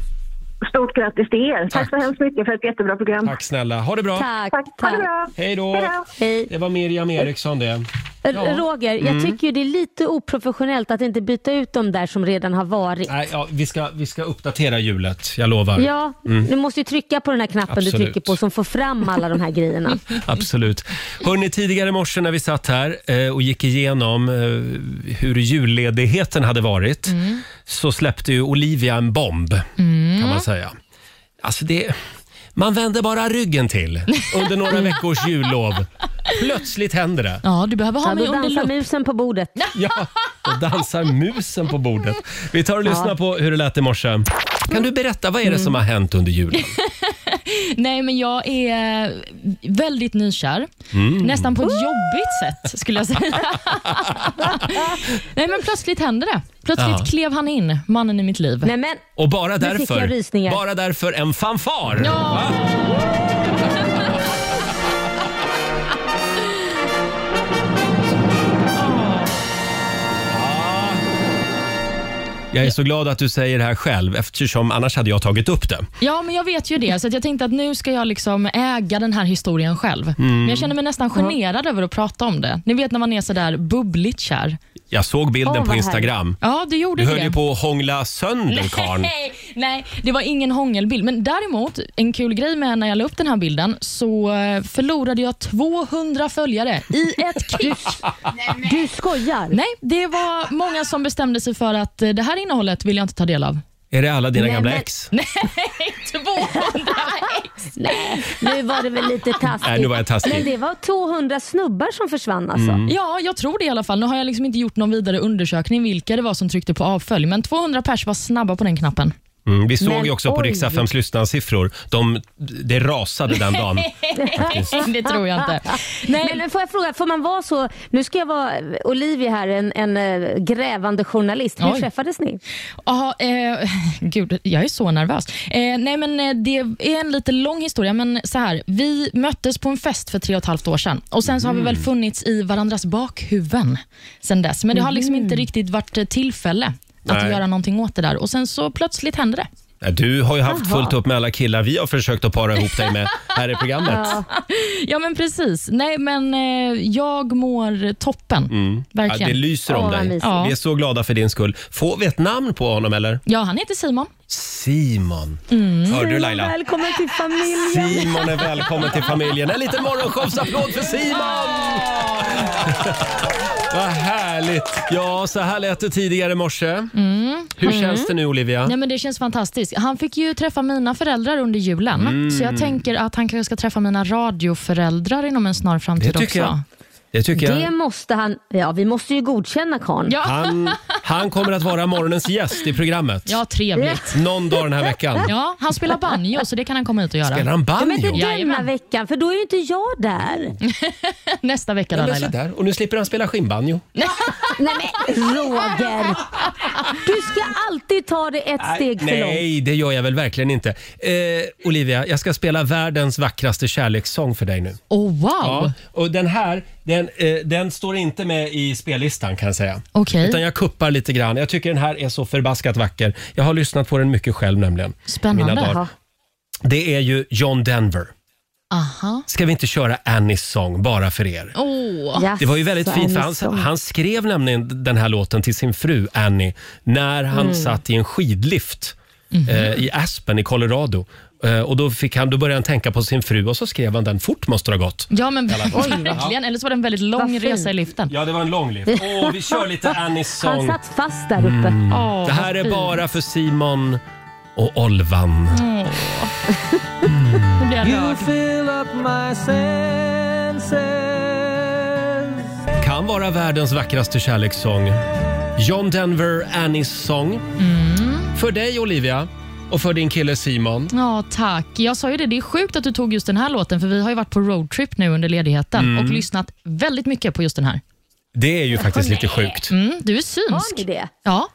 Speaker 9: Stort grattis till er. Tack, så hemskt mycket för ett jättebra program.
Speaker 1: Tack snälla. Ha det bra.
Speaker 9: Tack. Ha det bra.
Speaker 1: Hej då.
Speaker 9: Hej
Speaker 1: Det var Miriam Eriksson det.
Speaker 4: R- Roger, jag
Speaker 1: Mm.
Speaker 4: tycker ju det är lite oprofessionellt att inte byta ut de där som redan har varit.
Speaker 1: Nej, ja, vi, ska, vi ska uppdatera hjulet, jag lovar.
Speaker 4: Ja,
Speaker 1: Mm.
Speaker 4: du måste ju trycka på den här knappen du
Speaker 1: Absolut.
Speaker 4: trycker på som får fram alla de här grejerna.
Speaker 1: Absolut. Hörrni, tidigare i morse när vi satt här eh, och gick igenom eh, hur julledigheten hade varit
Speaker 4: Mm.
Speaker 1: så släppte ju Olivia en bomb, kan man säga. Alltså det, man vänder bara ryggen till under några veckors jullov. Plötsligt händer det.
Speaker 2: Ja, du behöver ha
Speaker 4: Ja,
Speaker 2: mig
Speaker 4: då
Speaker 2: under
Speaker 4: dansar
Speaker 2: lupp.
Speaker 4: musen på bordet.
Speaker 1: Ja, och dansar musen på bordet. Vi tar och lyssnar
Speaker 4: Ja. Mm.
Speaker 1: på hur det lät i morse. Kan du berätta, vad är det som har hänt under julen?
Speaker 2: Nej, men jag är väldigt nykär.
Speaker 1: Mm.
Speaker 2: Nästan på ett jobbigt sätt, skulle jag säga. Nej, men plötsligt hände det. Plötsligt
Speaker 1: Ja.
Speaker 2: klev han in, mannen i mitt liv.
Speaker 4: Nej, men...
Speaker 1: Och bara
Speaker 2: Nu fick jag
Speaker 1: därför,
Speaker 2: rysningar.
Speaker 1: bara därför en fanfar!
Speaker 2: Ja.
Speaker 1: Jag är så glad att du säger det här själv eftersom annars hade jag tagit upp det.
Speaker 2: Ja, men jag vet ju det, så att jag tänkte att nu ska jag liksom äga den här historien själv.
Speaker 1: Mm.
Speaker 2: Men jag känner mig nästan generad över att prata om det. Ni vet när man är så där bubbligt kär.
Speaker 1: Jag såg bilden
Speaker 2: Åh, vad
Speaker 1: på Instagram.
Speaker 2: härligt. Ja, du gjorde
Speaker 1: Du
Speaker 2: det.
Speaker 1: höll ju på att hångla sönder karln.
Speaker 2: Nej, nej, det var ingen hångelbild. Men däremot, en kul grej med när jag la upp den här bilden, så eh, förlorade jag 200 följare i ett klick.
Speaker 4: Du skojar?
Speaker 2: Nej, det var många som bestämde sig för att eh, det här innehållet vill jag inte ta del av.
Speaker 1: Är det alla dina
Speaker 2: Nej,
Speaker 1: gamla
Speaker 2: men-
Speaker 1: ex?
Speaker 2: Nej, 200 ex!
Speaker 4: Nej, nu var det väl lite taskigt.
Speaker 1: Nej, nu var jag taskig.
Speaker 4: Men det var 200 snubbar som försvann alltså.
Speaker 1: Mm.
Speaker 2: Ja, jag tror det i alla fall. Nu har jag liksom inte gjort någon vidare undersökning vilka det var som tryckte på avfölj, men 200 pers var snabba på den knappen.
Speaker 1: Mm, vi såg
Speaker 2: Men
Speaker 1: ju också på
Speaker 2: oj.
Speaker 1: Rix FMs lyssnarsiffror. De, det rasade den dagen.
Speaker 2: det tror jag inte.
Speaker 4: Nej. Men får jag fråga, får man vara så, nu ska jag vara Olivia här, en, en eh, grävande journalist. Hur
Speaker 2: Oj.
Speaker 4: träffades ni?
Speaker 2: Aha, eh, gud, jag är så nervös. Eh, nej, men eh, det är en lite lång historia, men så här. Vi möttes på en fest för tre och ett halvt år sedan och sen så har vi väl
Speaker 14: Mm.
Speaker 2: funnits i varandras bakhuvuden sen dess. Men det har liksom inte riktigt varit eh, tillfälle att
Speaker 1: Mm. Nej.
Speaker 2: göra någonting åt det där och sen så plötsligt hände det.
Speaker 1: Ja, Du har ju haft
Speaker 2: Aha.
Speaker 1: fullt upp med alla killar vi har försökt att para ihop dig med här i programmet.
Speaker 2: Ja. ja, men precis. Nej, men eh, jag mår toppen.
Speaker 1: Mm. Ja,
Speaker 2: Verkligen.
Speaker 1: det lyser om dig.
Speaker 2: Ja.
Speaker 1: Vi är så glada för din skull. Får vi ett namn på honom eller?
Speaker 2: ja, han heter Simon.
Speaker 1: Simon. Hörde du Laila?
Speaker 4: Välkommen till familjen.
Speaker 1: Simon är välkommen till familjen. En liten morgonshowsapplåd för Simon! Vad härligt! Ja, så här lät det tidigare i morse.
Speaker 2: Mm.
Speaker 1: Hur
Speaker 2: Mm.
Speaker 1: känns det nu Olivia?
Speaker 2: Nej, men det känns fantastiskt. Han fick ju träffa mina föräldrar under julen,
Speaker 1: Mm.
Speaker 2: så jag tänker att han kanske ska träffa mina radioföräldrar inom en snar framtid också.
Speaker 1: Det tycker
Speaker 4: Det
Speaker 1: jag.
Speaker 4: måste han, ja vi måste ju godkänna karln.
Speaker 1: Han, han kommer att vara morgonens gäst i programmet.
Speaker 2: Ja, trevligt.
Speaker 1: Någon dag den här veckan.
Speaker 2: Ja, han spelar banjo, så det kan han komma ut och göra.
Speaker 1: Spelar han banjo?
Speaker 4: Men inte denna
Speaker 2: Jajamän.
Speaker 4: veckan, för då är ju inte jag där.
Speaker 2: Nästa vecka då,
Speaker 1: Ja, men se
Speaker 2: Laila.
Speaker 1: där. Och nu slipper han spela skinnbanjo.
Speaker 4: Nej men Roger! Du ska alltid ta det ett steg för långt.
Speaker 1: Nej, det gör jag väl verkligen inte. Eh, Olivia, jag ska spela världens vackraste kärlekssång för dig nu.
Speaker 2: Oh, wow!
Speaker 1: Ja, och den här, den, eh, den står inte med i spellistan kan jag säga.
Speaker 2: Okej.
Speaker 1: Utan jag kuppar lite grann. Jag tycker den här är så förbaskat vacker. Jag har lyssnat på den mycket själv nämligen. i
Speaker 2: Spännande.
Speaker 1: Mina dagar.
Speaker 2: Jaha.
Speaker 1: Det är ju John Denver.
Speaker 2: Aha.
Speaker 1: Ska vi inte köra Annies sång bara för er?
Speaker 2: Åh.
Speaker 1: Det var ju väldigt fint för han, han skrev nämligen den här låten till sin fru Annie när han
Speaker 2: Mm.
Speaker 1: satt i en skidlift
Speaker 2: Mhm.
Speaker 1: eh, i Aspen i Colorado. Eh, och då, fick han, då började han tänka på sin fru och så skrev han den. Fort måste det ha gått.
Speaker 2: Ja, men
Speaker 1: I alla fall.
Speaker 2: verkligen. Eller så var det en väldigt
Speaker 1: Vad
Speaker 2: lång
Speaker 1: fint.
Speaker 2: resa i liften.
Speaker 1: Ja, det var en lång lift. Åh, vi kör lite Annies
Speaker 4: Han
Speaker 1: sång.
Speaker 4: satt fast där uppe.
Speaker 1: det här är bara för Simon och Olvan.
Speaker 2: Nu blir jag
Speaker 5: You
Speaker 2: rörd.
Speaker 5: fill up my senses
Speaker 1: Kan vara världens vackraste kärlekssång. John Denver, Annies sång.
Speaker 2: Mm.
Speaker 1: För dig Olivia och för din kille Simon.
Speaker 2: Ja, tack. Jag sa ju det, det är sjukt att du tog just den här låten, för vi har ju varit på roadtrip nu under ledigheten
Speaker 1: Mm.
Speaker 2: och lyssnat väldigt mycket på just den här.
Speaker 1: Det är ju faktiskt lite sjukt.
Speaker 2: Mm, du är synsk.
Speaker 4: Har ni det?
Speaker 2: Ja.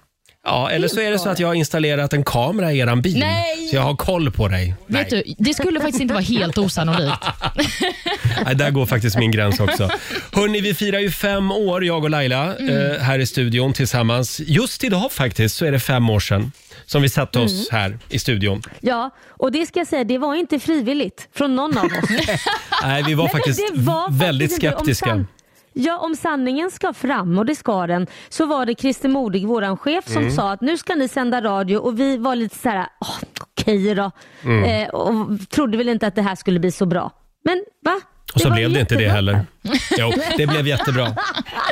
Speaker 1: Ja, eller så är det så att jag har installerat en kamera i eran bil.
Speaker 2: Nej!
Speaker 1: Så jag har koll på dig.
Speaker 2: Vet du, det skulle faktiskt inte vara helt osannolikt.
Speaker 1: Nej, där går faktiskt min gräns också. Hörni, vi firar ju fem år, jag och Laila,
Speaker 2: Mm.
Speaker 1: eh, här i studion tillsammans. Just idag faktiskt så är det fem år sedan som vi satte
Speaker 4: Mm.
Speaker 1: oss här i studion.
Speaker 4: Ja, och det ska jag säga, det var inte frivilligt från någon av oss.
Speaker 1: Nej, vi var
Speaker 4: Nej, men
Speaker 1: faktiskt
Speaker 4: det var faktiskt
Speaker 1: väldigt
Speaker 4: inte- om
Speaker 1: skeptiska.
Speaker 4: sann- Ja, om sanningen ska fram, och det ska den, så var det Christer Modig, våran chef, som
Speaker 1: Mm.
Speaker 4: sa att nu ska ni sända radio och vi var lite så här, "Åh, okej då.
Speaker 1: Mm.
Speaker 4: Eh, och trodde väl inte att det här skulle bli så bra. Men va?
Speaker 1: Och så
Speaker 4: var
Speaker 1: blev det inte det
Speaker 4: jättebra.
Speaker 1: heller. Jo, det blev jättebra.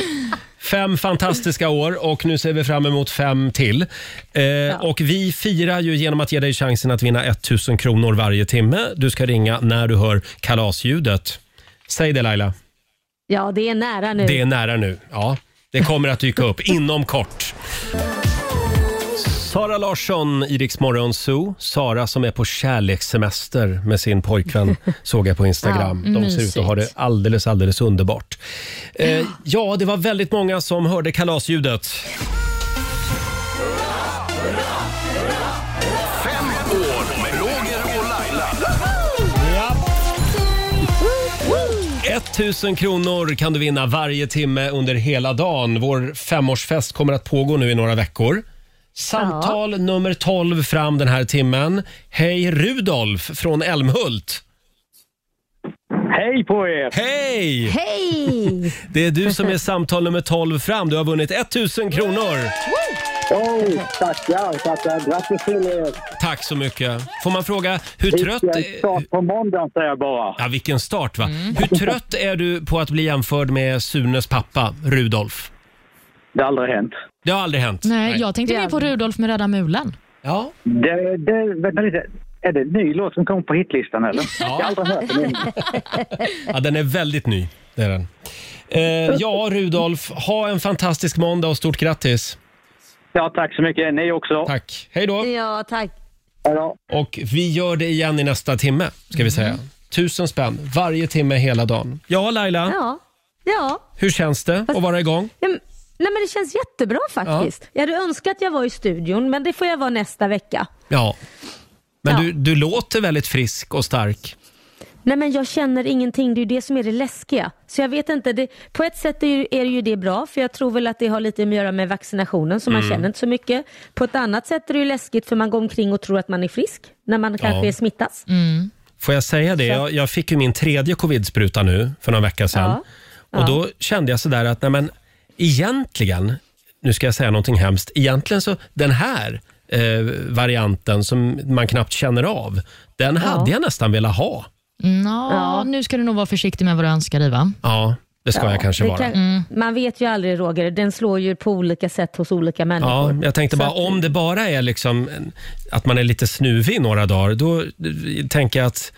Speaker 1: Fem fantastiska år och nu ser vi fram emot fem till. Eh, Och vi firar ju genom att ge dig chansen att vinna 1000 kronor varje timme. Du ska ringa när du hör kalasljudet. Säg det Laila.
Speaker 4: Ja, det är nära nu.
Speaker 1: Det är nära nu. Ja, det kommer att dyka upp inom kort. Sara Larsson i Rix Morgon Zoo. Sara som är på kärlekssemester med sin pojkvän såg jag på Instagram.
Speaker 2: Ja,
Speaker 1: De ser ut
Speaker 2: mysigt.
Speaker 1: att ha det alldeles, alldeles underbart. Eh, ja, det var väldigt många som hörde kalasljudet.
Speaker 13: Fem år med Roger och Laila.
Speaker 1: 1000 kronor kan du vinna varje timme under hela dagen. Vår femårsfest kommer att pågå nu i några veckor. Samtal nummer 12 fram den här timmen. Hej Rudolf från Älmhult.
Speaker 15: Hej på er!
Speaker 1: Hej!
Speaker 4: Hej!
Speaker 1: Det är du som är samtal nummer 12 fram. Du har vunnit 1000 kronor.
Speaker 15: Oh, tackar, tackar. Grattis till eh, er.
Speaker 1: Tack så mycket. Får man fråga, hur trött...
Speaker 15: Vilken start på måndagen säger jag bara.
Speaker 1: eh, Ja, vilken start va? Hur trött är du på att bli jämförd med Sunes pappa, Rudolf?
Speaker 15: Det har aldrig hänt.
Speaker 1: Det har aldrig hänt.
Speaker 2: Nej, jag tänkte mer på Rudolf med röda mulen.
Speaker 1: Ja.
Speaker 15: Det, det, vänta lite. Är det en ny låt som kom på hitlistan eller? Jag har aldrig hört den innan.
Speaker 1: Ja, den är väldigt ny. Det är den. Eh, ja, Rudolf, ha en fantastisk måndag och stort grattis.
Speaker 15: Ja, tack så mycket. Ni också.
Speaker 1: Tack. Hej då.
Speaker 4: Ja, tack.
Speaker 1: Och vi gör det igen i nästa timme, ska vi säga. Tusen spänn varje timme hela dagen. Ja, Laila,
Speaker 4: Ja. ja.
Speaker 1: hur känns det att vara igång?
Speaker 4: Ja, men- Nej men det känns jättebra faktiskt. Jag hade önskat att jag var i studion men det får jag vara nästa vecka.
Speaker 1: Ja. Men
Speaker 4: Ja.
Speaker 1: Du, du låter väldigt frisk och stark.
Speaker 4: Nej men jag känner ingenting, det är ju det som är det läskiga. Så jag vet inte, det, på ett sätt är, ju, är det ju det bra för jag tror väl att det har lite att göra med vaccinationen så man
Speaker 14: Mm.
Speaker 4: känner inte så mycket. På ett annat sätt är det ju läskigt för man går omkring och tror att man är frisk när man kanske är smittas.
Speaker 1: Mm. Får jag säga det? Jag, jag fick ju min tredje covid-spruta nu för någon vecka sedan.
Speaker 4: Ja.
Speaker 1: Och då kände jag sådär att, nej men egentligen, nu ska jag säga någonting hemskt, egentligen så den här eh, varianten som man knappt känner av, den hade jag nästan velat ha.
Speaker 2: Nå, Nu ska du nog vara försiktig med vad du önskar dig, va?
Speaker 1: Ja, det ska
Speaker 4: Ja,
Speaker 1: jag kanske Mm.
Speaker 4: det
Speaker 1: vara.
Speaker 4: kan- Man vet ju aldrig Roger, den slår ju på olika sätt hos olika människor.
Speaker 1: Ja, jag tänkte bara om det bara är liksom en- att man är lite snuvig i några dagar, då eh, tänker jag att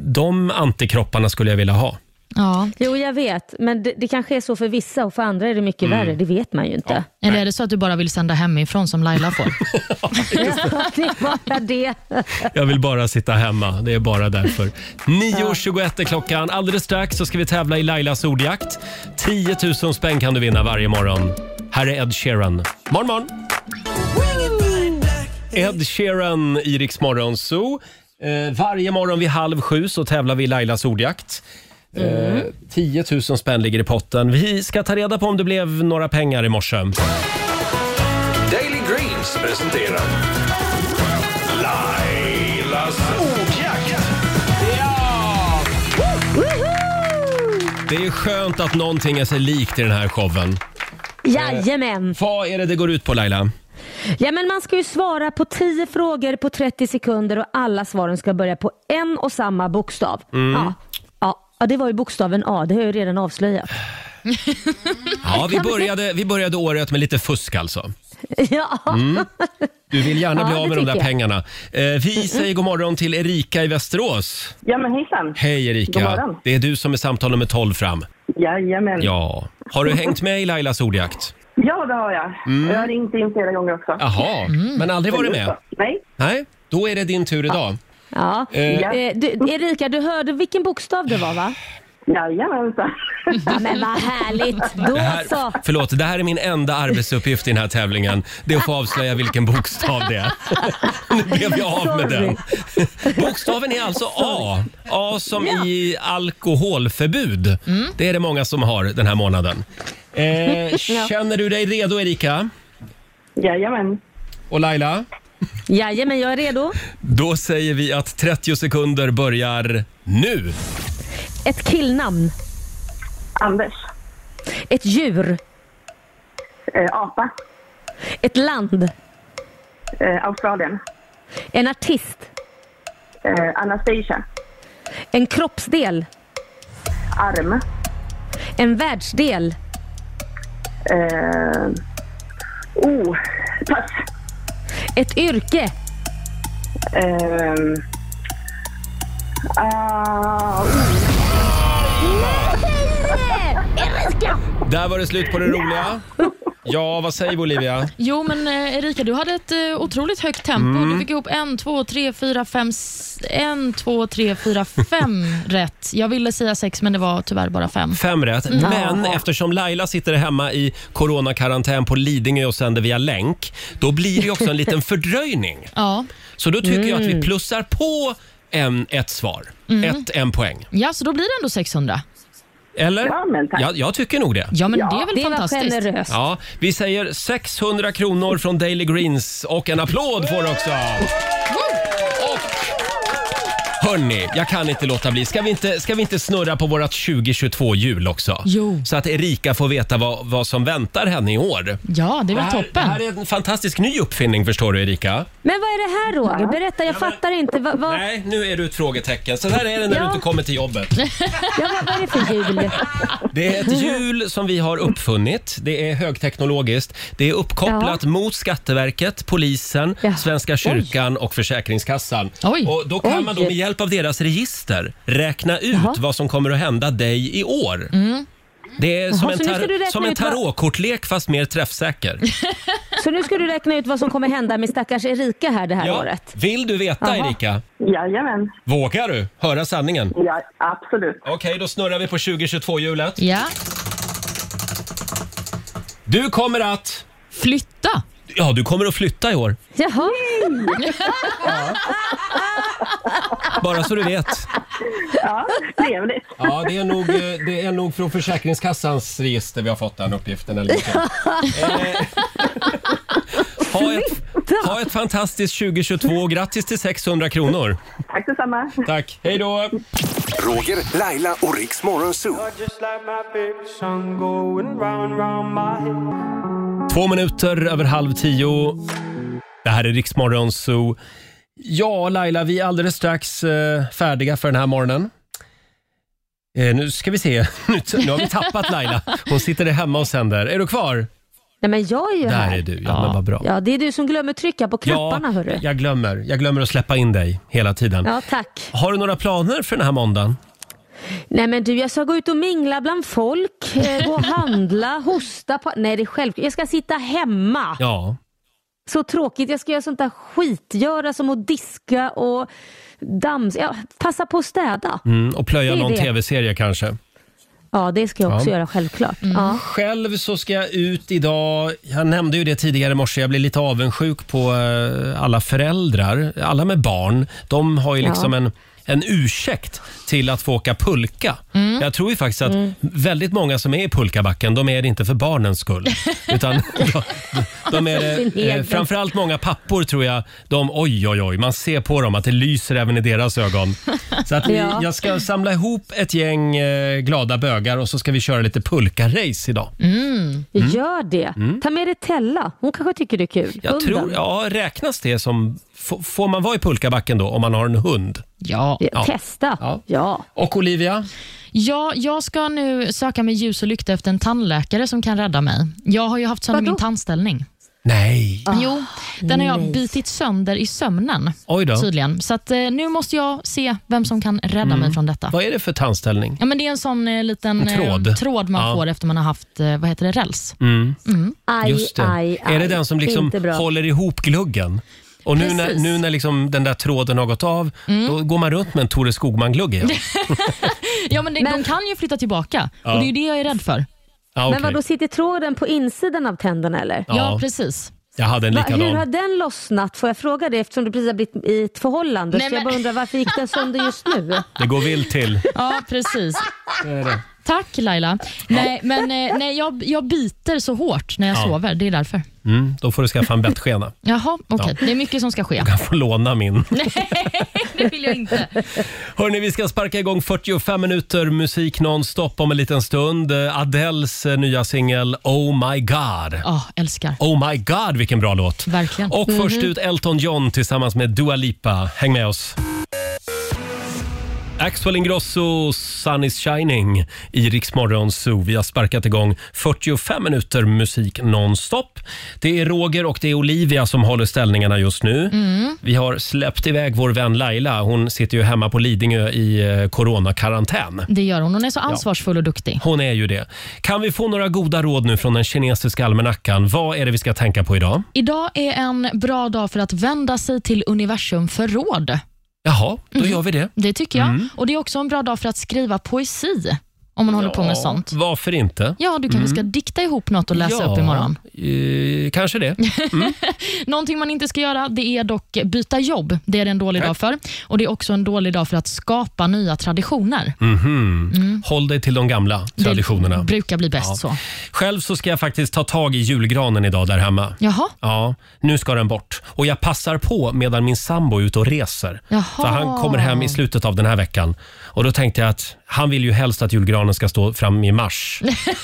Speaker 1: de antikropparna skulle jag vilja ha.
Speaker 2: Ja.
Speaker 4: Jo, jag vet. Men det, det kanske är så för vissa och för andra är det mycket
Speaker 1: Mm.
Speaker 4: värre. Det vet man ju inte.
Speaker 2: Eller är det så att du bara vill sända hemifrån som Laila får?
Speaker 4: det är bara det.
Speaker 1: Jag vill bara sitta hemma, det är bara därför. 9.21 är klockan. Alldeles strax så ska vi tävla i Lailas ordjakt. 10 000 spänn kan du vinna varje morgon. Här är Ed Sheeran. Morgon, morgon! Ed Sheeran i Rix Morgon Zoo. Eh, varje morgon vid halv sju så tävlar vi i Lailas ordjakt. Eh, 10 000 spänn ligger i potten. Vi ska ta reda på om det blev några pengar i morse.
Speaker 13: Daily Greens presenterar Lailas ordjakt. Ja!
Speaker 1: Det är skönt att någonting är sig likt i den här showen.
Speaker 4: Jajamän.
Speaker 1: Vad är det det går ut på Laila?
Speaker 4: Ja, men man ska ju svara på 10 frågor på 30 sekunder och alla svaren ska börja på en och samma bokstav.
Speaker 1: Mm.
Speaker 4: Ja. Ja. ja, det var ju bokstaven A. Det har jag ju redan avslöjat.
Speaker 1: Ja, vi började, vi började året med lite fusk alltså.
Speaker 4: Ja.
Speaker 1: Mm. Du vill gärna
Speaker 4: Ja,
Speaker 1: bli
Speaker 4: det
Speaker 1: av med de där
Speaker 4: tycker jag. Mm,
Speaker 1: pengarna. Eh, vi säger god morgon till Erika i Västerås.
Speaker 9: Ja, men hejsan.
Speaker 1: Hej
Speaker 9: God
Speaker 1: Erika,
Speaker 9: morgon.
Speaker 1: det är du som är samtal nummer 12 fram.
Speaker 9: Jajamän.
Speaker 1: Ja. Har du hängt med i Lailas ordjakt?
Speaker 9: Ja, det har jag.
Speaker 1: Mm.
Speaker 9: Jag har ringt in flera gånger också.
Speaker 1: Jaha,
Speaker 4: Mm.
Speaker 1: men aldrig varit med?
Speaker 9: Nej.
Speaker 1: Nej, då är det din tur idag.
Speaker 4: Ja.
Speaker 1: Eh.
Speaker 4: Eh, du, Erika, du hörde vilken bokstav det var va?
Speaker 9: Jajamensan.
Speaker 4: Ja, men vad härligt. Då
Speaker 1: Det här,
Speaker 4: så.
Speaker 1: förlåt, det här är min enda arbetsuppgift i den här tävlingen. Det är att få avslöja vilken bokstav det är. Nu blev jag av med den. Bokstaven är alltså A. A som i alkoholförbud. Det är det många som har den här månaden. Eh,
Speaker 9: Ja.
Speaker 1: känner du dig redo Erika?
Speaker 9: Jajamän.
Speaker 1: Och Laila?
Speaker 4: Jajamän, jag är redo.
Speaker 1: Då säger vi att 30 sekunder börjar nu.
Speaker 4: Ett killnamn.
Speaker 9: Anders.
Speaker 4: Ett djur.
Speaker 9: Eh, apa.
Speaker 4: Ett land.
Speaker 9: Eh, Australien.
Speaker 4: En artist.
Speaker 9: Eh, Anastasia.
Speaker 4: En kroppsdel.
Speaker 9: Arm.
Speaker 4: En världsdel.
Speaker 9: Eh, oh, pass.
Speaker 4: Ett yrke.
Speaker 9: Ehm. Ah, oh.
Speaker 1: Där var det slut på det roliga. Ja, vad säger vi, Olivia?
Speaker 2: Jo, men eh, Erika, du hade ett eh, otroligt högt tempo.
Speaker 1: Mm.
Speaker 2: Du fick ihop en, två, tre, fyra, fem... s- En, två, tre, fyra, fem rätt. Jag ville säga sex, men det var tyvärr bara fem.
Speaker 1: Fem rätt.
Speaker 2: Mm.
Speaker 1: Men
Speaker 2: Ja.
Speaker 1: eftersom Laila sitter hemma i coronakarantän på Lidingö och sänder via länk, då blir det ju också en liten fördröjning.
Speaker 2: Ja.
Speaker 1: Så då tycker jag att vi
Speaker 2: Mm.
Speaker 1: plussar på en, ett svar.
Speaker 2: Mm.
Speaker 1: Ett, en poäng.
Speaker 2: ja, så då blir det ändå 600.
Speaker 1: Eller?
Speaker 2: Ja, men tack.
Speaker 1: jag, jag tycker nog det.
Speaker 2: Ja, men det är väl
Speaker 4: det var
Speaker 2: fantastiskt?
Speaker 4: generöst.
Speaker 1: Ja, vi säger 600 kronor från Daily Greens och en applåd får du också. Hörni, jag kan inte låta bli. Ska vi inte, ska vi inte snurra på vårt 2022-hjul också?
Speaker 2: Jo.
Speaker 1: Så att Erika får veta vad, vad som väntar henne i år.
Speaker 2: Ja, det är väl
Speaker 1: här,
Speaker 2: toppen.
Speaker 1: Det här är en fantastisk ny uppfinning förstår du Erika.
Speaker 4: Men vad är det här Roger? Berätta, jag fattar inte. Vad, vad,
Speaker 1: Nej, nu är du ett frågetecken. Så här är det när du
Speaker 4: Ja.
Speaker 1: inte kommer till jobbet.
Speaker 4: ja, vad, vad är det för jul?
Speaker 1: Det är ett hjul som vi har uppfunnit. Det är högteknologiskt. Det är uppkopplat mot Skatteverket, Polisen, Svenska kyrkan och Försäkringskassan. Och då kan
Speaker 2: Oj.
Speaker 1: man då med hjälp av deras register räkna ut vad som kommer att hända dig i år.
Speaker 2: Mm.
Speaker 1: Det är som
Speaker 2: Jaha,
Speaker 1: en,
Speaker 2: så nu ska du
Speaker 1: tar-
Speaker 2: räkna
Speaker 1: som en
Speaker 2: ut vad-
Speaker 1: tarotkortlek fast mer träffsäker.
Speaker 4: Så nu ska du räkna ut vad som kommer hända med stackars Erika här det här
Speaker 1: Ja.
Speaker 4: året.
Speaker 1: Vill du veta
Speaker 4: Jaha.
Speaker 1: Erika?
Speaker 9: Jajamän.
Speaker 1: Vågar du höra sanningen?
Speaker 9: Ja, absolut.
Speaker 1: Okej, då snurrar vi på 2022-hjulet.
Speaker 2: Ja.
Speaker 1: Du kommer att...
Speaker 2: Flytta!
Speaker 1: Ja, du kommer att flytta i år.
Speaker 4: Jaha.
Speaker 1: Bara så du vet.
Speaker 9: Ja, trevligt.
Speaker 1: Ja, det är nog, eh, det är nog från Försäkringskassans register vi har fått den uppgiften. Eller något. Eh, ha, ett, ha ett fantastiskt 2022 och grattis till 600 kronor.
Speaker 9: Tack detsamma.
Speaker 1: Tack, hej då!
Speaker 8: Roger, Laila och Riks Morgonzoo.
Speaker 1: Två minuter över halv tio. Det här är Riksmorgon Zoo. Ja, Laila, vi är alldeles strax eh, färdiga för den här morgonen. Eh, nu ska vi se. Nu, t- nu har vi tappat Laila. Hon sitter där hemma och sänder. Är du kvar?
Speaker 4: Nej men jag är ju
Speaker 1: Där
Speaker 4: här.
Speaker 1: är du. Ja, men vad bra.
Speaker 4: Ja, det är du som glömmer trycka på knapparna hörru.
Speaker 1: jag glömmer. Jag glömmer att släppa in dig hela tiden.
Speaker 4: Ja, tack.
Speaker 1: Har du några planer för den här måndagen?
Speaker 4: Nej men du, jag ska gå ut och mingla bland folk, eh, gå och handla, hosta på... Nej det är självklart, jag ska sitta hemma.
Speaker 1: Ja.
Speaker 4: Så tråkigt, jag ska göra sånt där skitgöra som att diska och dams... Ja, passa på att städa.
Speaker 1: Mm, och plöja
Speaker 4: Det är
Speaker 1: någon
Speaker 4: det.
Speaker 1: tv-serie kanske?
Speaker 4: Ja, det ska jag också
Speaker 1: Ja. Mm.
Speaker 4: göra självklart. Ja.
Speaker 1: Själv så ska jag ut idag. Jag nämnde ju det tidigare i morse. Jag blir lite avundsjuk på eh, alla föräldrar. Alla med barn. De har ju
Speaker 13: Ja.
Speaker 1: liksom en, en ursäkt till att få åka pulka.
Speaker 13: Mm.
Speaker 1: Jag tror ju faktiskt att väldigt många som är i pulkabacken, de är det inte för barnens skull. Utan de, de är
Speaker 13: Sin
Speaker 1: det, eh,
Speaker 13: egen.
Speaker 1: framförallt många pappor tror jag, de, oj oj oj, man ser på dem att det lyser även i deras ögon. Så att vi,
Speaker 13: Ja.
Speaker 1: jag ska samla ihop ett gäng eh, glada bögar och så ska vi köra lite pulka-race idag.
Speaker 4: Gör det.
Speaker 1: Mm.
Speaker 4: Ta med dig Tella, hon kanske tycker det är kul.
Speaker 1: Jag
Speaker 4: Hunden.
Speaker 1: tror, ja, räknas det som, f- får man vara i pulkabacken då om man har en hund?
Speaker 2: Ja. Testa.
Speaker 1: Ja.
Speaker 4: ja.
Speaker 1: Och Olivia?
Speaker 2: Ja, jag ska nu söka med ljus och lykta efter en tandläkare som kan rädda mig. Jag har ju haft sönder min tandställning.
Speaker 1: Nej.
Speaker 2: jo, den har jag
Speaker 13: nej.
Speaker 2: bitit sönder i sömnen
Speaker 1: Oj då.
Speaker 2: tydligen. Så att, eh, nu måste jag se vem som kan rädda mig från detta.
Speaker 1: Vad är det för tandställning?
Speaker 2: Ja, men det är en sån eh, liten
Speaker 1: Mm. En tråd.
Speaker 2: Eh, tråd man
Speaker 1: Ja.
Speaker 2: får efter man har haft eh, vad heter det, räls.
Speaker 1: Mm.
Speaker 2: Mm.
Speaker 1: Just det. är det den som liksom håller ihop gluggen? Och nu när,
Speaker 2: Precis.
Speaker 1: nu när liksom den där tråden har gått av, då går man runt med en Tore Skogman-glugg igen.
Speaker 2: Ja, men, det, de kan ju flytta tillbaka
Speaker 1: Ja.
Speaker 2: och det är ju det jag är rädd för.
Speaker 1: Ja, okej.
Speaker 4: Men vadå, sitter tråden på insidan av tänderna eller?
Speaker 1: Ja, Ja,
Speaker 2: precis.
Speaker 1: Jag hade en
Speaker 4: hur har
Speaker 1: likadan.
Speaker 4: den lossnat? Får jag fråga det eftersom du precis har blivit i ett förhållande?
Speaker 2: Nej,
Speaker 4: så jag
Speaker 2: men-
Speaker 4: bara undrar varför gick den sönder just nu?
Speaker 1: Det går vilt till.
Speaker 2: Ja, precis.
Speaker 1: Det är det.
Speaker 2: Tack Laila. Nej, men eh, nej, jag, jag biter så hårt när jag
Speaker 1: Ja.
Speaker 2: sover. Det är därför.
Speaker 1: Mm, då får du skaffa en bettskena.
Speaker 2: Jaha, okej.
Speaker 1: Ja.
Speaker 2: Det är mycket som ska ske.
Speaker 1: Jag får låna min.
Speaker 2: Det vill jag inte.
Speaker 1: Hörni, vi ska sparka igång 45 minuter musik nonstop om en liten stund. Eh, Adels eh, nya singel Oh My God.
Speaker 2: Ja, älskar.
Speaker 1: Oh My God, vilken bra låt.
Speaker 2: Verkligen.
Speaker 1: Och
Speaker 2: Mhm.
Speaker 1: först ut Elton John tillsammans med Dua Lipa. Häng med oss. Axel Ingrosso, Sun is shining i Rix Morgon Zoo. Vi har sparkat igång 45 minuter musik nonstop. Det är Roger och det är Olivia som håller ställningarna just nu.
Speaker 13: Mm.
Speaker 1: Vi har släppt iväg vår vän Laila. Hon sitter ju hemma på Lidingö i eh, coronakarantän.
Speaker 2: Det gör hon. Hon är så ansvarsfull och duktig.
Speaker 1: Hon är ju det. Kan vi få några goda råd nu från den kinesiska almanackan? Vad är det vi ska tänka på idag?
Speaker 2: Idag är en bra dag för att vända sig till universum för råd.
Speaker 1: Jaha, då
Speaker 2: Mhm.
Speaker 1: gör vi det.
Speaker 2: Det tycker jag.
Speaker 1: Mm.
Speaker 2: Och Det är också en bra dag för att skriva poesi, om man håller på med sånt.
Speaker 1: Varför inte?
Speaker 2: Ja, du
Speaker 1: Mm.
Speaker 2: kanske ska dikta ihop något och läsa upp imorgon.
Speaker 1: Eh, kanske det.
Speaker 2: Någonting man inte ska göra det är dock byta jobb. Det är det en dålig dag för. Och Det är också en dålig dag för att skapa nya traditioner.
Speaker 1: Mhm.
Speaker 2: Mm.
Speaker 1: Håll dig till de gamla traditionerna.
Speaker 2: Det brukar bli bäst
Speaker 1: Ja.
Speaker 2: så.
Speaker 1: Själv så ska jag faktiskt ta tag i julgranen idag där hemma.
Speaker 2: Jaha.
Speaker 1: Ja, nu ska den bort. Och jag passar på medan min sambo är ute och reser.
Speaker 2: Jaha.
Speaker 1: För han kommer hem i slutet av den här veckan. Och då tänkte jag att han vill ju helst att julgranen ska stå fram i mars.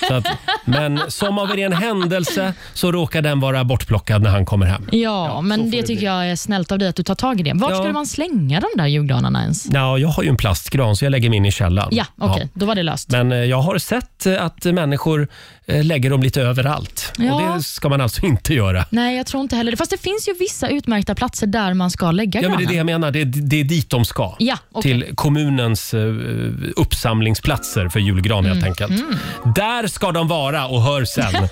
Speaker 1: Så att, men som av en ren händelse så råkar den vara bortplockad när han kommer hem.
Speaker 2: Ja, men det tycker jag är snällt av dig att du tar tag i det. Vart skulle man slänga de där julgranarna ens?
Speaker 1: Ja, jag har ju en plastgran så jag lägger min i källaren.
Speaker 2: Ja, okej.
Speaker 1: Ja.
Speaker 2: Då var det löst.
Speaker 1: Men eh, jag har sett eh, att eh, människor eh, lägger dem lite överallt. Och
Speaker 2: Ja.
Speaker 1: det ska man alltså inte göra.
Speaker 2: Nej, jag tror inte heller det. Fast det finns ju vissa utmärkta platser där man ska lägga
Speaker 1: Ja, men det är
Speaker 2: granen.
Speaker 1: det jag menar. Det är, det är dit de ska.
Speaker 2: Ja, okej.
Speaker 1: Till kommunens eh,
Speaker 2: Mm.
Speaker 1: uppsamlingsplatser för julgran helt enkelt. Där ska de vara och hör sen.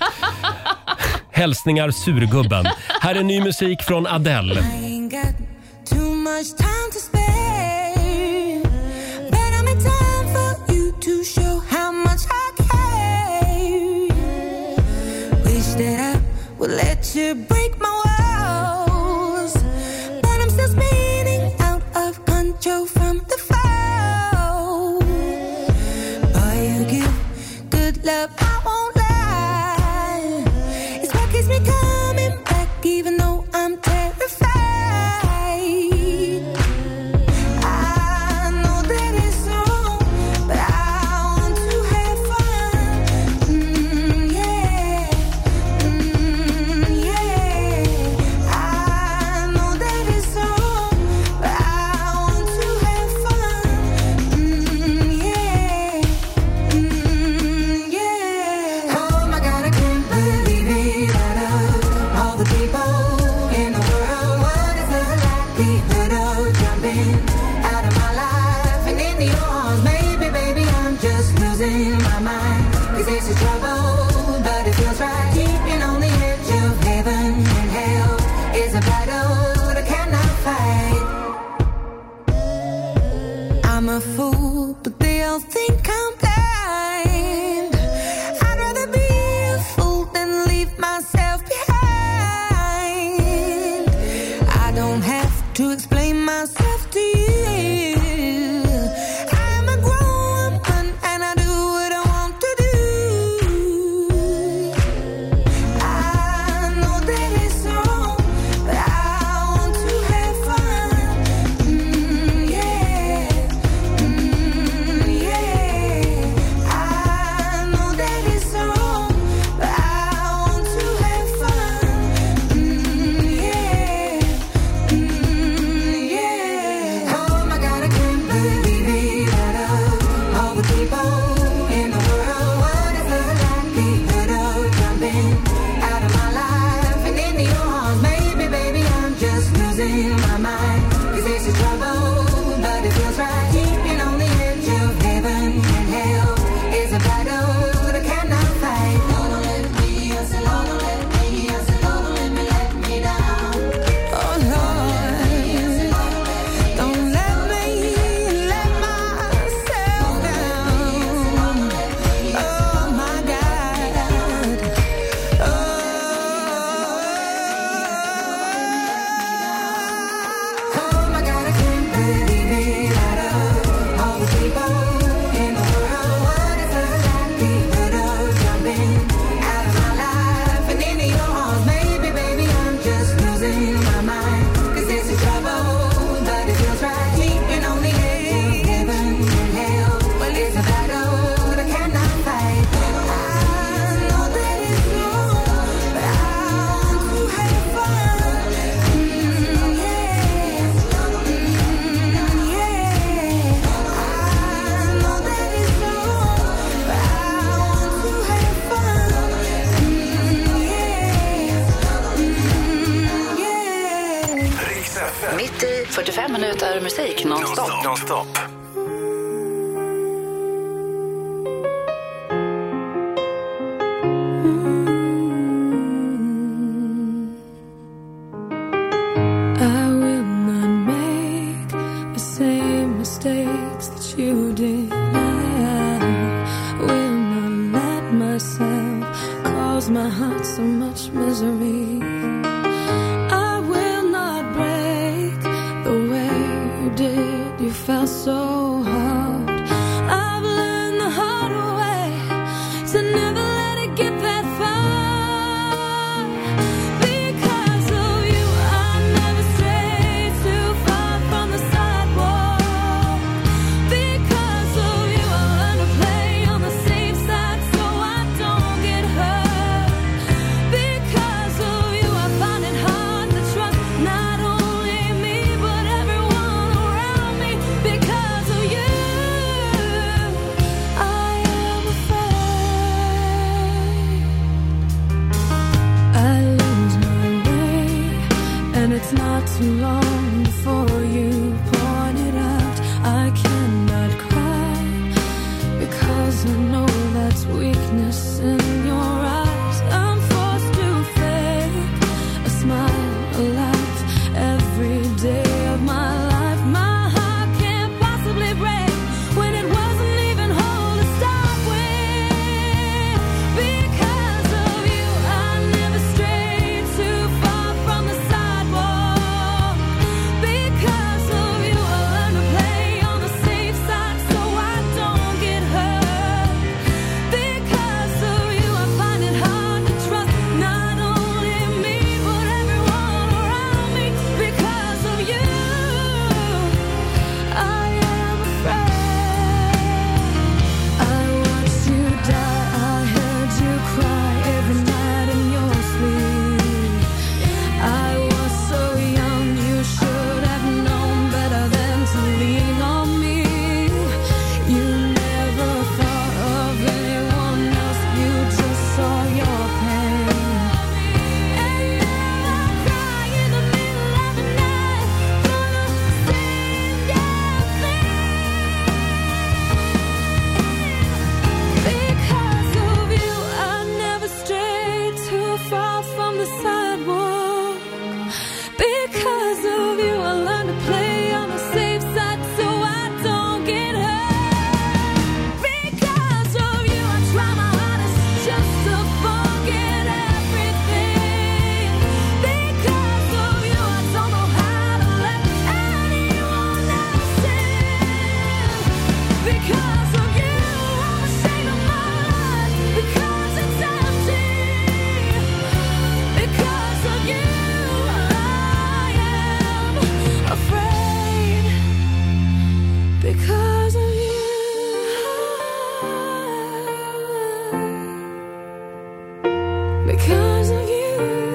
Speaker 1: Hälsningar surgubben. Här är ny musik från Adele.
Speaker 13: Let you break my walls, but I'm still spinning out of control from the fall. Boy, you give good love, I won't lie. It's what keeps me coming back, even though I'm terrified. I know that it's wrong, but I want to have fun. Mm, yeah, mm, yeah. I know that it's wrong, but I want to have fun. Mm, yeah, mm, yeah. Oh my God, I can't believe it. Out of all the people in the world, what is the likelihood of jumping out of my life and into your arms? Maybe, baby, I'm just losing my mind. 'Cause it's a trouble, but it feels right. Keeping on the edge of heaven and hell is a battle that I cannot fight. I'm a fool, but they all think I'm blind. I'd rather be a fool than leave myself behind. I don't have to explain myself to you. I'm a grown woman and I do what I want to do. I know that it's wrong, but I want to have fun. Mm, yeah. Mm, Mm, Oh Cause it's a trouble, but it feels right. Keeping on the edge of heaven and hell is a battle that I cannot fight. Lord, don't let me, I said, Lord, don't let me, I said, Lord, don't let me let me down. Oh Lord, don't let me let myself down. Oh my God, oh my God, I can't believe it. Out of all the people in the world, what is the likelihood of jumping out of my life and into your arms? Maybe, baby, I'm just losing my mind. 'Cause it's a trouble, but it feels right. Keeping on the edge of heaven and hell. Well, it's a battle that I cannot fight. I know that it's wrong, but I want to have fun. Mm, yeah.
Speaker 14: Mitt i 45 minuter musik nonstop.
Speaker 8: Nonstop.
Speaker 13: I will not make the same mistakes that you did. I will not let myself cause my heart so much misery. I will not break the way you did. You fell so hard. I've learned the hard way to never let it get that far. Because of you, I never stray too far from the sidewalk. Because of you, I learn to play on the safe side so I don't get hurt. Because of you, I find it hard to trust not only me but everyone around me. Because of you. Because of you. Because of you.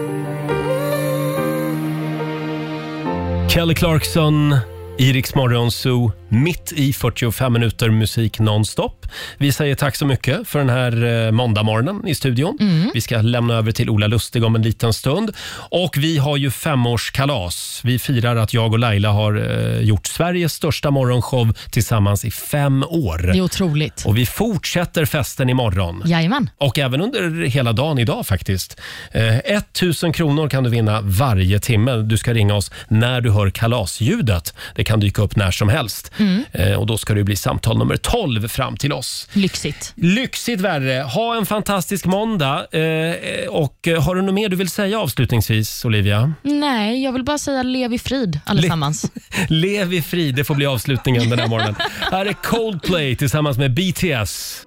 Speaker 1: Kelly Clarkson, Iriks Morgonzoo, mitt i 45 minuter musik nonstop. Vi säger tack så mycket för den här eh, måndagmorgonen i studion. Vi ska lämna över till Ola Lustig om en liten stund. Och vi har ju femårskalas. Vi firar att jag och Laila har eh, gjort Sveriges största morgonshow tillsammans i fem år.
Speaker 2: Det är otroligt.
Speaker 1: Och vi fortsätter festen imorgon.
Speaker 2: Jajamän.
Speaker 1: Och även under hela dagen idag faktiskt. Eh, 1000 kronor kan du vinna varje timme. Du ska ringa oss när du hör kalasljudet. Det kan dyka upp när som helst.
Speaker 2: Mm.
Speaker 1: Eh, Och då ska det bli samtal nummer 12 fram till oss.
Speaker 2: Lyxigt.
Speaker 1: Lyxigt värre. Ha en fantastisk måndag. Eh, Och eh, har du något mer du vill säga avslutningsvis, Olivia?
Speaker 2: Nej, jag vill bara säga lev i frid allesammans.
Speaker 1: Lev i frid, det får bli avslutningen den här morgonen. Här är Coldplay tillsammans med BTS.